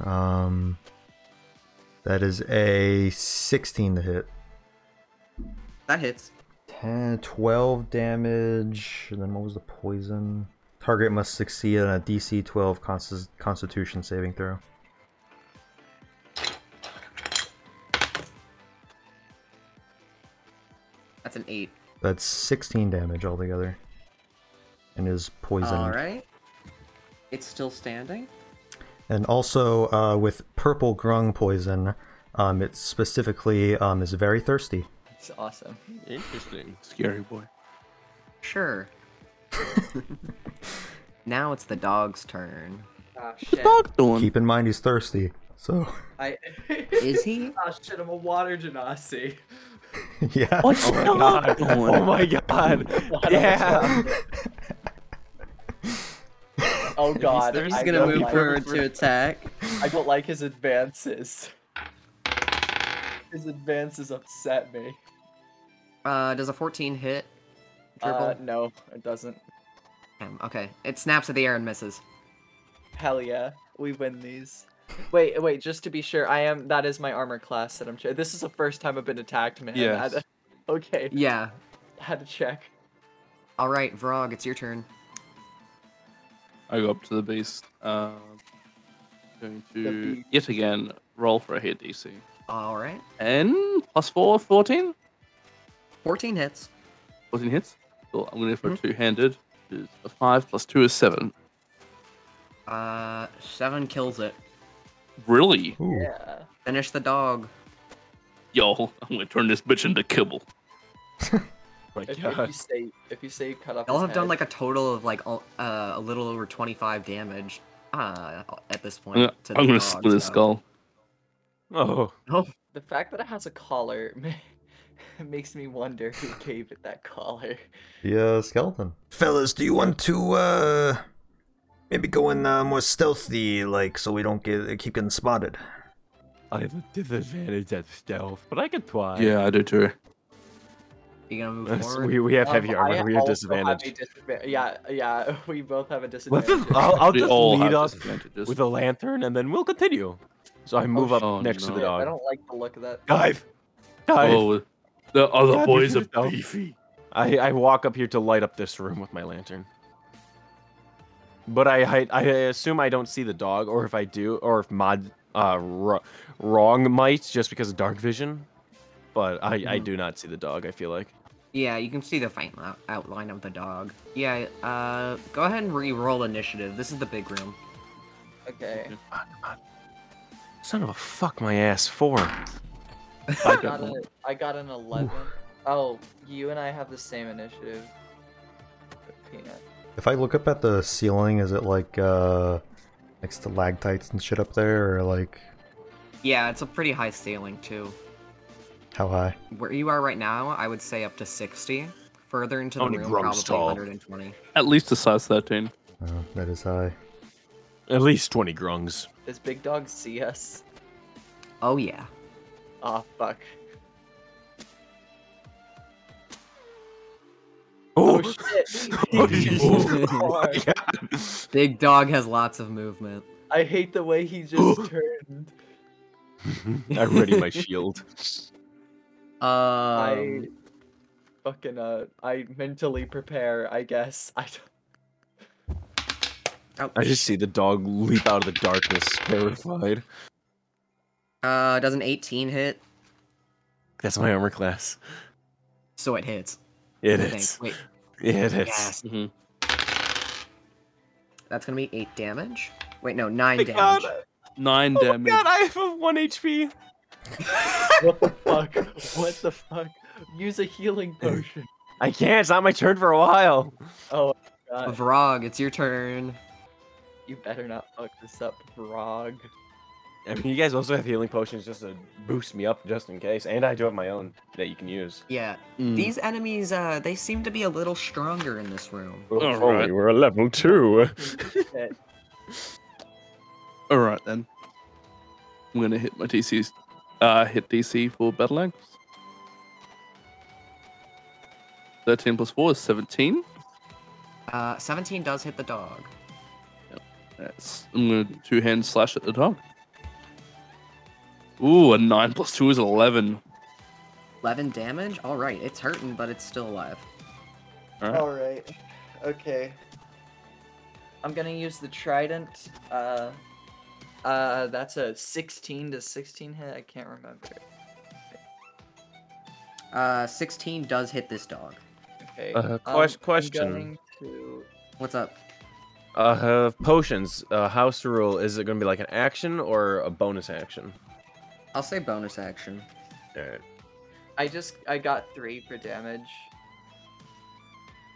Um, that is a 16 to hit.
That hits.
10, 12 damage. And then what was the poison? Target must succeed on a DC 12 consti- Constitution saving throw.
That's an eight.
That's 16 damage altogether. And is poisoned.
All right. It's still standing.
And also, uh, with purple grung poison, um, it specifically um, is very thirsty.
It's awesome.
Interesting. Scary boy.
Sure. now it's the dog's turn.
Ah shit.
Keep in mind he's thirsty. So,
I...
Is he?
oh shit, I'm a water genasi.
yeah.
What's
Oh my God.
Oh my god. yeah.
Oh god.
He's
I
gonna
don't
move
like-
forward to attack.
I don't like his advances. His advances upset me.
Uh, does a 14 hit? Triple?
Uh, no, it doesn't.
Damn, okay. It snaps at the air and misses.
Hell yeah, we win these. Wait, wait, just to be sure, I am. That is my armor class that I'm. Che- this is the first time I've been attacked, man. I
Yes.
had- okay,
Yeah.
had to check.
All right, Vrog, it's your turn.
I go up to the beast. Uh, going
The
to
beast.
yet again roll for a hit DC.
All right.
10 plus 4, 14?
14 hits.
14 hits. Cool. I'm going to go for a two handed. A 5 plus 2 is 7.
Uh, seven kills it.
Really?
Ooh.
Yeah.
Finish the dog.
Yo, I'm going to turn this bitch into kibble.
My
If, if
god.
you say if you say you cut off.
Y'all
his
have done
head-
like a total of like al- uh, a little over 25 damage uh, at this point.
I'm gonna-
to the
I'm going
dog,
to split his
so-
skull.
Oh.
the fact that it has a collar ma- makes me wonder who gave it that collar.
the uh, skeleton.
Fellas, do you want to uh maybe go in uh, more stealthy, like so we don't get keep getting spotted?
I have a disadvantage at stealth, but I can try.
Yeah, I do too.
You gonna move
Yes,
forward?
we, we have heavy
Um,
armor.
I
We are
also have a
disadvantaged.
disadva- Yeah, yeah, we both have a
Let's
disadvantage.
just, I'll, I'll
We
just
all have
lead us
disadvantages.
with a lantern and then we'll continue. So I move up
shit.
next to
Oh,
the dog.
I don't like the look of that.
Dive! Dive!
Oh, the other
God, you
boys
should
are
have done.
beefy.
I, I walk up here to light up this room with my lantern. But I hide, I assume I don't see the dog, or if I do, or if mod uh, ro- wrong might just because of dark vision. But I,
Hmm.
I do not see the dog. I feel like
Yeah, you can see the faint lou- outline of the dog. Yeah, uh, go ahead and re-roll initiative. This is the big room.
Okay.
son of a fuck my ass four.
I got, a, I got an 11. Oh, you and I have the same initiative. Peanut.
If I look up at the ceiling, is it like uh, like stalactites and shit up there, or like
Yeah, it's a pretty high ceiling too.
how high?
Where you are right now, I would say up to 60. Further into the
Only
room, probably
Grum's tall.
120.
At least a size 13.
Oh, that is high.
At least twenty grungs.
Does Big Dog see us?
Oh yeah.
Ah, fuck.
Oh,
Oh shit!
Oh,
He just
Jesus.
used the car.
Big dog has lots of movement.
I hate the way he just turned.
I ready my shield.
Um,
I fucking uh, I mentally prepare. I guess I don't.
oh,
I just see the dog leap out of the darkness, terrified.
uh, does an 18 hit?
That's my armor class.
So it hits.
It
I think.
is.
Wait,
It is.
yes. That's gonna be eight damage. Wait, no, nine
My
damage.
God.
9
Oh
damage.
God, I have one HP.
What the fuck? What the fuck? Use a healing potion.
I can't. It's not my turn for a while.
Oh my god!
Vrog, it's your turn.
You better not fuck this up, Frog.
I mean, you guys also have healing potions just to boost me up, just in case. And I do have my own that you can use.
Yeah.
Mm.
These enemies, uh, they seem to be a little stronger in this room.
All if only right.
oh, we're a level two.
All right then. I'm gonna hit my DCs Uh, hit DC for battle axe. 13 plus 4 is 17.
Uh, 17 does hit the dog.
That's, I'm going to two hand slash at the dog. Ooh, a 9 plus 2 is 11.
11 damage? Alright, it's hurting, but it's still alive.
Alright.
All right. Okay. I'm gonna use the trident. Uh, uh, that's a 16 to 16 hit. I can't remember.
Uh, 16 does hit this dog.
Okay.
Uh,
um,
ques-
I'm
question.
going to-
What's up?
Uh, uh, potions. Uh, house rule. Is it going to be like an action or a bonus action?
I'll say bonus action.
All right.
I just I got three for damage.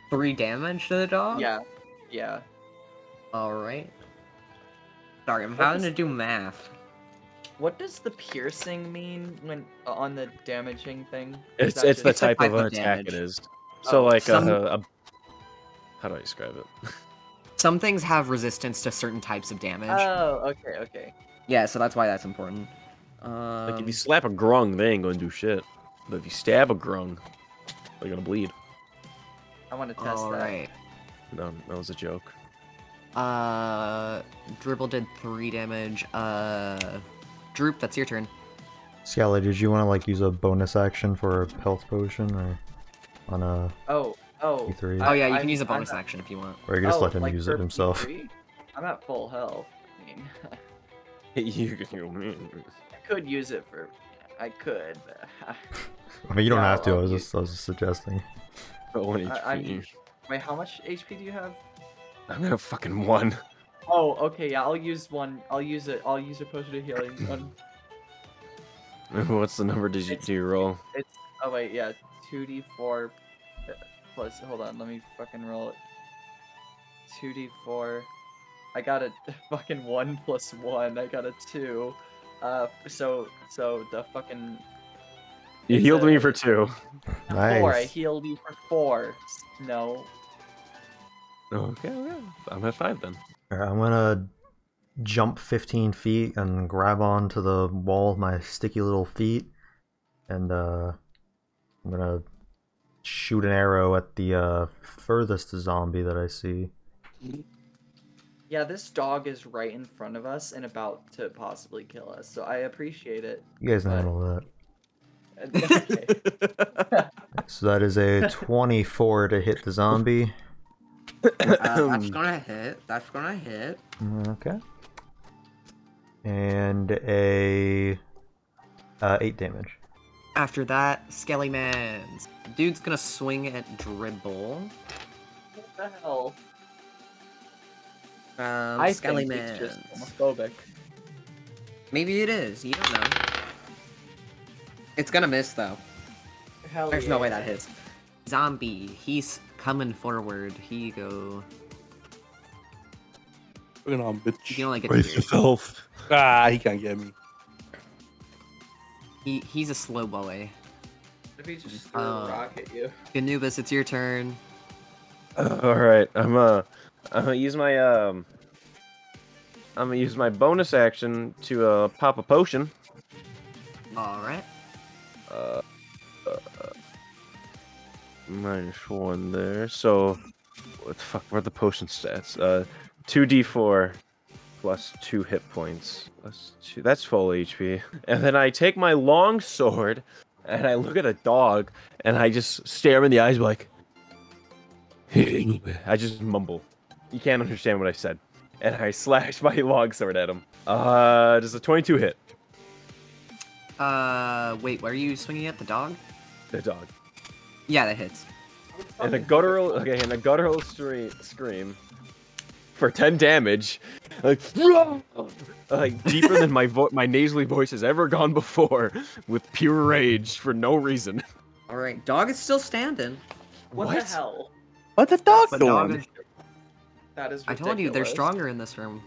Three damage to the dog?
Yeah, yeah.
Alright. Sorry, I'm
What
having
is-
to do math.
What does the piercing mean when uh, on the damaging thing? Is
It's
that
it's the
just-
type, of an attack it is. So
Oh,
like
some-
uh, a, how do I describe it?
Some things have resistance to certain types of damage.
Oh, okay, okay.
yeah, so that's why that's important.
Like if
Um,
you slap a grung, they ain't gonna do shit. But if you stab a grung, they're gonna bleed.
I want to test that.
Alright.
No, that was a joke.
Uh, Dribble did three damage. Uh, Droop, that's your turn.
Scally, did you want to like use a bonus action for a health potion or on a
Oh, oh.
E3?
Oh yeah, you
I-
can use a
I'm
bonus
not-
action if you want.
Or you can just
Oh,
let him
like
use
for
it himself.
P3? I'm at full health. I mean,
you, you,
I could use it for. I could. but
I mean, you don't
Yeah,
have to. I
I'll
was
use-
just, I was just suggesting.
but one
I- I'm-
HP.
Wait, how much HP do you have?
I'm gonna fucking one.
Oh, okay. Yeah, I'll use one. I'll use it. I'll use a potion of healing. on-
What's the number? Did you do you roll?
It's oh wait, yeah, two d four uh, plus. Hold on, let me fucking roll it. Two d four. I got a fucking one plus one. I got a two. Uh, so so the fucking
You
It's
healed
a-
me for two.
four. I
Nice.
healed you for four. No.
Oh, Okay, okay. I'm at five then.
Alright, I'm gonna jump 15 feet and grab onto the wall with my sticky little feet, and uh, I'm gonna shoot an arrow at the uh, furthest zombie that I see.
Yeah, this dog is right in front of us and about to possibly kill us. So I appreciate it.
You guys can
but-
handle that.
Okay.
So that is a 24 to hit the zombie.
Uh, that's
Um.
gonna hit. That's gonna hit.
Okay. And a uh, eight damage.
After that, Skelly Man's dude's gonna swing at Dribble.
what the hell?
Um,
I
Skelly
think it's
Man.
just homophobic.
Maybe it is. You don't know. It's gonna miss though.
Hell
There's no way that
yeah.
hits. Zombie, he's coming forward. He go.
Look at him, bitch.
You can only get
Brace
two.
yourself. Ah, he can't get me.
He he's a slow boy.
If he just threw
Uh,
a rock at you.
Anubis, it's your turn.
Uh, all right, I'm uh, I'm gonna use my um, I'm gonna use my bonus action to uh pop a potion.
All right.
Uh, uh, minus one there. So, what the fuck? What are the potion stats? Uh, two d four, plus two hit points. Plus two. That's full HP. And then I take my long sword, and I look at a dog, and I just stare him in the eyes, like, I just mumble. You can't understand what I said. And I slash my long sword at him. Uh, does a twenty-two hit
Uh, wait, where are you swinging at the dog?
the dog?
Yeah, that hits.
and a guttural okay, and a guttural scream, scream for ten damage, like, like deeper than my vo- my nasally voice has ever gone before, with pure rage for no reason.
All right, dog is still standing.
What,
What?
the hell?
What the dog
But
doing?
dog is,
That is
I
ridiculous.
told you they're stronger in this room.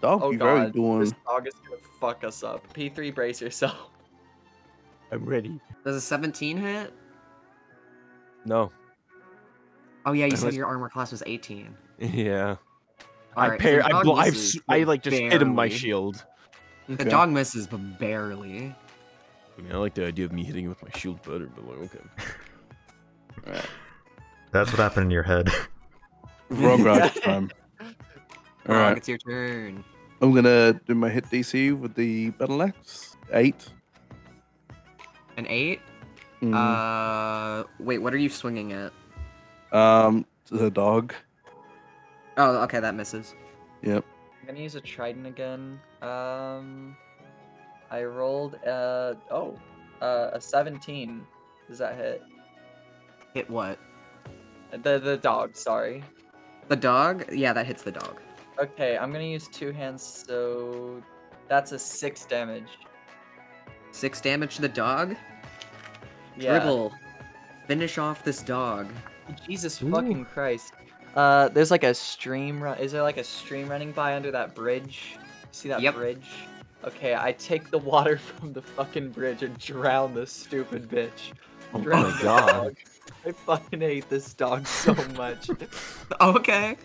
Dog,
Oh
you very
god,
doing?
this dog is gonna fuck us up. P3, brace yourself.
I'm ready.
Does a 17 hit?
No.
Oh yeah, you said
Unless-
your armor class was 18.
Yeah. I
Alright, so
pair.
the
I
dog
bl- I've
misses,
s- I
but
like just hit him my
barely.
shield.
The dog misses, but barely.
I mean, I like the idea of me hitting it with my shield better, but like, okay.
That's what happened in your head.
Wrong round this time. All
Frog,
right.
It's your turn.
I'm gonna do my hit DC with the battle axe. Eight.
An 8
Mhm.
Mm-hmm.
Uh, wait, what are you swinging at?
um, the dog.
Oh, okay, that misses.
Yep.
I'm gonna use a trident again. Um, I rolled uh oh, uh, a 17. Does that hit? Uh,
Hit what?
The the dog. Sorry.
The dog? Yeah, that hits the dog.
Okay, I'm gonna use two hands. So that's a six damage.
Six damage to the dog.
Yeah.
Dribble. Finish off this dog.
Jesus fucking Christ. Uh, there's like a stream. Run- is there like a stream running by under that bridge? See that
Yep.
bridge? Okay, I take the water from the fucking bridge and drown this stupid bitch.
Oh my
Drown the
God.
dog. I fucking hate this dog so much.
Okay.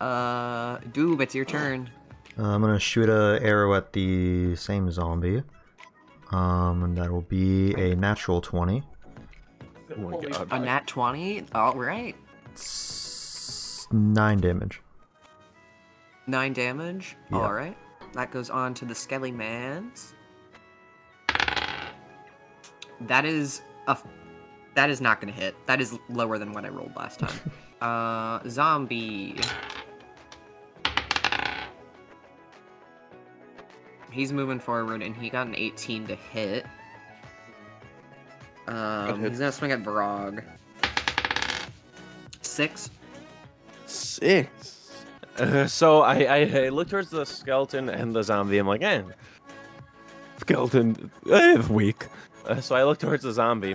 Uh, Doob, it's your turn.
Uh, I'm gonna shoot a arrow at the same zombie, um, and that will be a natural twenty.
Oh my
Holy
god.
A nat 20. All right.
It's nine damage.
Nine damage.
Yeah.
All right. That goes on to the Skelly Man's. That is a. f- That is not going to hit. That is lower than what I rolled last time. uh, zombie. He's moving forward, and he got an 18 to hit. Um,
hits.
he's gonna swing at Brog. Six.
Six.
Uh, so I, I I look towards the skeleton and the zombie. I'm like, eh, skeleton eh, weak. Uh, so I look towards the zombie,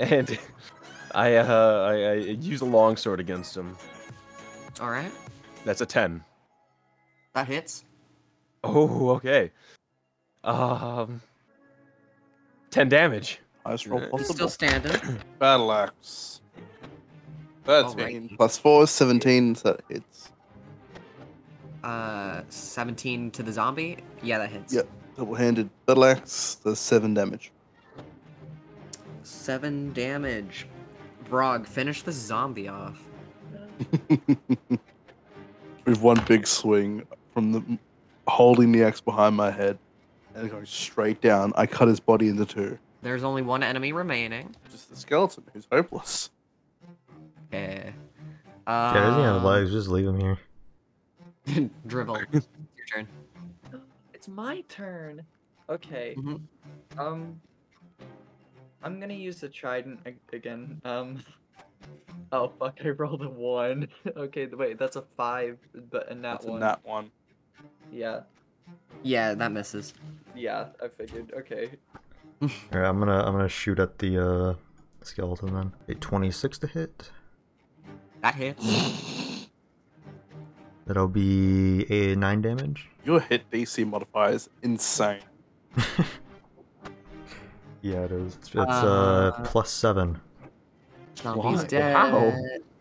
and I uh I, I use a longsword against him.
All right.
That's a ten.
That hits.
Oh, okay. Um, ten damage.
I just roll
He's
possible.
still standing.
Battle axe. That's
Alright.
mean. Plus four is 17, so that hits.
Uh, 17 to the zombie. Yeah, that hits.
Yep. Double handed battle axe. That's seven damage.
Seven damage. Brog, finish this zombie off.
With one big swing from the holding the axe behind my head and going straight down, I cut his body into two.
There's only one enemy remaining.
Just the skeleton who's hopeless.
Okay.
Yeah, doesn't he have
Um,
legs? Just leave him here.
Dribble. Um, Your turn.
It's my turn. Okay.
Mhm.
Mm-hmm.
Um, I'm gonna use the trident ag- again. Um, oh fuck, I rolled a one. okay, th- wait, that's a five, but and that
That's
one.
in that one.
Yeah,
Yeah, that misses.
yeah, I figured. Okay.
All right, I'm gonna I'm gonna shoot at the uh, skeleton then. A twenty-six to hit.
That hits.
That'll be a nine damage.
Your hit DC modifier is insane.
Yeah, it is. It's, it's uh,
Uh,
plus seven.
Zombie's
Why?
dead.
How?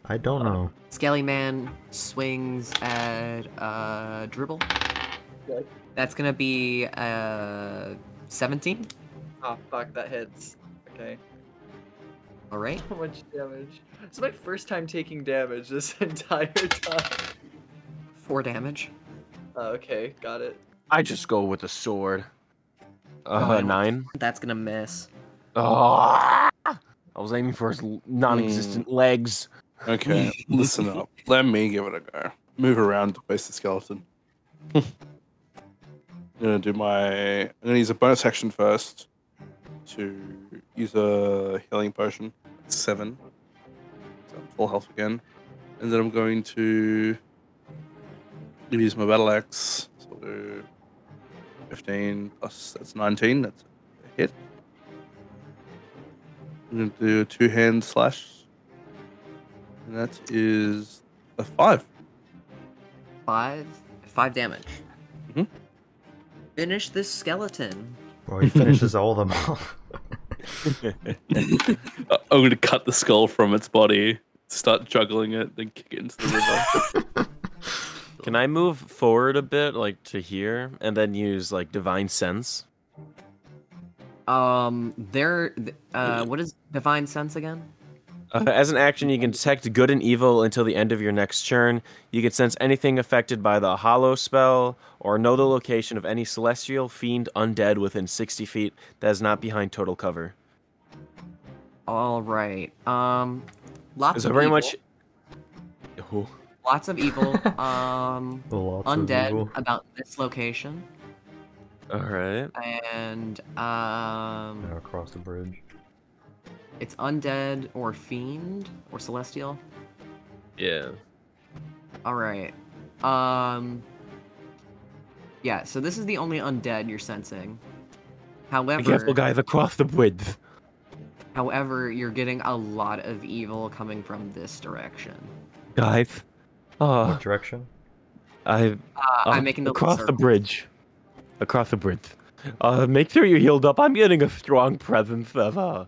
I don't
Uh.
know.
Skelly man swings at uh, Dribble.
Good.
That's gonna be uh 17.
Oh fuck, that hits. Okay.
All right.
So much damage. It's my first time taking damage this entire time.
Four damage.
Oh, okay, got it.
I just go with the sword. Uh,
Nine.
nine.
That's gonna miss.
Ah! I was aiming for his l- non-existent legs.
Okay, listen up. Let me give it a go. Move around to face the skeleton. I'm gonna do my. I'm gonna use a bonus action first to use a healing potion. Seven. So I'm full health again. And then I'm going to use my battle axe. So I'll do 15 plus that's 19. That's a hit. I'm gonna do a two hand slash. And that is a five.
Five. Five damage.
Mm-hmm.
Mhm.
Finish this skeleton.
Well, he finishes all of them off.
Uh, I'm going to cut the skull from its body, start juggling it, then kick it into the river.
Can I move forward a bit, like to here, and then use like divine sense?
Um, there. th- Uh, what is divine sense again?
Uh, as an action, you can detect good and evil until the end of your next turn. You can sense anything affected by the Hollow spell, or know the location of any celestial, fiend, undead within 60 feet that is not behind total cover.
All right. Um, lots
Is
of
there very
evil.
much? Oh.
Lots of evil. um,
Lots of
undead
evil.
about this location,
All right.
and um,
across the bridge.
It's undead or fiend or celestial.
Yeah.
All right. Um. Yeah. So this is the only undead you're sensing. However,
Be careful, guys. Across the bridge.
However, you're getting a lot of evil coming from this direction.
Guys. Uh,
what direction?
I,
Uh, I'm making the little
Oh, across the
circles.
bridge. Across the bridge. Uh, make sure you healed up. I'm getting a strong presence of uh,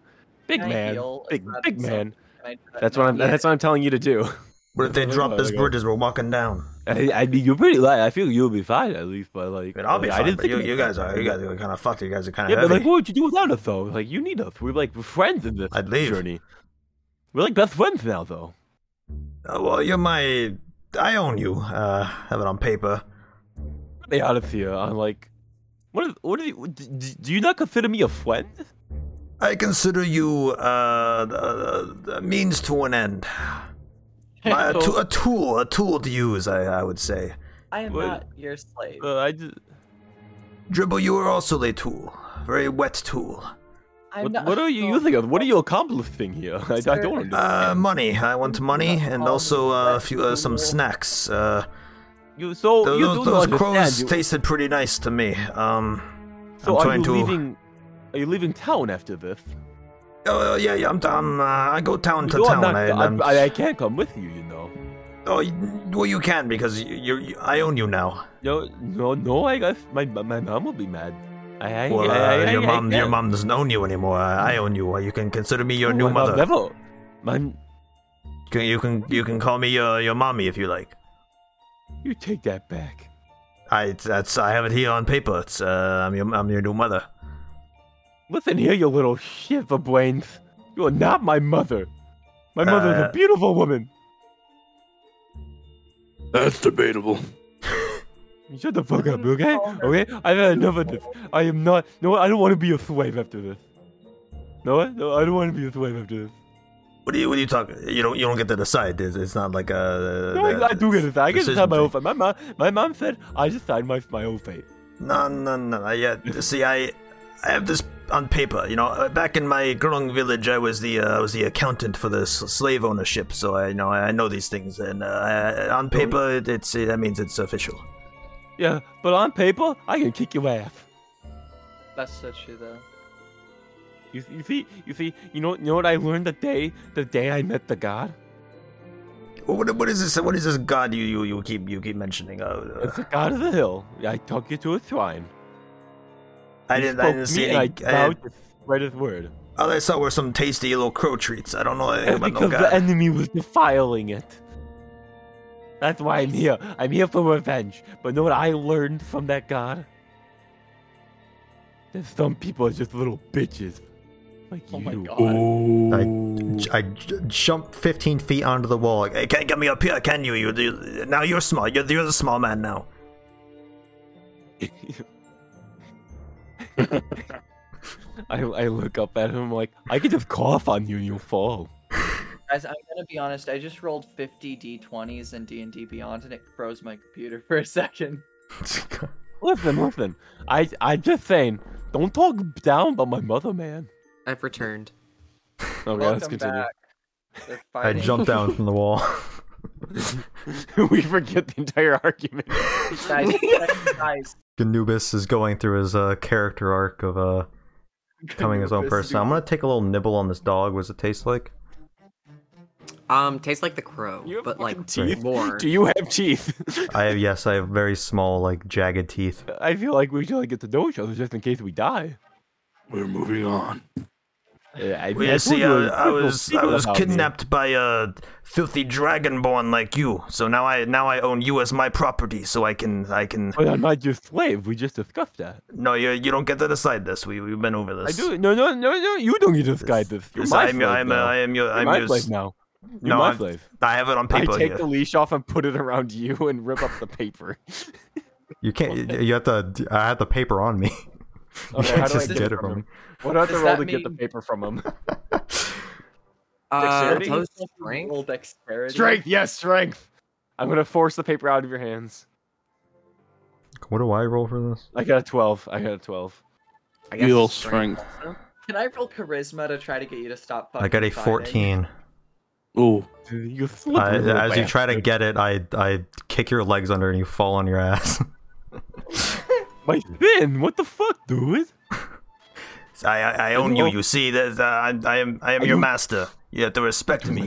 big
Can I
man,
heal?
big
Is that
big
something-
man.
can I do that
That's what I'm.
now?
That's what I'm telling you to do.
What if they drop this
Okay.
bridge as we're walking down?
I, I mean, you're pretty light. I feel you'll be fine at least, but like,
I'll be
like,
fine, but you,
about
you guys
that.
are you guys are kind of fucked. You guys are kind
Yeah,
of
but like,
heavy.
what would you do without us though? Like, you need us. We're like we're friends in this
I'd leave.
journey. We're like best friends now, though.
Uh, well, you're my. I own you. Uh, have it on paper.
Get me out of here. I'm like, what? Is, what are you? d- d- Do you not consider me a friend?
I consider you uh, the, the- the means to an end. My- a, to- a tool, a tool to use. I, I would say.
I am
What?
not your slave.
Uh, I just,
Dribble, you are also a tool. Very wet tool.
I'm
what,
not.
what are you using? of? What are you accomplishing here? I, I don't understand.
Uh, money. I want money, and also uh, a few, uh, some snacks. Uh,
you, so
those
Oh, you do
those
not
crows
understand. You,
tasted pretty nice to me. Um,
so
I'm
are
trying
you
to.
leaving? Are you leaving town after this?
Oh yeah, yeah. I'm. I'm uh, I go town to
You know I'm
town.
not-
I, I'm,
I, I, I can't come with you. You know.
Oh, you- well, you can because you, you, you- I own you now.
No, no, no. I guess my my mom will be mad. I, I,
Well,
I, I,
uh, your
I,
mom,
I
your
can't.
mom doesn't own you anymore. I, I own you. You can consider me your
Oh,
new
my mom
mother.
Never. My,
Can- You can, you can call me your, your mommy if you like.
you take that back.
I, that's, I have it here on paper. It's, uh, I'm your, I'm your new mother.
Listen here, you little shiver brains. You are not my mother. My mother is
Uh,
a beautiful woman.
That's debatable.
Shut the fuck up, okay? Okay? I've had enough of this. I am not. No, I don't want to be a slave after this. No, what? no, I don't want to be a slave after this.
What are you, what are you talking? You don't, you don't get to decide. It's, it's not like a.
No, I, I do get it. I get to
decision
decide my own
thing.
fate. My mom, my mom said I decide my my own fate.
No, no, no. I, uh, see, I, I have this on paper. You know, Uh, back in my Grung village, I was the, uh, I was the accountant for the s- slave ownership. So I you know, I know these things, and uh, I, on paper, it, it's that means it's official.
Yeah, but on paper, I can kick your ass.
That's so true, though.
You, you see, you see, you know, you know what I learned the day, the day I met the god.
Well, what, what is this? What is this god you, you, you keep, you keep mentioning? Uh, Uh,
It's the god of the hill. I took you to a shrine.
I
He
didn't, I
spoke
didn't
to
see
me, and
any.
I
I,
vowed to spread his word.
all I saw were some tasty little crow treats. I don't know anything about no
because the
god.
enemy was defiling it. That's why I'm here. I'm here for revenge. But know what I learned from that god? That some people are just little bitches. Like you.
I, I j- jump 15 feet onto the wall.
Hey, can't get me up here, can you? You, you now you're small. You're, you're the small man now.
I, I look up at him like, I could just cough on you and you'll fall.
Guys, I'm gonna be honest. I just rolled 50 d20s in D&D Beyond, and it froze my computer for a second.
Listen, listen. I, I'm just saying, don't talk down about my mother, man.
I've returned.
Okay,
Welcome
let's continue.
back. They're
I
fighting.
jump down from the wall.
we forget the entire argument.
Guys, guys,
Anubis is going through his uh, character arc of uh, becoming his own person. I'm gonna take a little nibble on this dog. What's it taste like?
Um, tastes like the crow, but like more.
Do you have teeth?
I have yes, I have very small, like jagged teeth.
I feel like we should like, get to know each other just in case we die.
We're moving on.
Yeah, I,
Well, you see, uh, I was I was kidnapped by a filthy dragonborn like you. So now I now I own you as my property. So I can I can.
But I'm not your slave. We just discussed that.
No, you you don't get to decide this. We we've been over
I
this.
do. No, no, no, no. You don't get to decide this. You're
this-
my
I'm-
slave
I'm-
now.
I am your-
You're
I'm
my
your
slave
s-
now. You're
No,
my
I'm-
slave.
I have it on paper
I take
here.
the leash off and put it around you and rip up the paper.
You can't. You have to. I had the paper on me. you
Okay,
can't
how do I
just
get
get
it
it
from
from me.
him? What do I have to
Does
roll
that
to get the
mean-
paper from him?
Uh,
Dexterity?
opposed
Roll
strength?
dexterity.
Strength, yes, strength. I'm gonna force the paper out of your hands.
What do I roll for this?
I got a twelve. I got a twelve.
I guess
Real
strength.
strength.
Can I roll charisma to try to get you to stop fucking
I got a
fighting?
fourteen.
Ooh,
You
I,
slippery little
Uh, as you try to
bastard.
get it, I I kick your legs under and you fall on your ass.
my thin. What the fuck, dude?
I I, I own you. You see, that uh, I, I am I am your master. You have to respect me.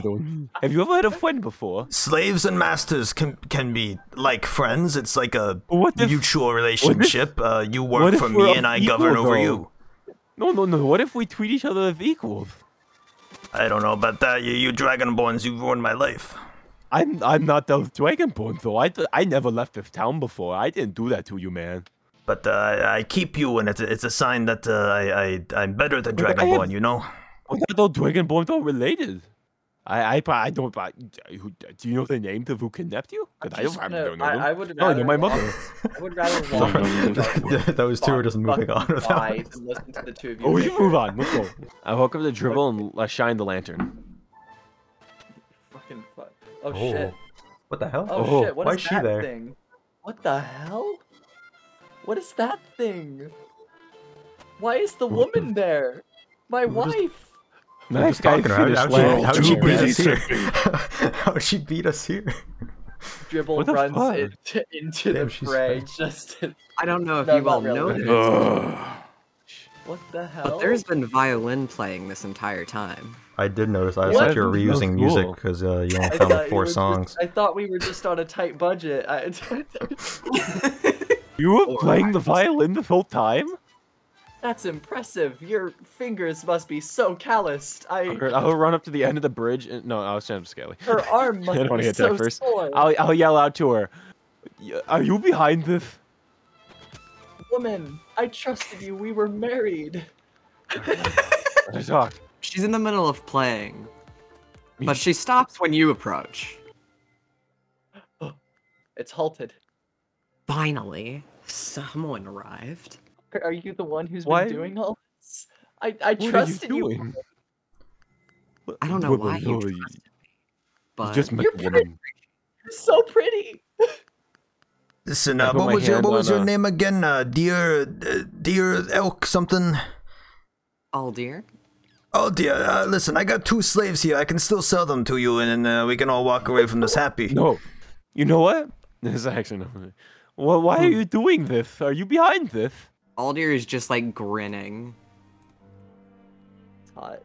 Have you ever had a friend before?
Slaves and masters can can be like friends. It's like a
What if-
mutual relationship. uh, you work
what if
for me,
we're
and I govern
equal,
over
though?
you.
No, no, no. What if we treat each other as equals?
I don't know about that. You, you dragonborns, you ruined my life.
I'm, I'm not the dragonborn though. I, I never left this town before. I didn't do that to you, man.
But uh, I I keep you, and it's a, it's a sign that uh, I, I I'm better than
But I
dragonborn.
am-
You know.
We're not all dragonborn though related. I, I, I don't. I, who, do you know the names of who kidnapped you? 'Cause I
just
don't, I
gonna-
don't know
I-
them.
I would
no, I know my
rather-
mother.
I would rather walk.
Sorry. Those two are just moving on without.
Why listen to the two of you?
Oh, we
make
can move on. Let's go. I woke up the dribble and uh, shine the lantern.
Fucking fuck. Oh, shit.
What the hell?
Oh,
Oh,
shit. What
why
is
is she
that
there?
thing? What the hell? What is that thing? Why is the woman there? My wife.
We're just talking to her. How'd she-
last
how'd she
year.
beat us
Busy
here? How'd she beat us here?
Dribble
What the
runs
fuck?
into, into
Damn,
the
she's
fray. Just
I don't know if
No,
you all
not really.
know
Oh.
this,
Ugh.
what the hell?
but there's been violin playing this entire time.
I did notice. I
What?
thought you were
That was
reusing music
cool.
because uh, you
I
only found
thought
like
you
four
were just-
songs.
I thought we were just on a tight budget. I,
You were playing the violin this whole time?
that's impressive. Your fingers must be so calloused. I.
I'll run up to the end of the bridge. And, no, I was standing up Scaly.
Her arm
I
must
don't want
be
to get to
so
that first.
sore.
I'll, I'll yell out to her. "Y- Are you behind this?
Woman, I trusted you. We were married.
Let her talk.
She's in the middle of playing, but she stops when you approach.
It's halted.
Finally, someone arrived.
Are you the one who's
Why-
been doing all this? I, I
What
trusted
are you
you.
doing?
I don't know
Woman,
why you
oh, you-
trusted me, but
You just met
You're
a woman.
You're so pretty.
Listen,
I
uh,
put
what
my
was your
hand
what was
on,
your
uh,
name again? Uh, dear, uh, dear elk something.
all dear.
Oh dear. Uh, listen, I got two slaves here. I can still sell them to you, and then uh, we can all walk away from this happy.
No. You know what? This is actually not. Well, why are you doing this? Are you behind this?
Aldir is just like grinning.
It's hot.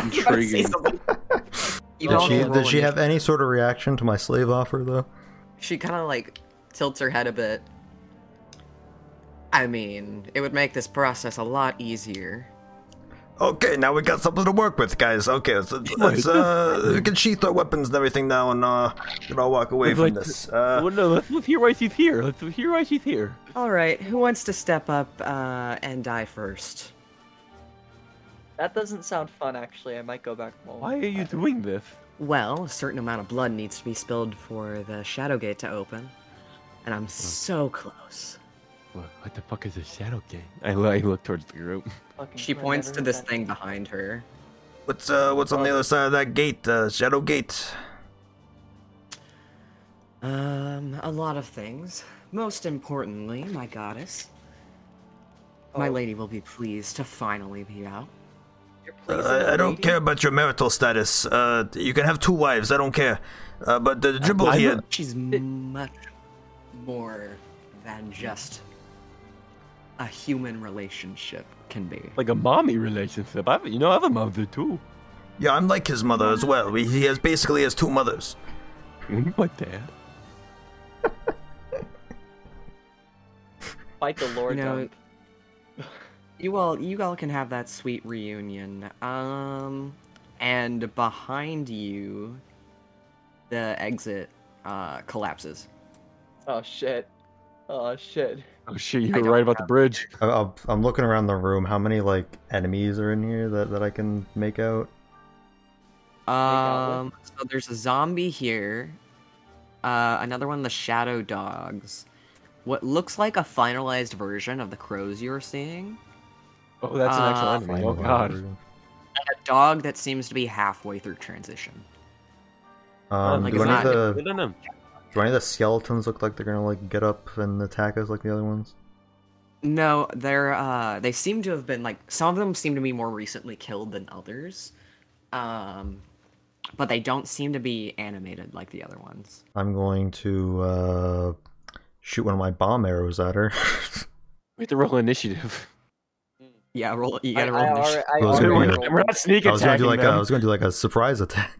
Intriguing.
You
Did
all
she,
roll
did she
initiative.
have any sort of reaction to my slave offer though?
She kind of like tilts her head a bit. I mean, it would make this process a lot easier.
Okay, now we got something to work with, guys. Okay, let's, let's, let's, uh, we can sheath our weapons and everything now, and uh, we can all walk away
It's
from
like-
this. Uh,
well, no, let's, let's hear why she's here. Let's hear why she's here.
All right, who wants to step up uh, and die first?
That doesn't sound fun, actually. I might go back home.
Why are you doing this?
Well, a certain amount of blood needs to be spilled for the shadow gate to open, and I'm so close.
What, what the fuck is a shadow game? I, lo- I look towards the group.
Fucking
She
who I
points
never
to
heard
this
that.
thing behind her.
what's uh, what's on the other side of that gate? Uh, Shadow Gate.
Um, a lot of things. Most importantly, my goddess. My lady will be pleased to finally be out.
You're
Uh,
pleasing
I, I
the
don't
lady?
care about your marital status. Uh, you can have two wives. I don't care. Uh, but the dribble
I
here.
don't-
She's much more than just a human relationship can be.
Like a mommy relationship. I've, you know, I have a mother too.
Yeah, I'm like his mother as well. We, he has basically has two mothers.
What the hell?
Fight the Lord.
You know, You all, you all can have that sweet reunion. Um, and behind you, the exit uh, collapses.
Oh shit. Oh shit.
Oh shit! You were right about the bridge.
I- I'll- I'm looking around the room. How many like enemies are in here that, that I can make out?
Um, so there's a zombie here. Uh, another one, the shadow dogs. What looks like a finalized version of the crows you're seeing.
Oh, that's an actual
Uh,
enemy. Oh god.
and A dog that seems to be halfway through transition.
Um,
Like
do
it's
any of
not-
the do any of the skeletons look like they're gonna like get up and attack us like the other ones?
No, they're uh they seem to have been like some of them seem to be more recently killed than others. Um but they don't seem to be animated like the other ones.
I'm going to uh, shoot one of my bomb arrows at her.
We have to roll initiative.
Yeah, roll you
I-
gotta
I
roll
alre-
initiative.
I
It was gonna
already
be a-
rolled.
We're not sneak
I was gonna
attacking
do like a,
them.
I was gonna do like a surprise attack.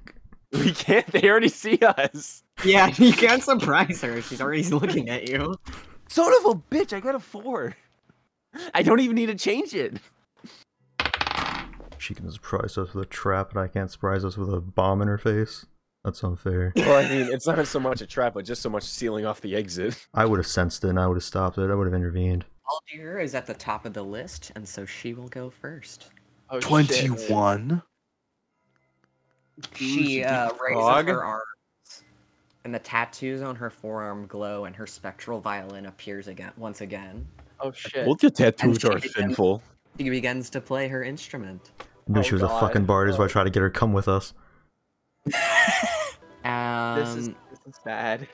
We can't. They already see us.
Yeah, you can't surprise her. She's already looking at you.
Son of a bitch! I got a four. I don't even need to change it.
She can surprise us with a trap, and I can't surprise us with a bomb in her face. That's unfair.
Well, I mean, it's not so much a trap, but just so much sealing off the exit.
I would have sensed it, and I would have stopped it. I would have intervened.
Aldir is at the top of the list, and so she will go first.
Oh, shit.
Twenty-one.
She
Ooh,
uh,
she
raises
dog.
her arms, and the tattoos on her forearm glow, and her spectral violin appears again once again.
Oh shit.
Both your
And
tattoos
she
are
begins-
sinful.
She begins to play her instrument.
I knew
Oh,
she was
God.
a fucking bard, is why I tried to get her to come with us.
Um,
This is this is bad.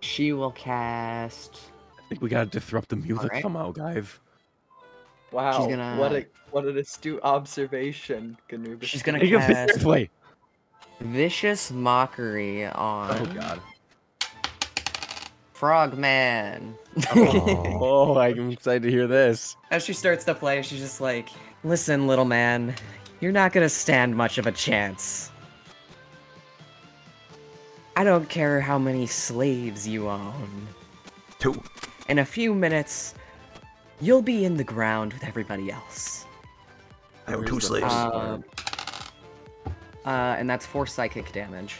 She will cast.
I think we gotta disrupt the music
Alright.
somehow, guys.
Wow.
gonna-
What a what an astute observation, Ganubis.
She's gonna
Take a
cast
fifth play.
vicious mockery on
Oh god.
Frogman.
Oh,
Oh, I'm excited to hear this.
As she starts to play, she's just like, "Listen, little man, you're not gonna stand much of a chance. I don't care how many slaves you own.
Two.
In a few minutes, you'll be in the ground with everybody else."
I own
Where's
two
the
slaves.
first?
Um, uh, and that's four psychic damage.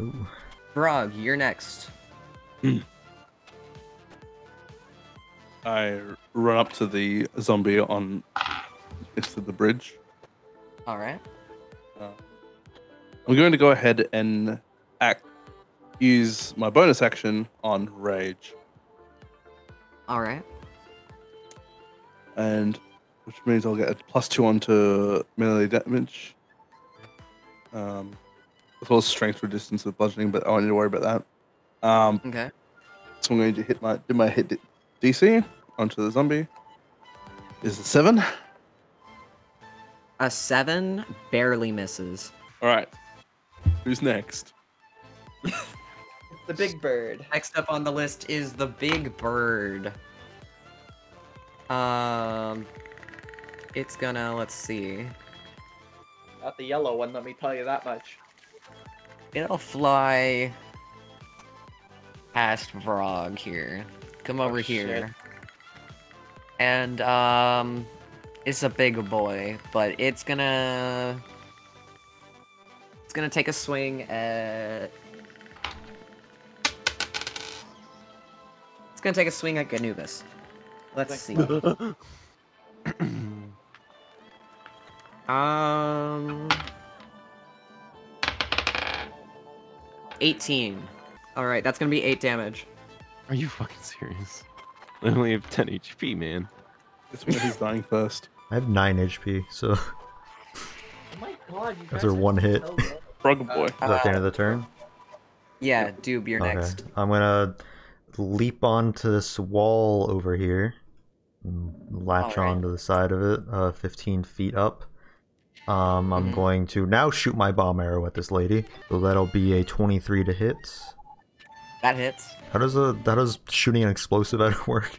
Ooh.
Frog, you're next.
I run up to the zombie on next to the bridge.
All right.
I'm going to go ahead and act, use my bonus action on rage,
All right.
and which means I'll get a plus two onto melee damage. Um, as well as strength resistance with bludgeoning, but I don't need to worry about that. Um,
Okay.
so I'm going to hit my do my hit DC onto the zombie. Is it seven?
A seven barely misses.
All right. Who's next?
the big bird.
Next up on the list is the big bird. Um, it's gonna let's see.
Not the yellow one, let me tell you that much.
It'll fly past Vrog here. Come over
shit.
here. And um, it's a big boy, but it's gonna it's gonna take a swing at. It's gonna take a swing at Anubis. Let's see. um. 18. All right, that's going to be 8 damage.
Are you fucking serious? I only have 10 HP, man.
It's me who's dying first.
I have nine HP, so is
Oh my god, you
That's guys her are one hit. so
Frog
Uh,
boy.
that the end of the turn?
Yeah, Doob, you're next.
I'm gonna leap onto this wall over here, and latch
Alright.
onto the side of it, uh, 15 feet up. Um, I'm going to now shoot my bomb arrow at this lady. So that'll be a 23 to hit.
That hits.
How does a how does shooting an explosive at work?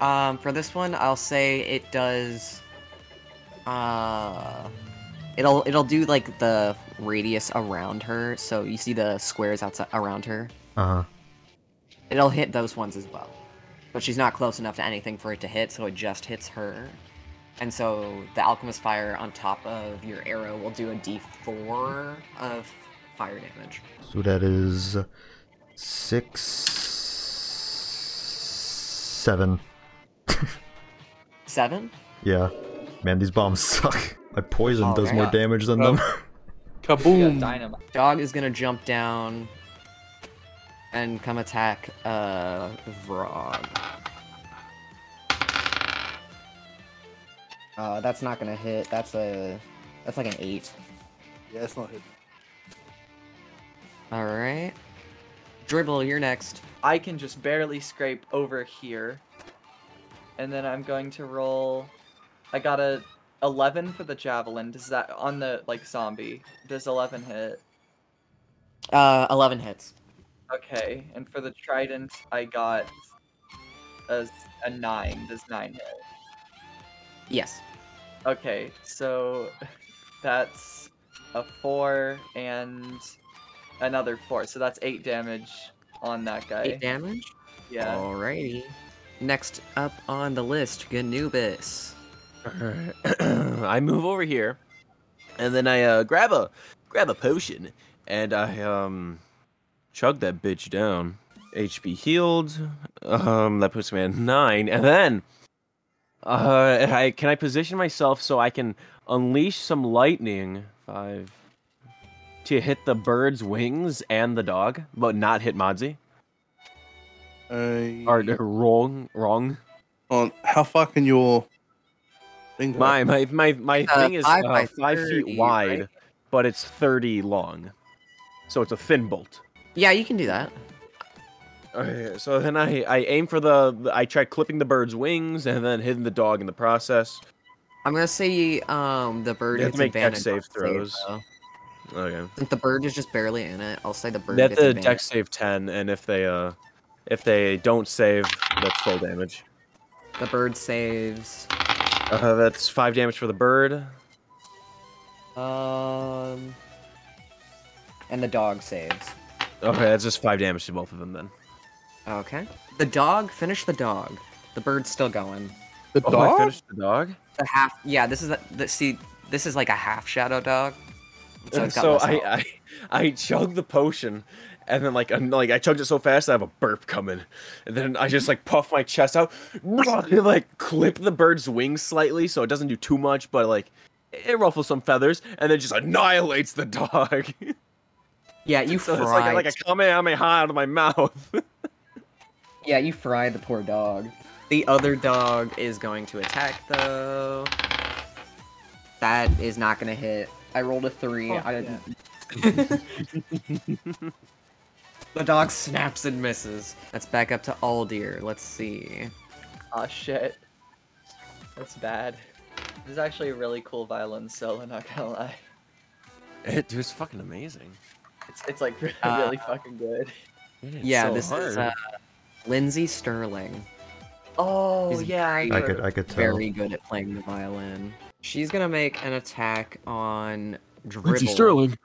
Um, for this one, I'll say it does. Uh, it'll it'll do like the radius around her. So you see the squares outside around her.
Uh huh.
It'll hit those ones as well. but she's not close enough to anything for it to hit, so it just hits her. And so the alchemist fire on top of your arrow will do a d4 of fire damage.
So that is six, seven.
Seven?
Yeah, man, these bombs suck. My poison
Oh,
does
they're
more
not-
damage than them.
Kaboom!
Dog is gonna jump down and come attack uh Vrog. Uh, that's not gonna hit. That's a that's like an eight.
Yeah, it's not hit.
All right, Dribble, you're next.
I can just barely scrape over here. And then I'm going to roll. I got a 11 for the javelin. Does that on the like zombie? Does 11 hit?
Uh, eleven hits.
Okay. And for the trident, I got a, a 9. Does 9 hit?
Yes.
Okay, so that's a four and another four. So that's eight damage on that guy.
Eight damage.
Yeah.
Alrighty. Next up on the list, Ganubis.
I move over here, and then I uh, grab a grab a potion, and I um chug that bitch down. HP healed. Um, that puts me at nine, and then uh, I can I position myself so I can unleash some lightning five to hit the bird's wings and the dog, but not hit Modzi.
Uh,
Or no, wrong, wrong.
on how far can your thing
My my my my
Uh,
thing is
five
uh,
by
five feet
30,
wide,
right?
but it's thirty long, so it's a thin bolt.
Yeah, you can do that.
Okay, Oh, so then I I aim for the the- I try clipping the bird's wings and then hitting the dog in the process.
I'm gonna say um the bird
They have
gets
to make deck
advantage. on
save
the
throws.
though.
Okay.
Since the bird is just barely in it, I'll say the bird
They have
gets
to
advantage.
deck save ten, and if they uh if they don't save, that's full damage.
The bird saves.
Uh, that's five damage for the bird.
Um, and the dog saves.
Okay, that's just five damage to both of them then.
Okay. The dog finish the dog. The bird's still going.
The
Oh, I finished the dog.
The half. Yeah, this is a, the see. This is like a half shadow dog. So,
So,
it's got less health.
I, I I chug the potion, and then like i like I chugged it so fast I have a burp coming, and then I just like puff my chest out, and, like clip the bird's wings slightly so it doesn't do too much, but like it ruffles some feathers, and then just annihilates the dog.
yeah, you
so it's
fried.
like like a kamehameha out of my mouth.
yeah, you fry the poor dog. The other dog is going to attack though. That is not gonna hit. I rolled a three.
Oh,
I
yeah.
The dog snaps and misses. That's back up to Aldir. Let's see.
Aw shit. That's bad. This is actually a really cool violin solo, not gonna lie.
It Eh, dude, it's fucking amazing.
It's, it's like really,
Uh,
really fucking good.
yeah,
so
this is uh,
hard.
Lindsay Sterling.
Oh
She's
yeah, I,
I could I could tell.
Very good at playing the violin. She's gonna make an attack on Dribble.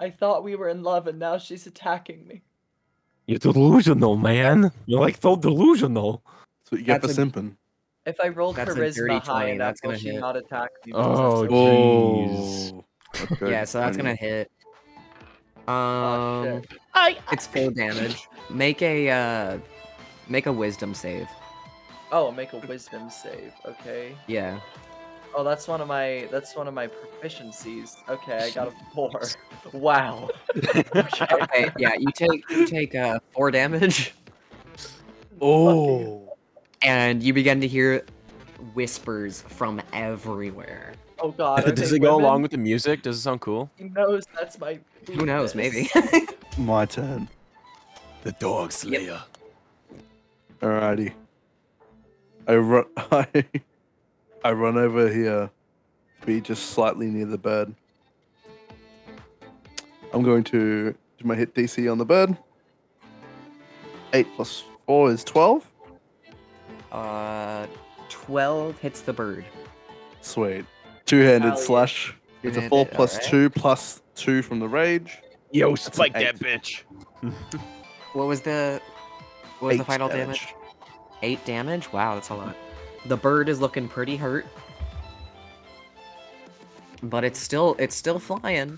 I thought we were in love, and now she's attacking me.
You're delusional, man. You're like so delusional.
So you get for
That's a-
simping.
If I rolled
That's a dirty
charisma high
20,
enough,
that's
will
gonna
she
hit.
not attack me? because that's
Oh,
so-
Oh.
Yeah, so that's gonna hit. Um, it's full damage. Make a uh, make a wisdom save.
oh, make a wisdom save. Okay.
Yeah.
Oh, that's one of my that's one of my proficiencies. Okay, I got a four. Wow.
Okay. Yeah, you take you take uh, four damage.
Oh.
and you begin to hear whispers from everywhere.
Oh god. Are
Does
they
it go
women?
along with the music? Does it sound cool?
He knows that's my.
Who knows? Maybe.
weakness.
My turn.
The dog slayer.
Alrighty. I run. I, I run over here, be just slightly near the bird. I'm going to do my hit DC on the bird. Eight plus four is twelve.
Uh, twelve hits the bird.
Sweet. Two-handed
Hell yeah.
slash. It's a
Two-handed,
four plus
alright.
two plus two from the rage.
Yo,
That's an
spike that
eight.
bitch.
What was the What was the
Eight
final
damage.
damage? Eight damage? Wow, that's a lot. The bird is looking pretty hurt. But it's still it's still flying.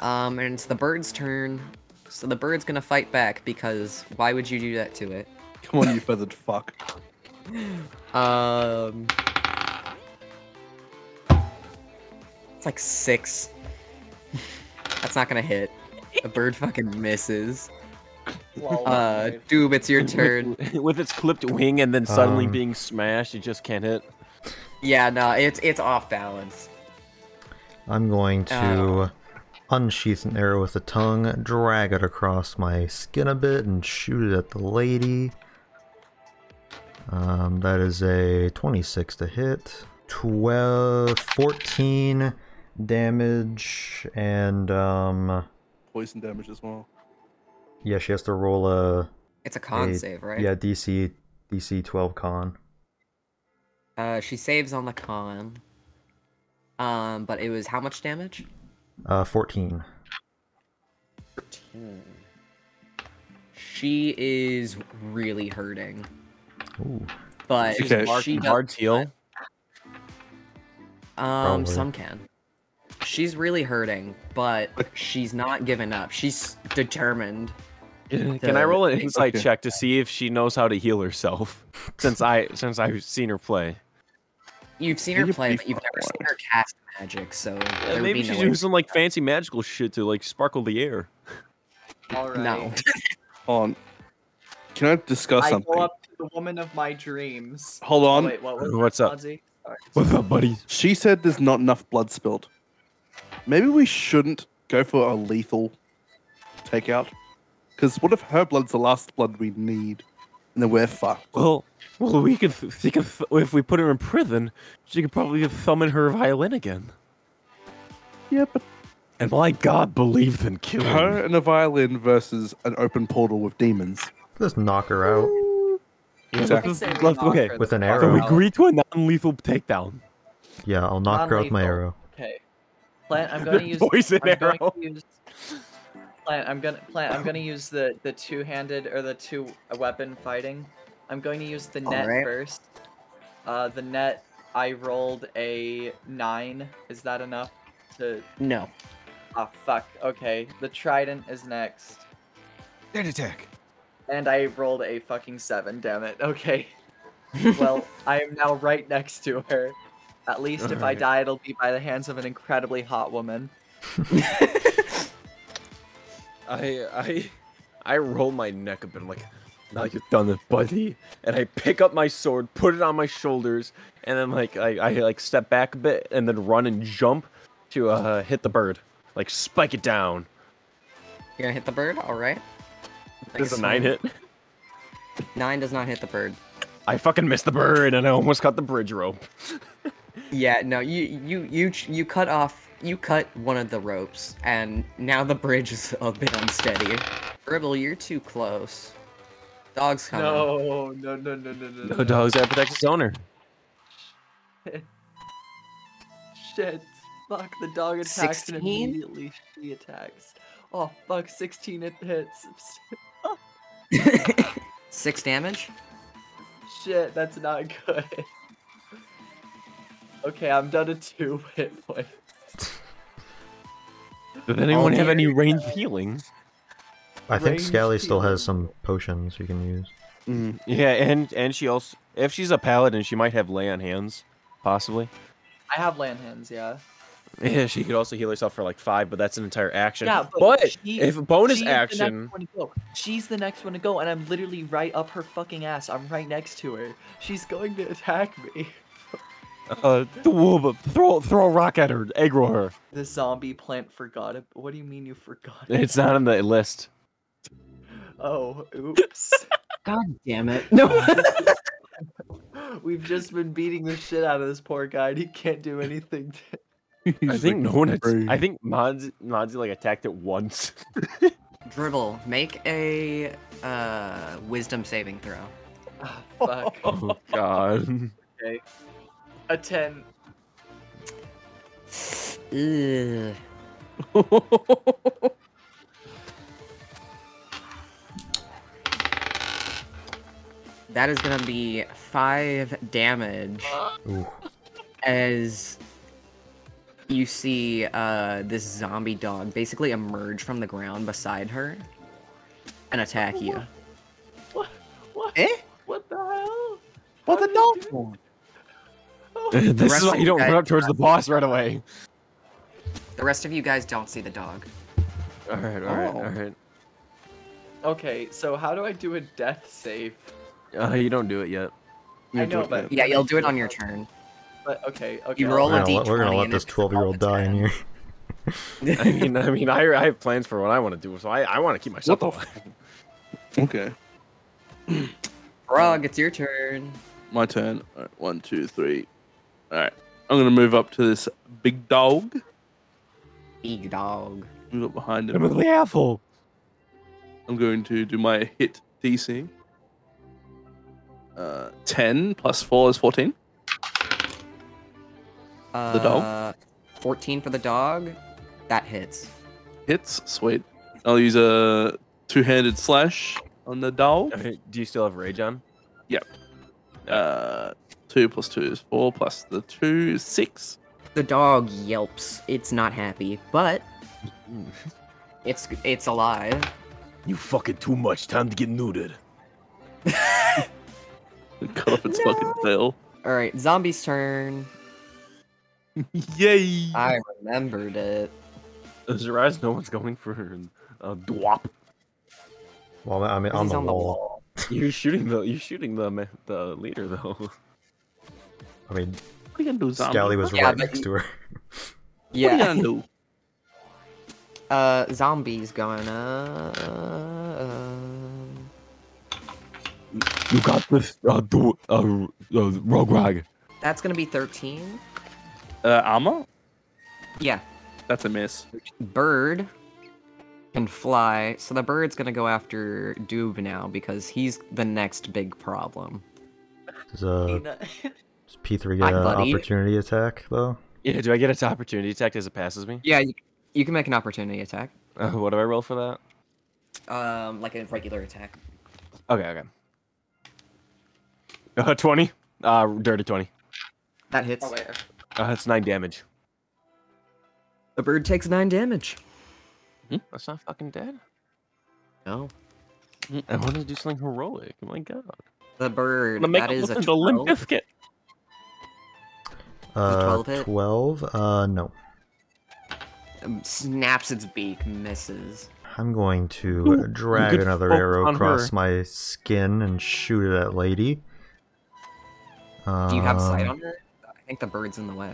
Um, and it's the bird's turn. So the bird's gonna fight back because why would you do that to it?
Come on, you feathered fuck.
Um It's like six. That's not gonna hit. The bird fucking misses. Uh, Doob, it's your turn.
With its clipped wing and then suddenly
Um.
being smashed, it just can't hit.
Yeah, no, it's it's off balance.
I'm going to unsheath an arrow with the tongue, drag it across my skin a bit, and shoot it at the lady. Um, that is a 26 to hit, 12, 14 damage, and um,
Poison damage as well.
yeah, she has to roll a.
It's a con save, right?
Yeah, DC DC 12 con.
Uh, she saves on the con. Um, but it was how much damage?
Uh, 14.
She is really hurting,
Ooh.
but
She can't-
she
she
does-
hard heal?
Um,
Probably.
some can. She's really hurting, but she's not giving up. She's determined.
Can I roll an insight check to see if she knows how to heal herself? Since I since I've seen her play.
You've seen
Can
her
you
play,
be
but you've never seen her cast magic, so there would
maybe
be no
she's
way-
doing some like fancy magical shit to like sparkle the air.
All right.
No.
Hold on. Can I discuss
I
something?
go up to the woman of my dreams.
Hold
Oh,
on.
wait, what was
What's
that,
up?
Fonzie? Sorry.
What's up, buddy? She said there's not enough blood spilled. Maybe we shouldn't go for a lethal takeout. Because what if her blood's the last blood we need? And then we're fucked.
Well, well, we could. th- She could th- if we put her in prison, she could probably summon her violin again.
Yeah, but
And my God, believe than kill
her and a violin versus an open portal with demons.
Just knock her out.
Exactly.
okay.
With an
So we
arrow.
agree to a non-lethal takedown.
Yeah, I'll knock her out with my
Non-lethal.
arrow.
Okay. Plant, I'm gonna use
Poison
I'm
arrow.
Going to use, plant, I'm gonna plant. I'm gonna use the the two-handed or the two weapon fighting. I'm going to use the net
Alright.
first. Uh, the net. I rolled a nine. Is that enough to?
No.
Ah, fuck. Okay. The trident is next.
Dead attack.
And I rolled a fucking seven, damn it. Okay. well, I am now right next to her. At least if I
Alright.
die, it'll be by the hands of an incredibly hot woman.
I I I roll my neck a bit like now you've done it, buddy. And I pick up my sword, put it on my shoulders, and then like I, I like step back a bit and then run and jump to uh hit the bird. Like spike it down.
You're gonna hit the bird, all right?
Does
Nice
a nine
one.
hit?
Nine does not hit the bird.
I fucking missed the bird and I almost cut the bridge rope.
Yeah, no, you you you ch- you cut off you cut one of the ropes, and now the bridge is a bit unsteady. Gribble, you're too close. Dog's coming.
No, no, no, no, no, no.
No dogs that protect its owner.
Shit. Fuck, the dog attacks and
16?
immediately she attacks. Oh, fuck, 16 it hits.
Six damage.
Shit, that's not good. Okay, I'm down to two hit points.
Does anyone have
dear.
any range healing?
I think
Range
Scally still has some potions you can use.
Yeah, and and she also if she's a paladin, she might have lay on hands, possibly.
I have land hands, yeah.
Yeah, she could also heal herself for like five, but that's an entire action.
Yeah,
but,
but, she-
if bonus
she's the next
action,
one to go. she's the next one to go, and I'm literally right up her fucking ass. I'm right next to her. She's going to attack me.
uh, the wolf throw throw a rock at her, aggro her.
The zombie plant forgot. ab- What do you mean you forgot?
It's not on the list.
Oh, oops.
God damn it. No.
We've just been beating the shit out of this poor guy, and he can't do anything. to-
I think no one. I think Mods Modzi like attacked it once.
Dribble, make a uh, wisdom saving throw.
Fuck.
oh God.
Okay. A ten.
Ugh. That is gonna be five damage. As you see uh, this zombie dog basically emerge from the ground beside her and attack you.
What?
Eh?
What the hell?
What the dog?
this is why you don't run up towards the boss right away.
The rest of you guys don't see the dog.
All right, all right,
Oh.
all right.
Okay, so how do I do a death save?
Uh, you don't do it yet. You
I
do
know,
it
but
yet.
Yeah, you'll do it on your turn.
But okay, okay.
You roll
We're
a
gonna, let, we're gonna
d20
let
and
this
it's
12 year old die in here.
I mean, I mean, I, I have plans for what I want to do, so I, I want to keep myself alive.
Okay.
Frog, it's your turn.
My turn. All right, one, two, three. All right. I'm going to move up to this big dog.
Big dog.
Move up behind
I'm the
him.
apple.
I'm going to do my hit DC. Uh, 10 plus 4 is 14.
Uh,
The dog?
14 for the dog. That hits.
Hits. Sweet. I'll use a two handed slash on the dog.
Okay, do you still have rage on?
Yep. Uh, 2 plus 2 is 4 plus the 2 is 6.
The dog yelps. It's not happy, but it's it's alive.
You fucking too much. Time to get neutered.
Cut off its fucking tail.
All right, zombie's turn.
Yay!
I remembered it.
Zeraz, no one's going for uh, a dwop.
Well, I mean, on
He's
the
on the
wall.
wall.
You're shooting the you're shooting the ma- the leader though.
I mean,
What are you gonna do, zombie?
Scally was
Um, Yeah,
right
but
next
you-
to her.
What are
Yeah.
you gonna do?
Uh, zombies going. Uh,
You got this. Uh, do uh, uh, Rograg.
that's gonna be 13.
Uh, armor?
Yeah.
That's a miss.
Bird can fly, so the bird's gonna go after Doob now because he's the next big problem.
Does, uh, does P3
Hi,
get an
buddy.
uh, opportunity attack, though?
Yeah, do I get its opportunity attack as it passes me?
Yeah, you, you can make an opportunity attack.
Uh, what do I roll for that?
Um, like a regular attack.
Okay, okay. Uh, twenty. Uh, dirty twenty.
That hits.
Oh, wait.
Uh, that's nine damage.
The bird takes nine damage.
Hmm? That's not fucking dead.
No.
I wanted to do something heroic. Oh my god.
The bird.
I'm gonna
That
make
is a
the limp
12.
biscuit.
Uh,
12 hit?
12? Uh, no.
Um, Snaps its beak, misses.
I'm going to
Ooh,
drag
good
another
focus
arrow
on
across
her.
my skin and shoot at that lady.
Do you have sight
Um,
on her? I think the bird's in the way.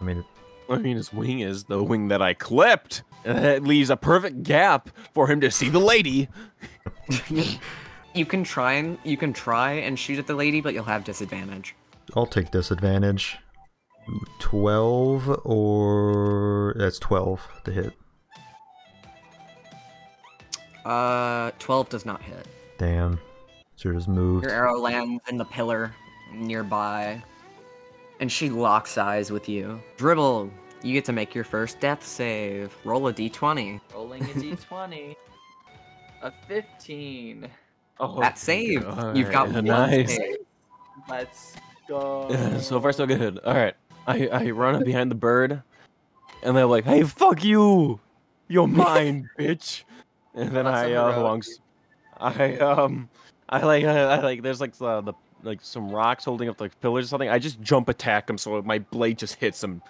I mean,
I mean, his wing is the wing that I clipped. And that leaves a perfect gap for him to see the lady.
You can try and you can try and shoot at the lady, but you'll have disadvantage.
I'll take disadvantage. 12 or. That's 12 to hit.
Uh, twelve does not hit.
Damn. Should have just moved.
Your arrow lands in the pillar nearby, and she locks eyes with you. Dribble, you get to make your first death save. Roll a d20.
Rolling a d20. a 15.
Oh,
that save. You've got
God.
one
nice.
save.
Let's go.
So far, so good. All right, I I run up behind the bird, and they're like, "Hey, fuck you! You're mine, bitch!" And then
That's a
I uh,
heroic
long, s- I um, I like I, I like there's like uh, the, the like some rocks holding up like pillars or something. I just jump attack him, so my blade just hits him.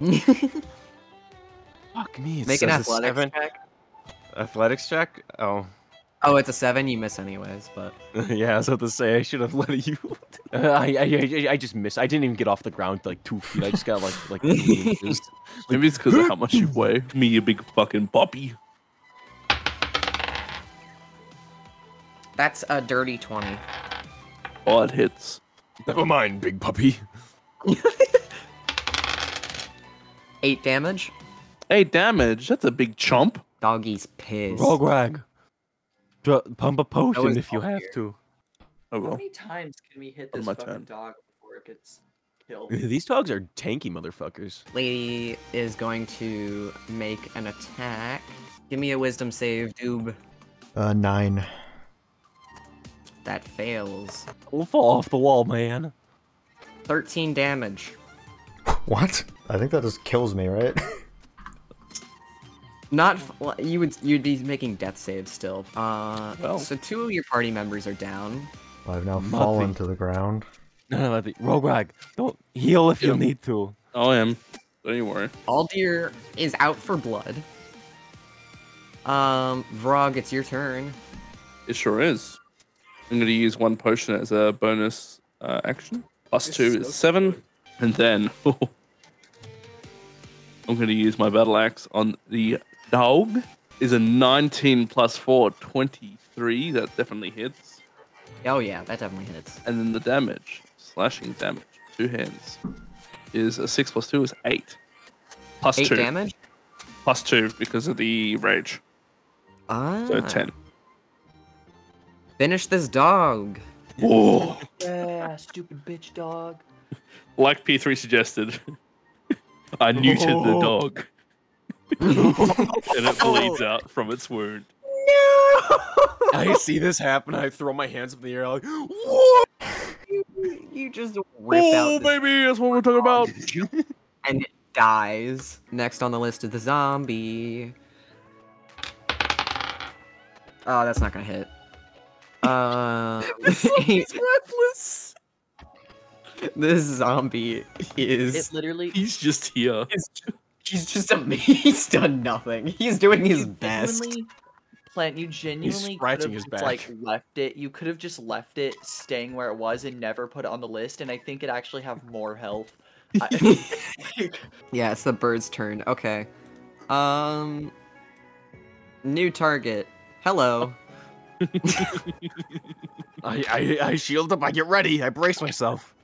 Fuck me! It
Make an
says a
athletics
seven.
check.
Athletics check. Oh.
Oh, it's a seven. You miss anyways, but
yeah, I was about to say I should have let you. Uh, I, I I I just missed. I didn't even get off the ground like two feet. I just got like like. two inches.
Maybe it's because of how much you weigh. Me, you big fucking puppy.
that's a dirty twenty.
Oh, it hits.
Never mind, big puppy.
Eight damage.
Hey, damage. That's a big chump.
Doggy's pissed.
Rograg. Dr- pump a potion
is
if you
all
have
here.
to.
Oh,
How
well.
many times can we hit
Oh,
On
this
my
fucking
turn.
dog before it gets killed?
These dogs are tanky motherfuckers.
Lady is going to make an attack. Give me a wisdom save, Doob.
Uh, 9.
That fails.
We'll fall off the wall, man.
13 damage.
What? I think that just kills me, right?
Not f- well, you would you'd be making death saves still. Uh, so two of your party members are down.
I've now
Nothing.
fallen to the ground.
No, no, no. Rograg, don't heal if you
Yeah.
need to.
I am. Don't you worry.
Aldir is out for blood. Um, Vrog, it's your turn.
It sure is. I'm going to use one potion as a bonus uh, action. Plus two is seven. And then oh, I'm going to use my battle axe on the dog. Is a 19 plus 4, 23. That definitely hits.
Oh yeah, that definitely hits.
And then the damage, slashing damage, two hands, is a 6 plus 2 is 8. Plus
Eight
2.
damage.
Plus 2 because of the rage.
Ah.
So 10.
Finish this dog.
Whoa.
Yeah, stupid bitch dog.
Like P3 suggested, I neutered the dog. and it bleeds out from its wound.
I see this happen. I throw my hands up in the air, like,
You just rip
Oh,
out this
baby, that's what we're talking about.
and it dies. Next on the list is the zombie. Oh, that's not gonna hit. Uh,
breathless.
this zombie is
It literally
He's just here.
he's just a he's done nothing. He's doing his best.
genuinely plant you genuinely could
scratching
have
his
just, like left it you could have just left it staying where it was and never put it on the list and i think it actually have more health I-
Yeah, it's the bird's turn. Okay. Um new target. Hello.
I, I, I shield up. I get ready. I brace myself.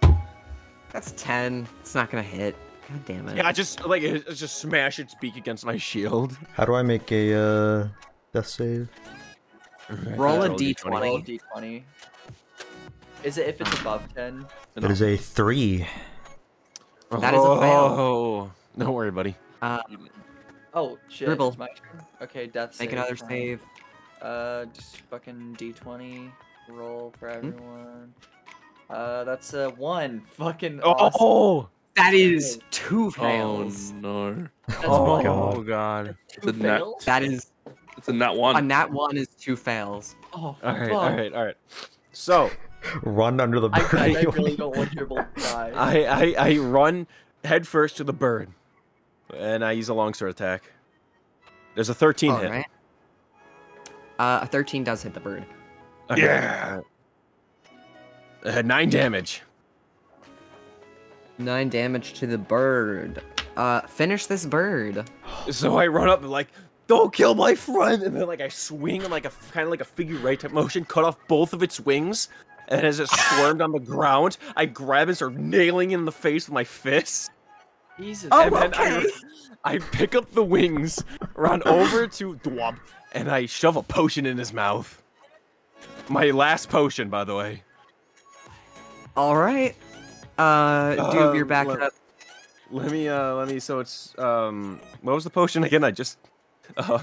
That's 10. It's not going to hit. God damn it.
Yeah, I just like it, it just smash its beak against my shield.
How do I make a uh, death save?
Roll a
Roll a d20.
roll a
d20.
d20 is it if it's above 10
It is a three.
That is a fail.
Oh, don't worry, buddy.
Um,
oh shit
Dribble.
it's my turn okay death
make
save,
another
fine.
save.
uh just fucking d20 roll for everyone uh that's a one fucking awesome.
Oh,
That is
Fail.
two
Oh
fails.
no!
That's
oh,
one.
god.
God.
It's a
Two
nat.
fails?
That is
It's a nat one.
on that one is two fails.
oh
All right,
fuck.
all right, all right. So
Run under the
I, I I
burning
really don't want Dribble to die.
I, I I run headfirst to the bird, and I use a longsword attack. There's a 13 hit.
Alright. Uh, a 13 does hit the bird.
Yeah. Uh, nine damage.
Nine damage to the bird. Uh, finish this bird.
So I run up and like, don't kill my friend, and then like I swing in like a kind of like a figure eight type motion, cut off both of its wings, and as it squirmed on the ground, I grab it and start nailing it in the face with my fist.
Jesus.
and then I, I pick up the wings, run over to Dwab, and I shove a potion in his mouth. My last potion, by the way.
All right. Uh, Doob, you're
Um,
back
look.
up.
Let me, uh, let me. So it's um, what was the potion again? I just, uh,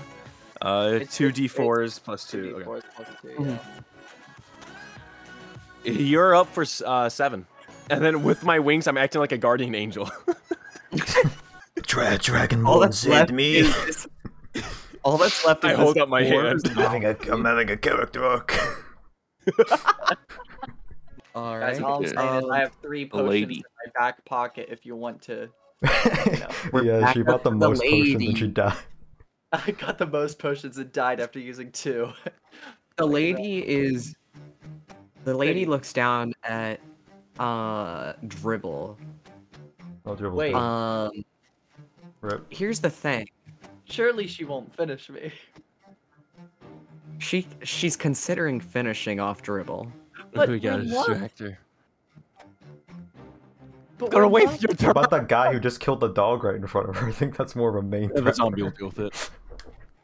uh,
It's-
two
it's-
d
it's
fours plus two.
Two
okay.
D4s plus two,
Mm-hmm.
Mhm.
yeah.
You're up for s- uh, seven. And then with my wings, I'm acting like a guardian angel.
Dra- Dragon
All
Ball
that's
Z
left
me.
is this- all that's left
I
is
hold
this
up my
orb.
hand.
I'm having a, I'm having a character arc.
All
Guys,
right.
all I'm saying is
Um,
I have three potions
lady.
in my back pocket if you want to.
We're
yeah,
back
she
up
bought the
to the
most potions and she
lady.
died.
I got the most potions and died after using two.
the
Like,
lady is the
Lady.
lady looks down at uh dribble
Oh,
Wait,
um
Rip.
here's the thing
surely she won't finish me.
she she's considering finishing off dribble
But we got a But
Go
we're
away
not-
from your
How
turn.
about that guy who just killed the dog right in front of her? I think that's more of a main
The
threat.
zombie will deal with it.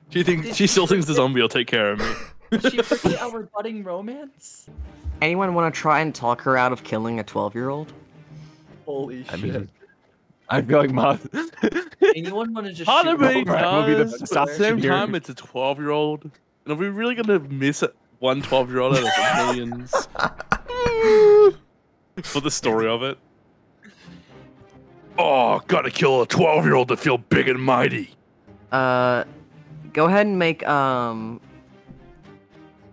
Do you think she still thinks the zombie will take care of me?
Did she forget our budding romance?
anyone want to try and talk her out of killing a 12 year old
Holy
I
shit.
mean, I feel like my.
Anyone want to just
Part
shoot
of me
her?
Right, will be the
does,
best
but at the
option
same
here.
time, it's a 12 year old. And are we really going to miss it? one 12 year old out of millions for the story of it. Oh, gotta kill a 12 year old to feel big and mighty.
Uh, go ahead and make um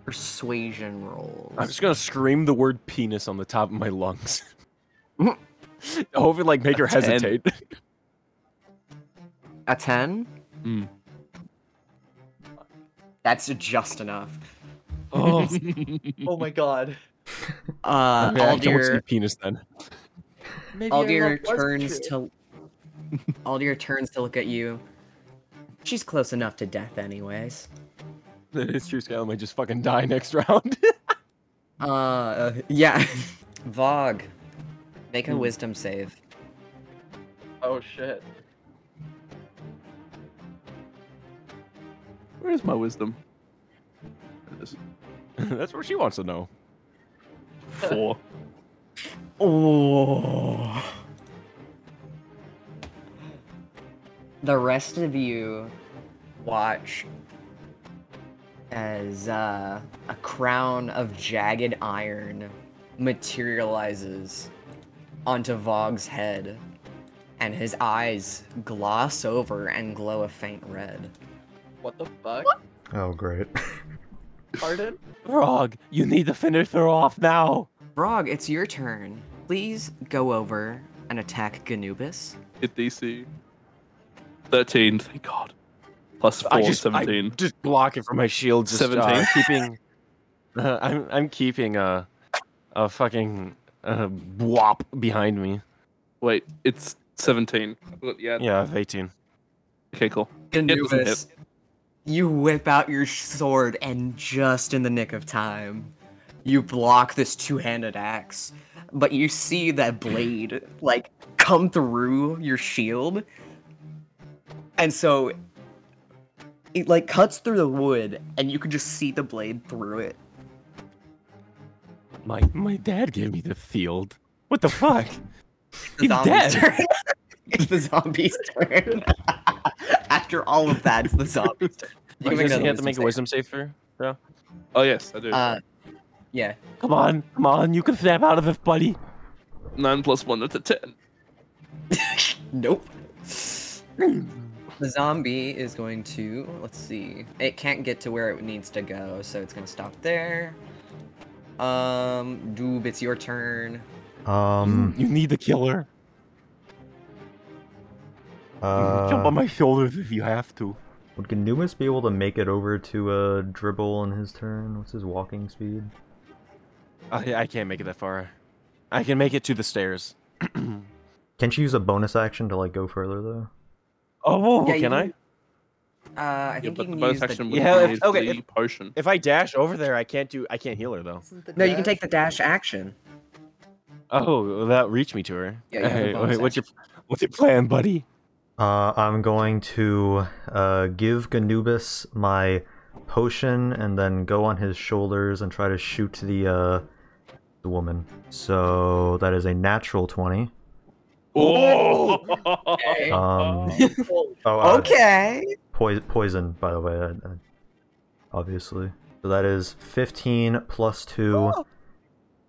persuasion rolls.
I'm just gonna scream the word penis on the top of my lungs. Hopefully, like make her
A ten.
hesitate.
A ten.
Hmm.
Mm.
That's just enough.
Oh.
oh my god.
Uh,
Okay, I don't see
Aldir,
penis then.
Maybe our
Aldir
love was
turns
true.
to Aldir turns to look at you. She's close enough to death, anyways.
it's true. Scale might just fucking die next round.
Uh, uh, yeah. Vogue, make a
Hmm.
wisdom save.
Oh shit.
Where's my wisdom?
That's what she wants to know.
Four.
Oh. The rest of you watch as uh, a crown of jagged iron materializes onto Vogg's head, and his eyes gloss over and glow a faint red.
What the fuck?
Oh, great.
Pardon?
Frog, you need to finish her off now.
Brog, it's your turn. Please go over and attack Ganubis.
Hit DC. 13, thank God. Plus 4,
I just,
17.
I just block it from my shield. Just, uh,
17?
keeping. Uh, I'm I'm keeping a, a fucking uh, whop behind me.
Wait, it's 17. I forgot the ad.
Yeah, I have 18.
Okay, cool. It doesn't
Ganubis, you whip out your sword, and just in the nick of time, you block this two handed axe. But you see that blade, like, come through your shield. And so it, like, cuts through the wood, and you can just see the blade through it.
My my dad gave me the field. What the fuck?
the
He's
zombie's
dead.
turn. it's the zombie's turn. After all of that, it's the zombie's turn. You
You
can make another
have to
wisdom
make a
save.
wisdom save for, bro.
Oh, yes, I do.
Uh, yeah.
Come on, come on, you can snap out of it, buddy.
9 plus 1, that's a 10.
Nope. The zombie is going to let's see. It can't get to where it needs to go, so it's gonna stop there. Um, Doob, it's your turn.
Um,
You need the killer. Jump
uh,
on my shoulders if you have to.
would Ganumas be able to make it over to uh, Dribble in his turn? What's his walking speed?
Oh, I, I can't make it that far. I can make it to the stairs.
Can she use a bonus action to like go further though?
Oh,
Yeah, you
can I?
can- Uh, I
Yeah,
think
but
you
the
can
bonus
use
action
the.
would
Yeah,
be
if- okay,
the potion.
If I dash over there, I can't do. I can't heal her though.
No, you can take the dash action.
Oh, well, that reach me to her.
Yeah, you have a
Hey,
bonus
wait, what's your what's your plan, buddy?
Uh, I'm going to uh, give Ganubis my potion and then go on his shoulders and try to shoot the uh, the woman. So that is a natural twenty.
Oh!
Um, oh, uh,
Okay.
poi- poison, by the way, I, I- obviously. So that is fifteen plus two,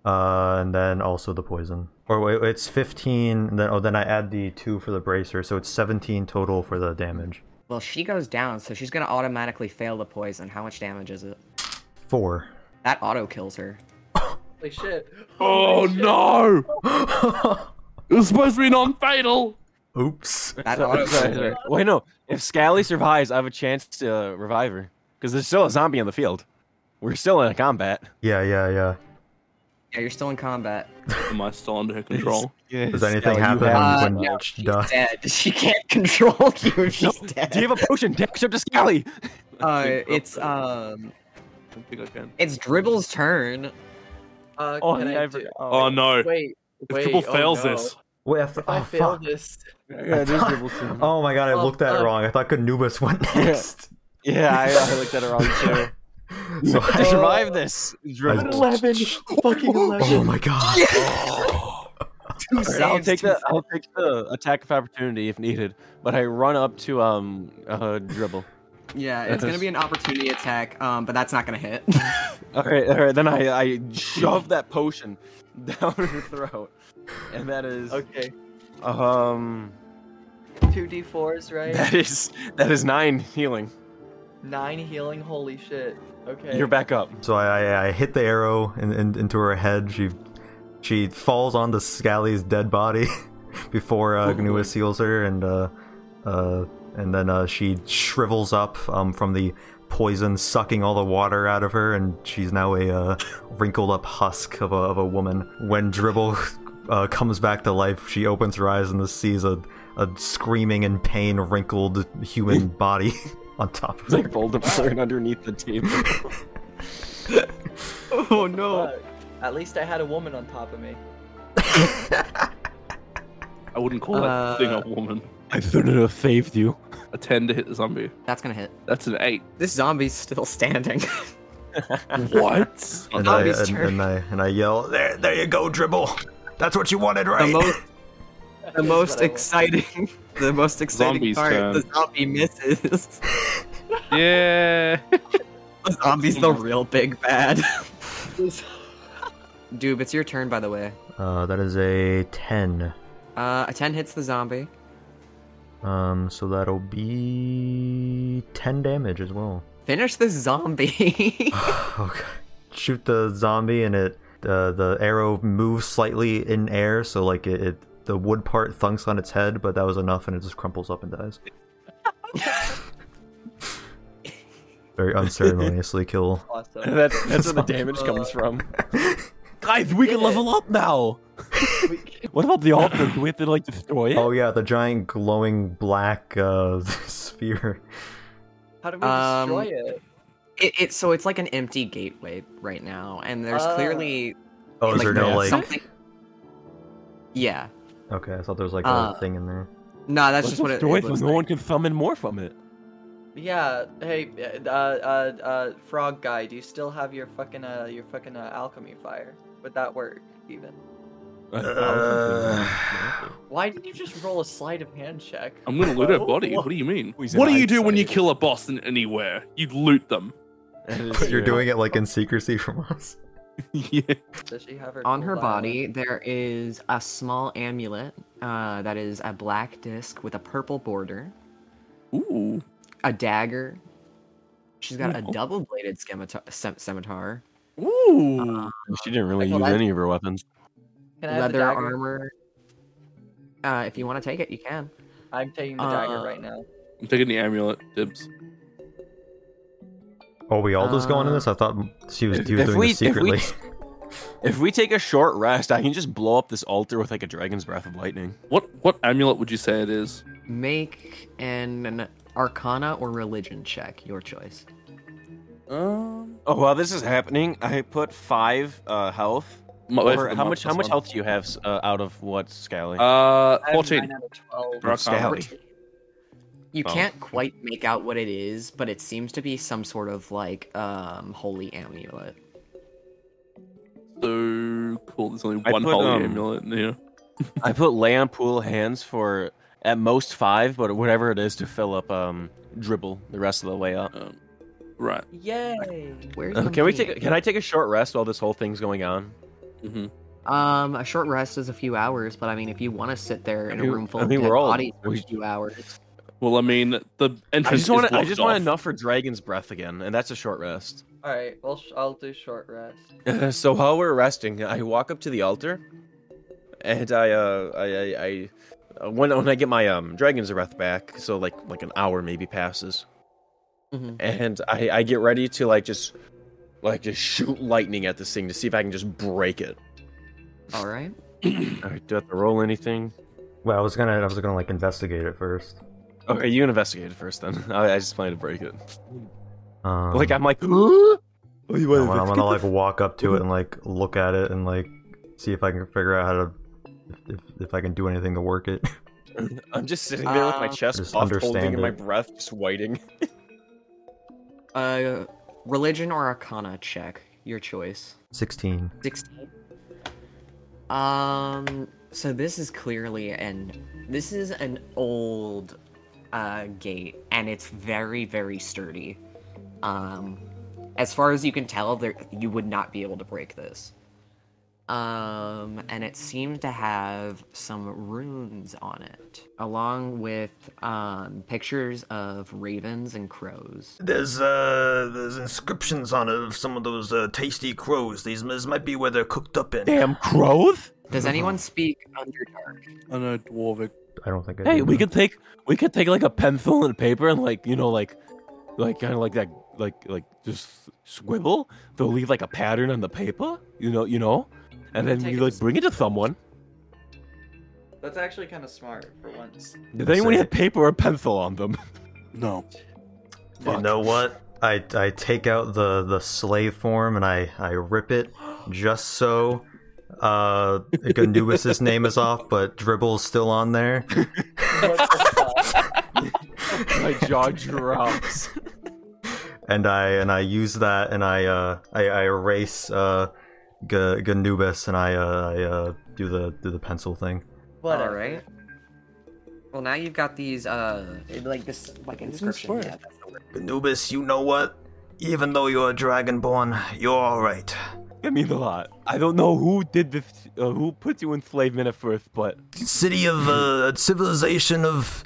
uh, and then also the poison. Or wait, it's fifteen. And then oh, then I add the two for the bracer, so it's seventeen total for the damage.
Well, she goes down, so she's gonna automatically fail the poison. How much damage is it?
Four.
That auto kills her.
Holy shit.
Oh, no! It was supposed to be non fatal!
Oops.
That
So-
auto
sorry,
kills
sorry.
her.
Wait, no. If Scally survives, I have a chance to uh, revive her because there's still a zombie on the field. We're still in a combat.
Yeah, yeah, yeah.
Yeah, you're still in combat.
Am I still under her control?
Yeah.
Does anything happen
have-
when
Uh, no,
she
She's
dies?
dead. She can't control you. if She's
Do
dead.
you have a potion? Dash up to Scally.
Uh, it's um,
I don't think I can.
it's Dribble's turn.
Uh,
Oh,
can
yeah,
I
I forgot.
do-
Oh, no.
Wait,
If
wait.
Triple
oh,
fails
no.
this.
Wait, I th-
If I
oh,
fail
fuck.
this,
Yeah,
there's Dribble's Oh my god, I
Oh,
looked at it
fuck.
wrong. I thought Anubis went next.
Yeah, I, I looked at it wrong too.
So
I
I,
survived this.
I-
eleven, fucking
oh
eleven.
my god.
Two
Alright, I'll take the I'll take the attack of opportunity if needed, but I run up to um uh, dribble.
Yeah, it's gonna be an opportunity attack, um, but that's not gonna hit.
All right, all right. Then I I shove that potion down her throat, and that is
Okay.
um
Two D4s, right?
that is that is nine healing.
Nine healing. Holy shit. Okay.
You're back up.
So I, I, I hit the arrow in, in, into her head. She she falls onto Scally's dead body before uh, Gnua seals her, and uh, uh, and then uh, she shrivels up um, from the poison sucking all the water out of her, and she's now a uh, wrinkled up husk of a, of a woman. When Dribble uh, comes back to life, she opens her eyes and sees a, a screaming in pain, wrinkled human body on top of her.
Like Voldemort underneath the table.
Oh no.
Fuck. At least I had a woman on top of me.
I wouldn't call that thing a woman.
I shouldn't have saved you.
Uh, A 10 to hit the zombie.
That's gonna hit.
That's an 8.
This zombie's still standing.
What?
and I,
Zombie's
and,
turn.
and I and I yell, "There, there you go, dribble! That's what you wanted,
the
right?"
most, the most
what I want.
exciting, the most exciting
Zombie's
part.
turn.
The zombie misses.
yeah.
the zombie's the real big bad. Doob, it's your turn, by the way.
Uh, that is a ten.
Uh, a ten hits the zombie.
Um, so that'll be ten damage as well.
Finish this zombie.
Okay. Shoot the zombie, and it uh, the arrow moves slightly in air, so like it, it the wood part thunks on its head, but that was enough, and it just crumples up and dies. Very unceremoniously kill.
Awesome.
That's that's where the damage comes from. Guys, we can level up now. what about the altar? Do we have to like destroy it?
Oh yeah, the giant glowing black uh, sphere.
How do we
Um,
destroy it?
it, it so it's like an empty gateway right now, and there's
Oh.
clearly
Oh, is
like,
there no like?
something. Yeah.
Okay, I thought there was like a
Uh,
thing in there.
No, that's
Let's
just what it,
destroy
it looks
so
like.
no one can summon more from it.
Yeah. Hey, uh, uh, uh, frog guy, do you still have your fucking uh, your fucking uh, alchemy fire? Would that work even?
Uh,
Why did you just roll a sleight of hand check? Oh.
I'm gonna loot her
Bo?
body. What do you mean?
He's
what
an
do you do when you
eyesight.
kill a boss in anywhere? You loot them.
But you're doing it like in secrecy from us.
yeah.
Does she have her
On her
cooldown?
body, there is a small amulet uh, that is a black disc with a purple border,
Ooh.
a dagger. She's got a double bladed scimitar. scim- scimitar
Ooh.
She didn't really
Well,
use
that-
any of her weapons.
Can I have the
leather
dagger?
armor. Uh, if you want to take it, you can.
I'm taking the dagger
Uh,
right now.
I'm taking the amulet. Dibs.
Are Oh, we all just going in this? I thought she was, he was
Uh, If
doing
we-
this
if we-
secretly.
If we take a short rest, I can just blow up this altar with like a dragon's breath of lightning.
What what amulet would you say it is?
Make an, an arcana or religion check, your choice.
Um.
Oh, while this is happening, I put five uh, health.
my-
Or
my-
how much? How
this
much
one.
health do you have uh, out of what, Scally?
Uh,
I have
fourteen.
nine out of 12.
Rock
Scally.
armor.
You
Oh.
can't quite make out what it is, but it seems to be some sort of like um, holy amulet.
So cool. There's only
I
one
put,
holy
um,
amulet in here.
I put lay on pool hands for at most five, but whatever it is to fill up um dribble the rest of the way up.
Um, right.
Yay!
Where's
Uh,
the
can we
meat?
take? Can I take a short rest while this whole thing's going on?
Mm-hmm.
Um, a short rest is a few hours, but I mean, if you want to sit there in
I
a
mean-
room full
I
of
mean,
dead
we're all-
bodies for
we-
a few hours,
Well, I mean, the entrance
I just
want
want. I just want enough for dragon's breath again, and that's a short rest.
All right. Well, sh- I'll do short rest.
so while we're resting, I walk up to the altar, and I uh I I. I uh, when, when I get my um dragon's breath back, so like like an hour maybe passes,
Mhm.
and I I get ready to like just like just shoot lightning at this thing to see if I can just break it.
all right.
All right, do I have to roll anything?
well, I was gonna, I was gonna like investigate it first.
Okay, you investigate it first then. I, I just plan to break it.
Um,
Like I'm like, oh, you
I wanna, I wanna like walk up to it and like look at it and like see if I can figure out how to, if, if, if I can do anything to work it.
I'm just sitting there with my
Uh,
chest
Just
puffed, holding
understand
in my
it.
breath, just waiting.
Uh, religion or arcana check, your choice.
Sixteen.
16 um so this is clearly an this is an old uh, gate, and it's very, very sturdy. Um, as far as you can tell, there you would not be able to break this. Um, and it seemed to have some runes on it, along with um, pictures of ravens and crows.
There's uh, there's inscriptions on it of some of those uh, tasty crows. These this might be where they're cooked up in.
Damn crows!
Does anyone speak Underdark?
I know dwarvic.
I don't think. I
Hey,
do
we
that.
could take we could take like a pencil and paper and like you know like like kind of like that like like just scribble. They'll leave like a pattern on the paper, you know, you know, and then
Take
we
it
like
to
bring it to someone.
That's actually kind of smart for once.
Does anyone have paper or pencil on them?
No.
You know what? I, I take out the, the slave form and I, I rip it just so uh Ganubis' name is off, but Dribble's still on there.
My jaw drops.
And I and I use that and I uh I, I erase uh G- Ganubis and I uh, I uh do the do the pencil thing.
Whatever.
All right. Well, now you've got these uh, like this like inscription. Yeah, that's the word.
Anubis, you know what? Even though you're a dragonborn, you're all right.
It means a lot. I don't know who did this, uh, who put you in enslavement at first, but
City of uh, civilization of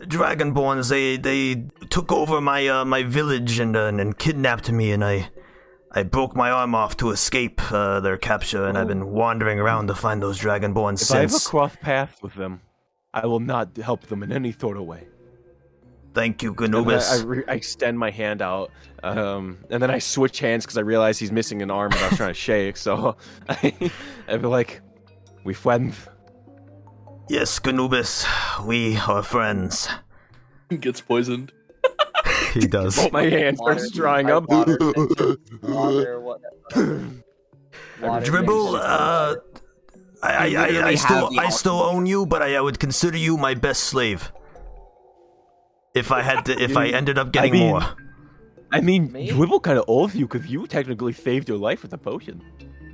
dragonborns. They they took over my uh, my village and, uh, and kidnapped me, and I I broke my arm off to escape uh, their capture, and I've been wandering around to find those dragonborns
Oh. if I ever
since.
cross paths with them, I will not help them in any sort of way.
Thank you,
And then
Ganubis.
I, I, re- I extend my hand out, um, and then I switch hands because I realize he's missing an arm that I was trying to shake. So I, I be like, "We friends."
Yes, Ganubis, we are friends.
Gets poisoned.
He does.
My hand
Water-
starts drying
I
up.
water them. Water, whatever. Water
Dribble,
them.
uh, I,
You
I, I, I
literally have
still
the
I still own you, but I, I would consider you my best slave. If I had to, if I ended up getting
mean-
more,
I mean,
Me?
Dribble kind of owes you because you technically saved your life with the potion.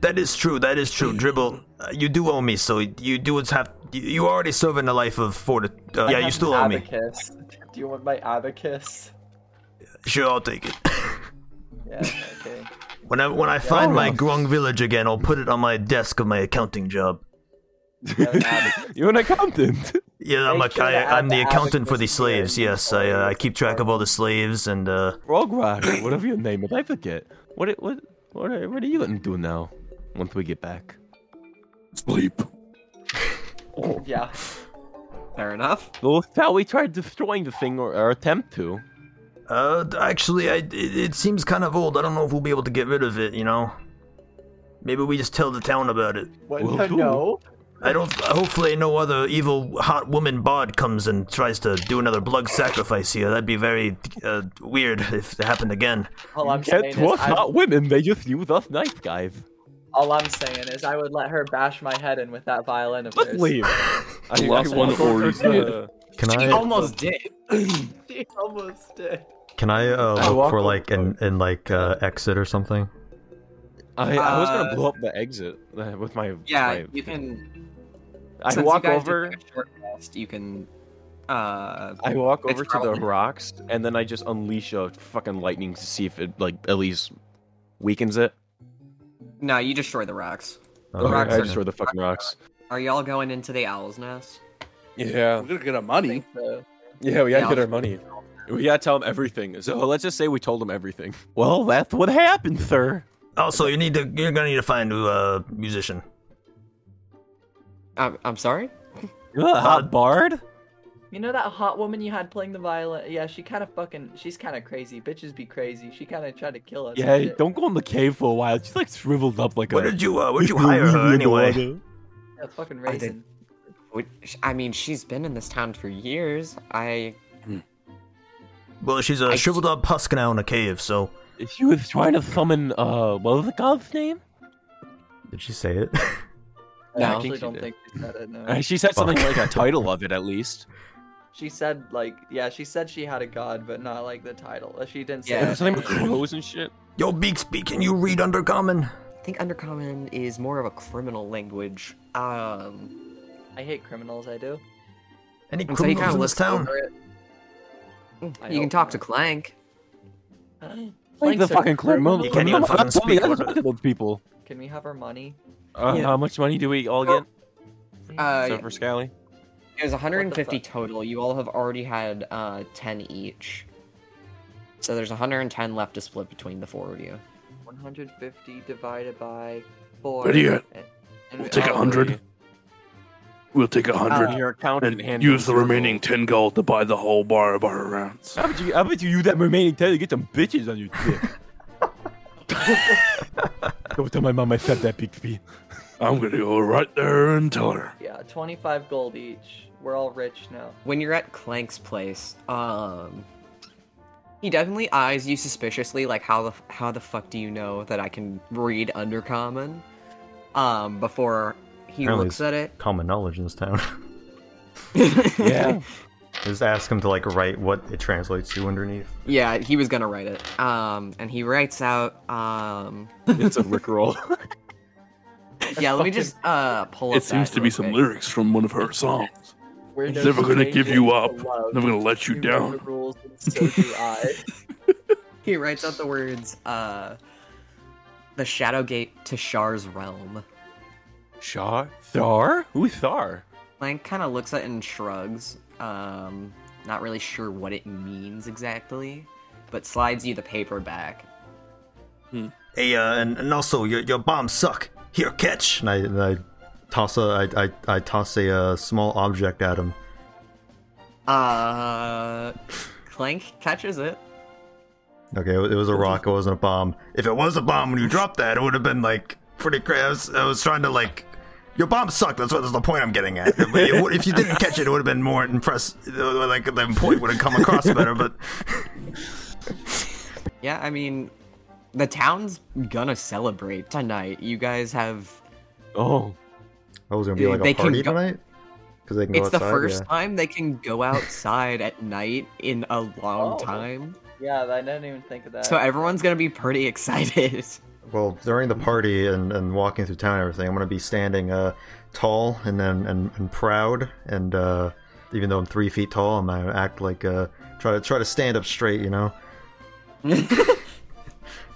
that is true. That is true. Dribble, uh, you do owe me, so you do have. You, you already serving a life of fortitude. Uh,
I
yeah, you
have
still
an
owe me.
abacus. Do you want my abacus?
Sure, I'll take it.
Yeah, okay.
When I when I find my Grung village again, I'll put it on my desk of my accounting job.
Yeah, an abacus.
You're an accountant.
Yeah, I'm a,
Make sure to
I,
add
I'm the
the
accountant for
abacus
the
here
slaves.
in the
Yes, I uh, I
forward
keep track of all the slaves and uh,
Rograk, whatever your name is, I forget. What it- what what are, what are you gonna do now? Once we get back,
Sleep.
yeah.
Fair enough.
well, how we tried destroying the thing or, or attempt to.
Uh, d- actually, I, it, it seems kind of old. I don't know if we'll be able to get rid of it, you know? Maybe we just tell the town about it.
What?
Well,
no,
do.
no.
I don't. Hopefully, no other evil hot woman bard comes and tries to do another blood sacrifice here. That'd be very uh, weird if it happened again.
All I'm saying
Can't
is,
trust
I-
not women. They just use us nice guys.
all I'm saying is, I would let her bash my head in with that violin of
Let's
theirs.
leave. I
Last one
walk
already
towards the-
Can
She
I
almost did.
She almost did.
can I uh,
I
look
walk
for
over
like
to
an in like uh, exit or something?
I, I was gonna
Uh,
blow up the exit uh, with my.
Yeah,
my-
you can.
I
since
walk
you guys did
over.
a Short rest, you can. Uh,
I walk
It's
over to the
probably-
rocks and then I just unleash a fucking lightning to see if it like at least weakens it.
no, you destroy the rocks.
The
Okay,
rocks
I
are-
destroy the fucking rocks.
Are y'all going into the owl's nest?
We're gonna get our money.
So,
Yeah, we
gotta Yeah. get our
money. We gotta tell him everything. So let's just say we told him everything. Well, that's what happened, sir.
Also, you need to. You're gonna need to find a new uh, musician.
I'm, I'm sorry.
Uh, hot bard.
you know that hot woman you had playing the violin? Yeah, she kind of fucking. She's kind of crazy. Bitches be crazy. She kind of tried to kill us. and
Yeah,
shit.
don't go in the cave for a while. She's like shriveled up like
Where
a.
did you? Uh, where'd you hire her anyway?
Yeah, fucking
I did.
raisin.
Which, I mean, she's been in this town for years. I
Well, she's
I-
a shriveled up husk now in a cave. So
She was trying to summon. Uh, what was the god's name?
Did she say it?
I
No, I think
actually
she
don't
did.
think she said it. No.
Uh, she said something
Fuck.
like a title of it at least.
She said like, yeah, she said she had a god, but not like the title. Uh, She didn't say.
Yeah,
It was something with
anything.
crows and shit.
yo, Beaksby, can you read Undercommon?
think Undercommon is more of a criminal language. Um,
I hate criminals. I do.
Any
And so he
criminals
kinda
in this
looks
town?
over it.
I
you can
hope
talk to Clank.
Clank.
Like the
sir.
fucking clear mode.
You can't even fucking speak with it.
those people.
Can we have our money?
Uh,
Yeah.
How much money do we all get?
Uh,
so for Scally,
it was 150 total. You all have already had uh, 10 each. So there's 110 left to split between the four of you.
150 divided by four.
Ready yet?
and- and
We'll
we-
take a
oh,
hundred. We'll take a hundred.
your account
and
hand
use the
them
remaining ten gold to buy the whole bar of bar rounds.
How about you? How about you use that remaining ten to get some bitches on your dick? Don't tell my mom I fed that big fee.
I'm gonna go right there and tell her.
Yeah, 25 gold each. We're all rich now.
When you're at Clank's place, um, he definitely eyes you suspiciously. Like, how the how the fuck do you know that I can read Undercommon? Um, before he
Apparently
looks
it's
at it,
Common knowledge in this town.
Yeah.
Just ask him to like write what it translates to underneath.
yeah, he was gonna write it. Um, and he writes out, um,
it's a rickroll.
yeah. Let me just uh pull.
It
up
seems
that
to
real
be some
quick.
lyrics from one of her songs.
We're
Never gonna give you up. Never gonna let you
The
down.
rules, and so do I.
He writes out the words, uh, the shadow gate to Shar's realm.
Shar? Thar? Who's Thar?
Clank kind of looks at it and shrugs, um, not really sure what it means exactly, but slides you the paper back.
Hey, uh, and, and also, your, your bombs suck. Here, catch.
And I, and I toss a I, I, I toss a uh, small object at him.
Uh, Clank catches it.
Okay, it was a rock. It wasn't a bomb.
If it was a bomb when you dropped that, it would have been like pretty crazy. I was, I was trying to like. Your bombs suck. That's what. That's the point I'm getting at. But it would- if you didn't catch it, it would have been more impressed. Like the point would have come across better. But
Yeah, I mean, the town's gonna celebrate tonight. You guys have.
Oh.
I was gonna be
Dude,
like
they
a
can
party
go-
tonight because they can go
It's the
outside.
first
yeah.
time they can go outside at night in a long
Oh.
time.
Yeah, I didn't even think of that.
So everyone's gonna be pretty excited.
Well, during the party and, and walking through town and everything, I'm gonna be standing uh, tall and then and, and proud and uh, even though I'm three feet tall, I'm gonna act like uh, try to try to stand up straight, you know.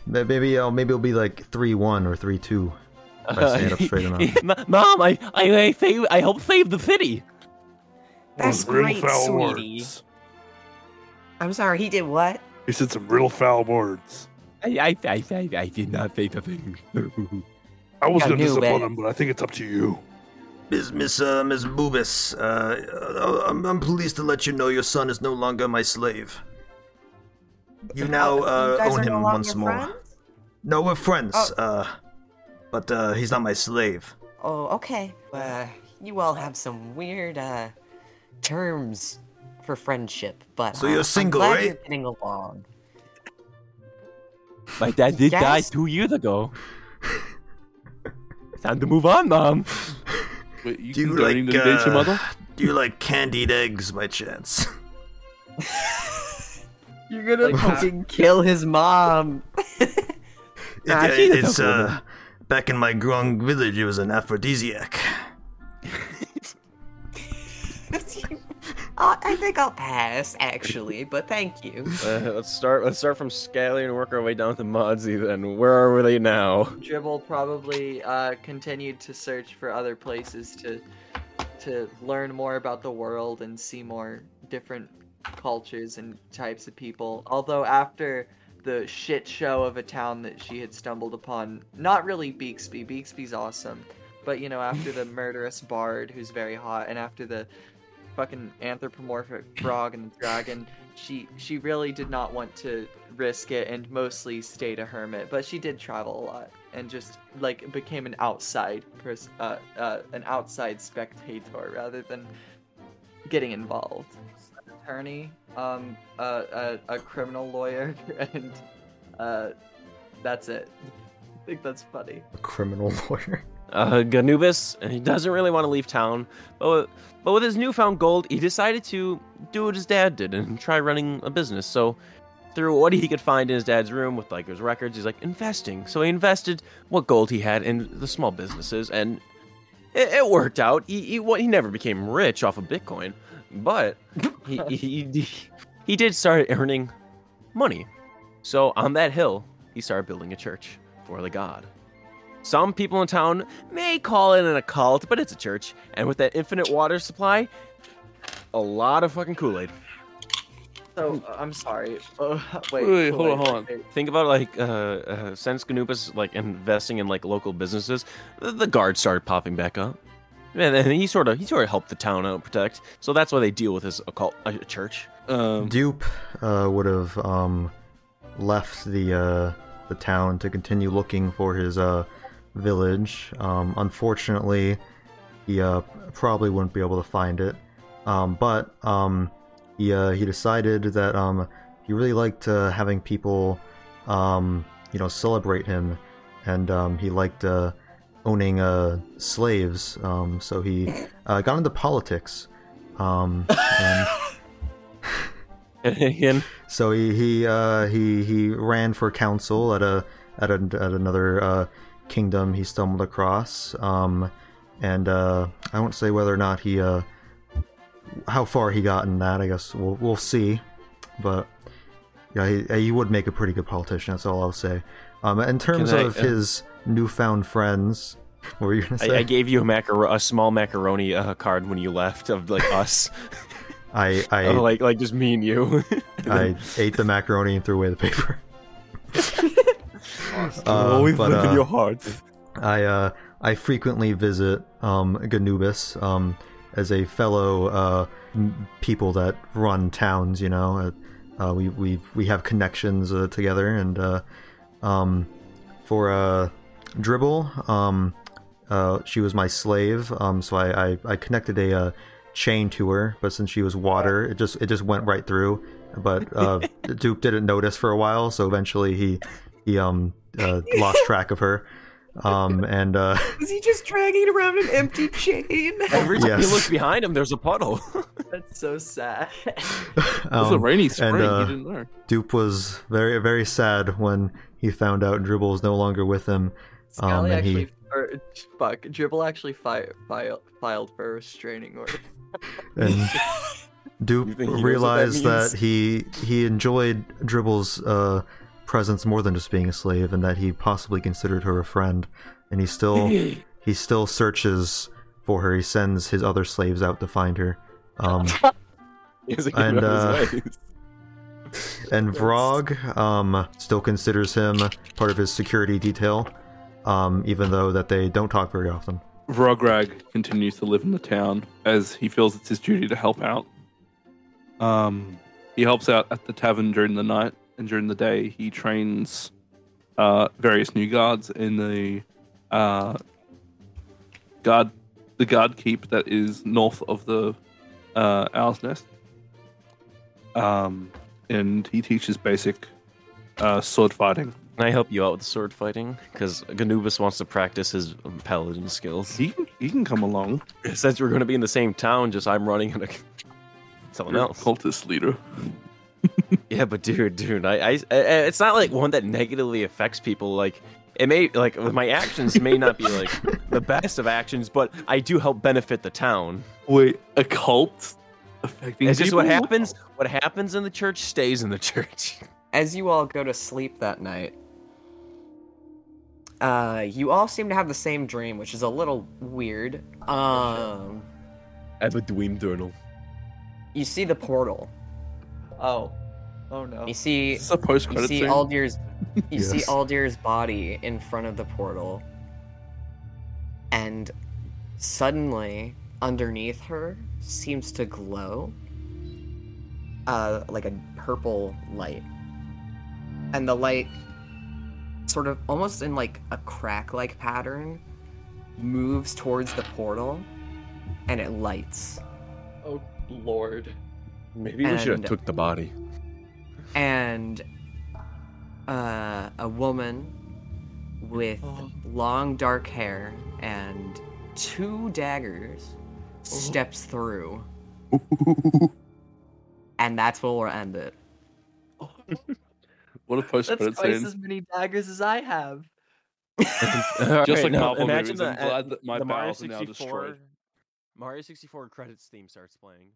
May- maybe I'll maybe I'll be like three one or three two. If I stand up straight enough.
M- Mom, I I I, save, I helped save the city.
That's
Real
great,
foul
sweetie.
words.
I'm sorry, he did what?
He said some real foul words.
I I I, I, I did not save the thing.
I was
I
gonna
knew
disappoint
it.
him, but I think it's up to you.
Miss Miss uh, Miss Boobus, uh, I'm, I'm pleased to let you know your son is no longer my slave. You now uh, own him once more. No, we're friends. Uh, but uh, he's not my slave.
Oh, okay. Uh, you all have some weird uh, terms for friendship, but
So
uh,
you're
I'm
single,
glad
right?
You're getting along.
My dad did die
Yes.
two years ago. Time to move on, Mom.
Wait, you
Do you
condoning
like
to date your
uh,
mother?
Do you like candied eggs by chance?
You're gonna
Fucking kill his mom.
It-
Ah,
yeah,
she doesn't
it's
know
uh, back in my Grung village. It was an aphrodisiac.
Uh, I think I'll pass, actually, but thank you.
Uh, let's start. Let's start from Scally and work our way down to Modsy. Then where are they now?
Dribble probably uh, continued to search for other places to to learn more about the world and see more different cultures and types of people. Although after the shit show of a town that she had stumbled upon, not really Beaksby. Beaksby's awesome, but you know after the murderous bard who's very hot, and after the fucking anthropomorphic frog and the dragon, she she really did not want to risk it and mostly stayed a hermit. But she did travel a lot and just like became an outside pers- uh, uh, an outside spectator rather than getting involved. An attorney, um, uh, a, a criminal lawyer, and uh, that's it. I think that's funny.
A criminal lawyer.
Uh, Ganubis, he doesn't really want to leave town, but with, but with his newfound gold, he decided to do what his dad did and try running a business. So, through what he could find in his dad's room with like his records, he's like investing. So he invested what gold he had in the small businesses, and it, it worked out. He, he wa- he never became rich off of Bitcoin, but he he, he, he did start earning money. So on that hill, he started building a church for the god. Some people in town may call it an occult, but it's a church. And with that infinite water supply, a lot of fucking Kool Aid.
So uh, I'm sorry. Uh, wait, wait, wait.
Think about like uh, uh, since Ganupas like investing in like local businesses, the, the guards started popping back up. And then he sort of he sort of helped the town out protect. So that's why they deal with his occult uh, church. Um,
Dupe uh, would have um, left the uh, the town to continue looking for his uh, village. Um, unfortunately, he uh, probably wouldn't be able to find it. Um, but um, he uh, he decided that um, he really liked uh, having people, um, you know, celebrate him, and um, he liked uh, owning uh, slaves. Um, so he uh, got into politics. Um, and
Again,
So he he uh, he he ran for council at a at a, at another uh, kingdom he stumbled across, um, and uh, I won't say whether or not he uh, how far he got in that. I guess we'll we'll see, but yeah, he, uh, he would make a pretty good politician. That's all I'll say. Um, in terms
I,
of
uh,
his newfound friends, what were you gonna
I,
say?
I gave you a macaro- a small macaroni uh, card when you left of like us,
I I,
Of, like like just me and you.
I ate the macaroni and threw away the paper. Uh,
Always
but,
live in
uh,
your heart.
I uh, I frequently visit um, Ganubis um, as a fellow uh, m- people that run towns. You know, uh, uh, we we we have connections uh, together, and uh, um, for uh, Dribble, um, uh, she was my slave, um, so I, I, I connected a uh, chain to her, but since she was water, it just it just went right through. But uh, Dupe didn't notice for a while, so eventually he he um uh, lost track of her, um, and uh,
Was he just dragging around an empty chain?
Every time
Yes.
he looks behind him, there's a puddle.
That's so sad.
was
um,
a rainy spring, you
uh,
didn't learn.
Dupe was very very sad when he found out Dribble is no longer with him. Um,
Scally
and
actually,
he,
or, fuck, Dribble actually fi- fi- filed for a restraining order.
and Dupe
think he knows what that
realized that,
means?
he he enjoyed Dribble's uh, presence more than just being a slave, and that he possibly considered her a friend. And he still he still searches for her. He sends his other slaves out to find her. Um,
He hasn't
And,
given up
uh,
his ways.
and Vrog um, still considers him part of his security detail, um, even though that they don't talk very often.
Vrograg continues to live in the town as he feels it's his duty to help out. Um, he helps out at the tavern during the night, and during the day, he trains uh, various new guards in the uh, guard the guard keep that is north of the uh, owl's nest. Um, and he teaches basic uh, sword fighting.
Can I help you out with sword fighting? Because Ganubis wants to practice his um, paladin skills.
He can, he can come along.
Since we're going to be in the same town, just I'm running in a someone
You're a
else.
Cultist leader.
Yeah, but dude, dude, I, I, I, it's not like one that negatively affects people. Like it may, like my actions may not be like the best of actions, but I do help benefit the town.
Wait, a cult affecting
It's just what
people?
happens. What happens in the church stays in the church.
As you all go to sleep that night, uh, you all seem to have the same dream, which is a little weird. Um,
I have a dream journal.
you see the portal.
Oh, oh no.
You see,
This is a
you
post-credit
see
scene.
Aldir's, you see
Yes.
Aldir's body in front of the portal, and suddenly, underneath her seems to glow, uh, like a purple light, and the light, sort of almost in like a crack-like pattern, moves towards the portal, and it lights.
Oh lord.
Maybe
we should have And-
took the body.
and uh, a woman with long dark hair and two daggers steps through. and that's where we'll end it.
What a post
That's
credit
twice
scene.
as many daggers as I have.
Just like Marvel movies, I'm glad that my
the Mario
bowels are now destroyed.
64 Mario 64 credits theme starts playing.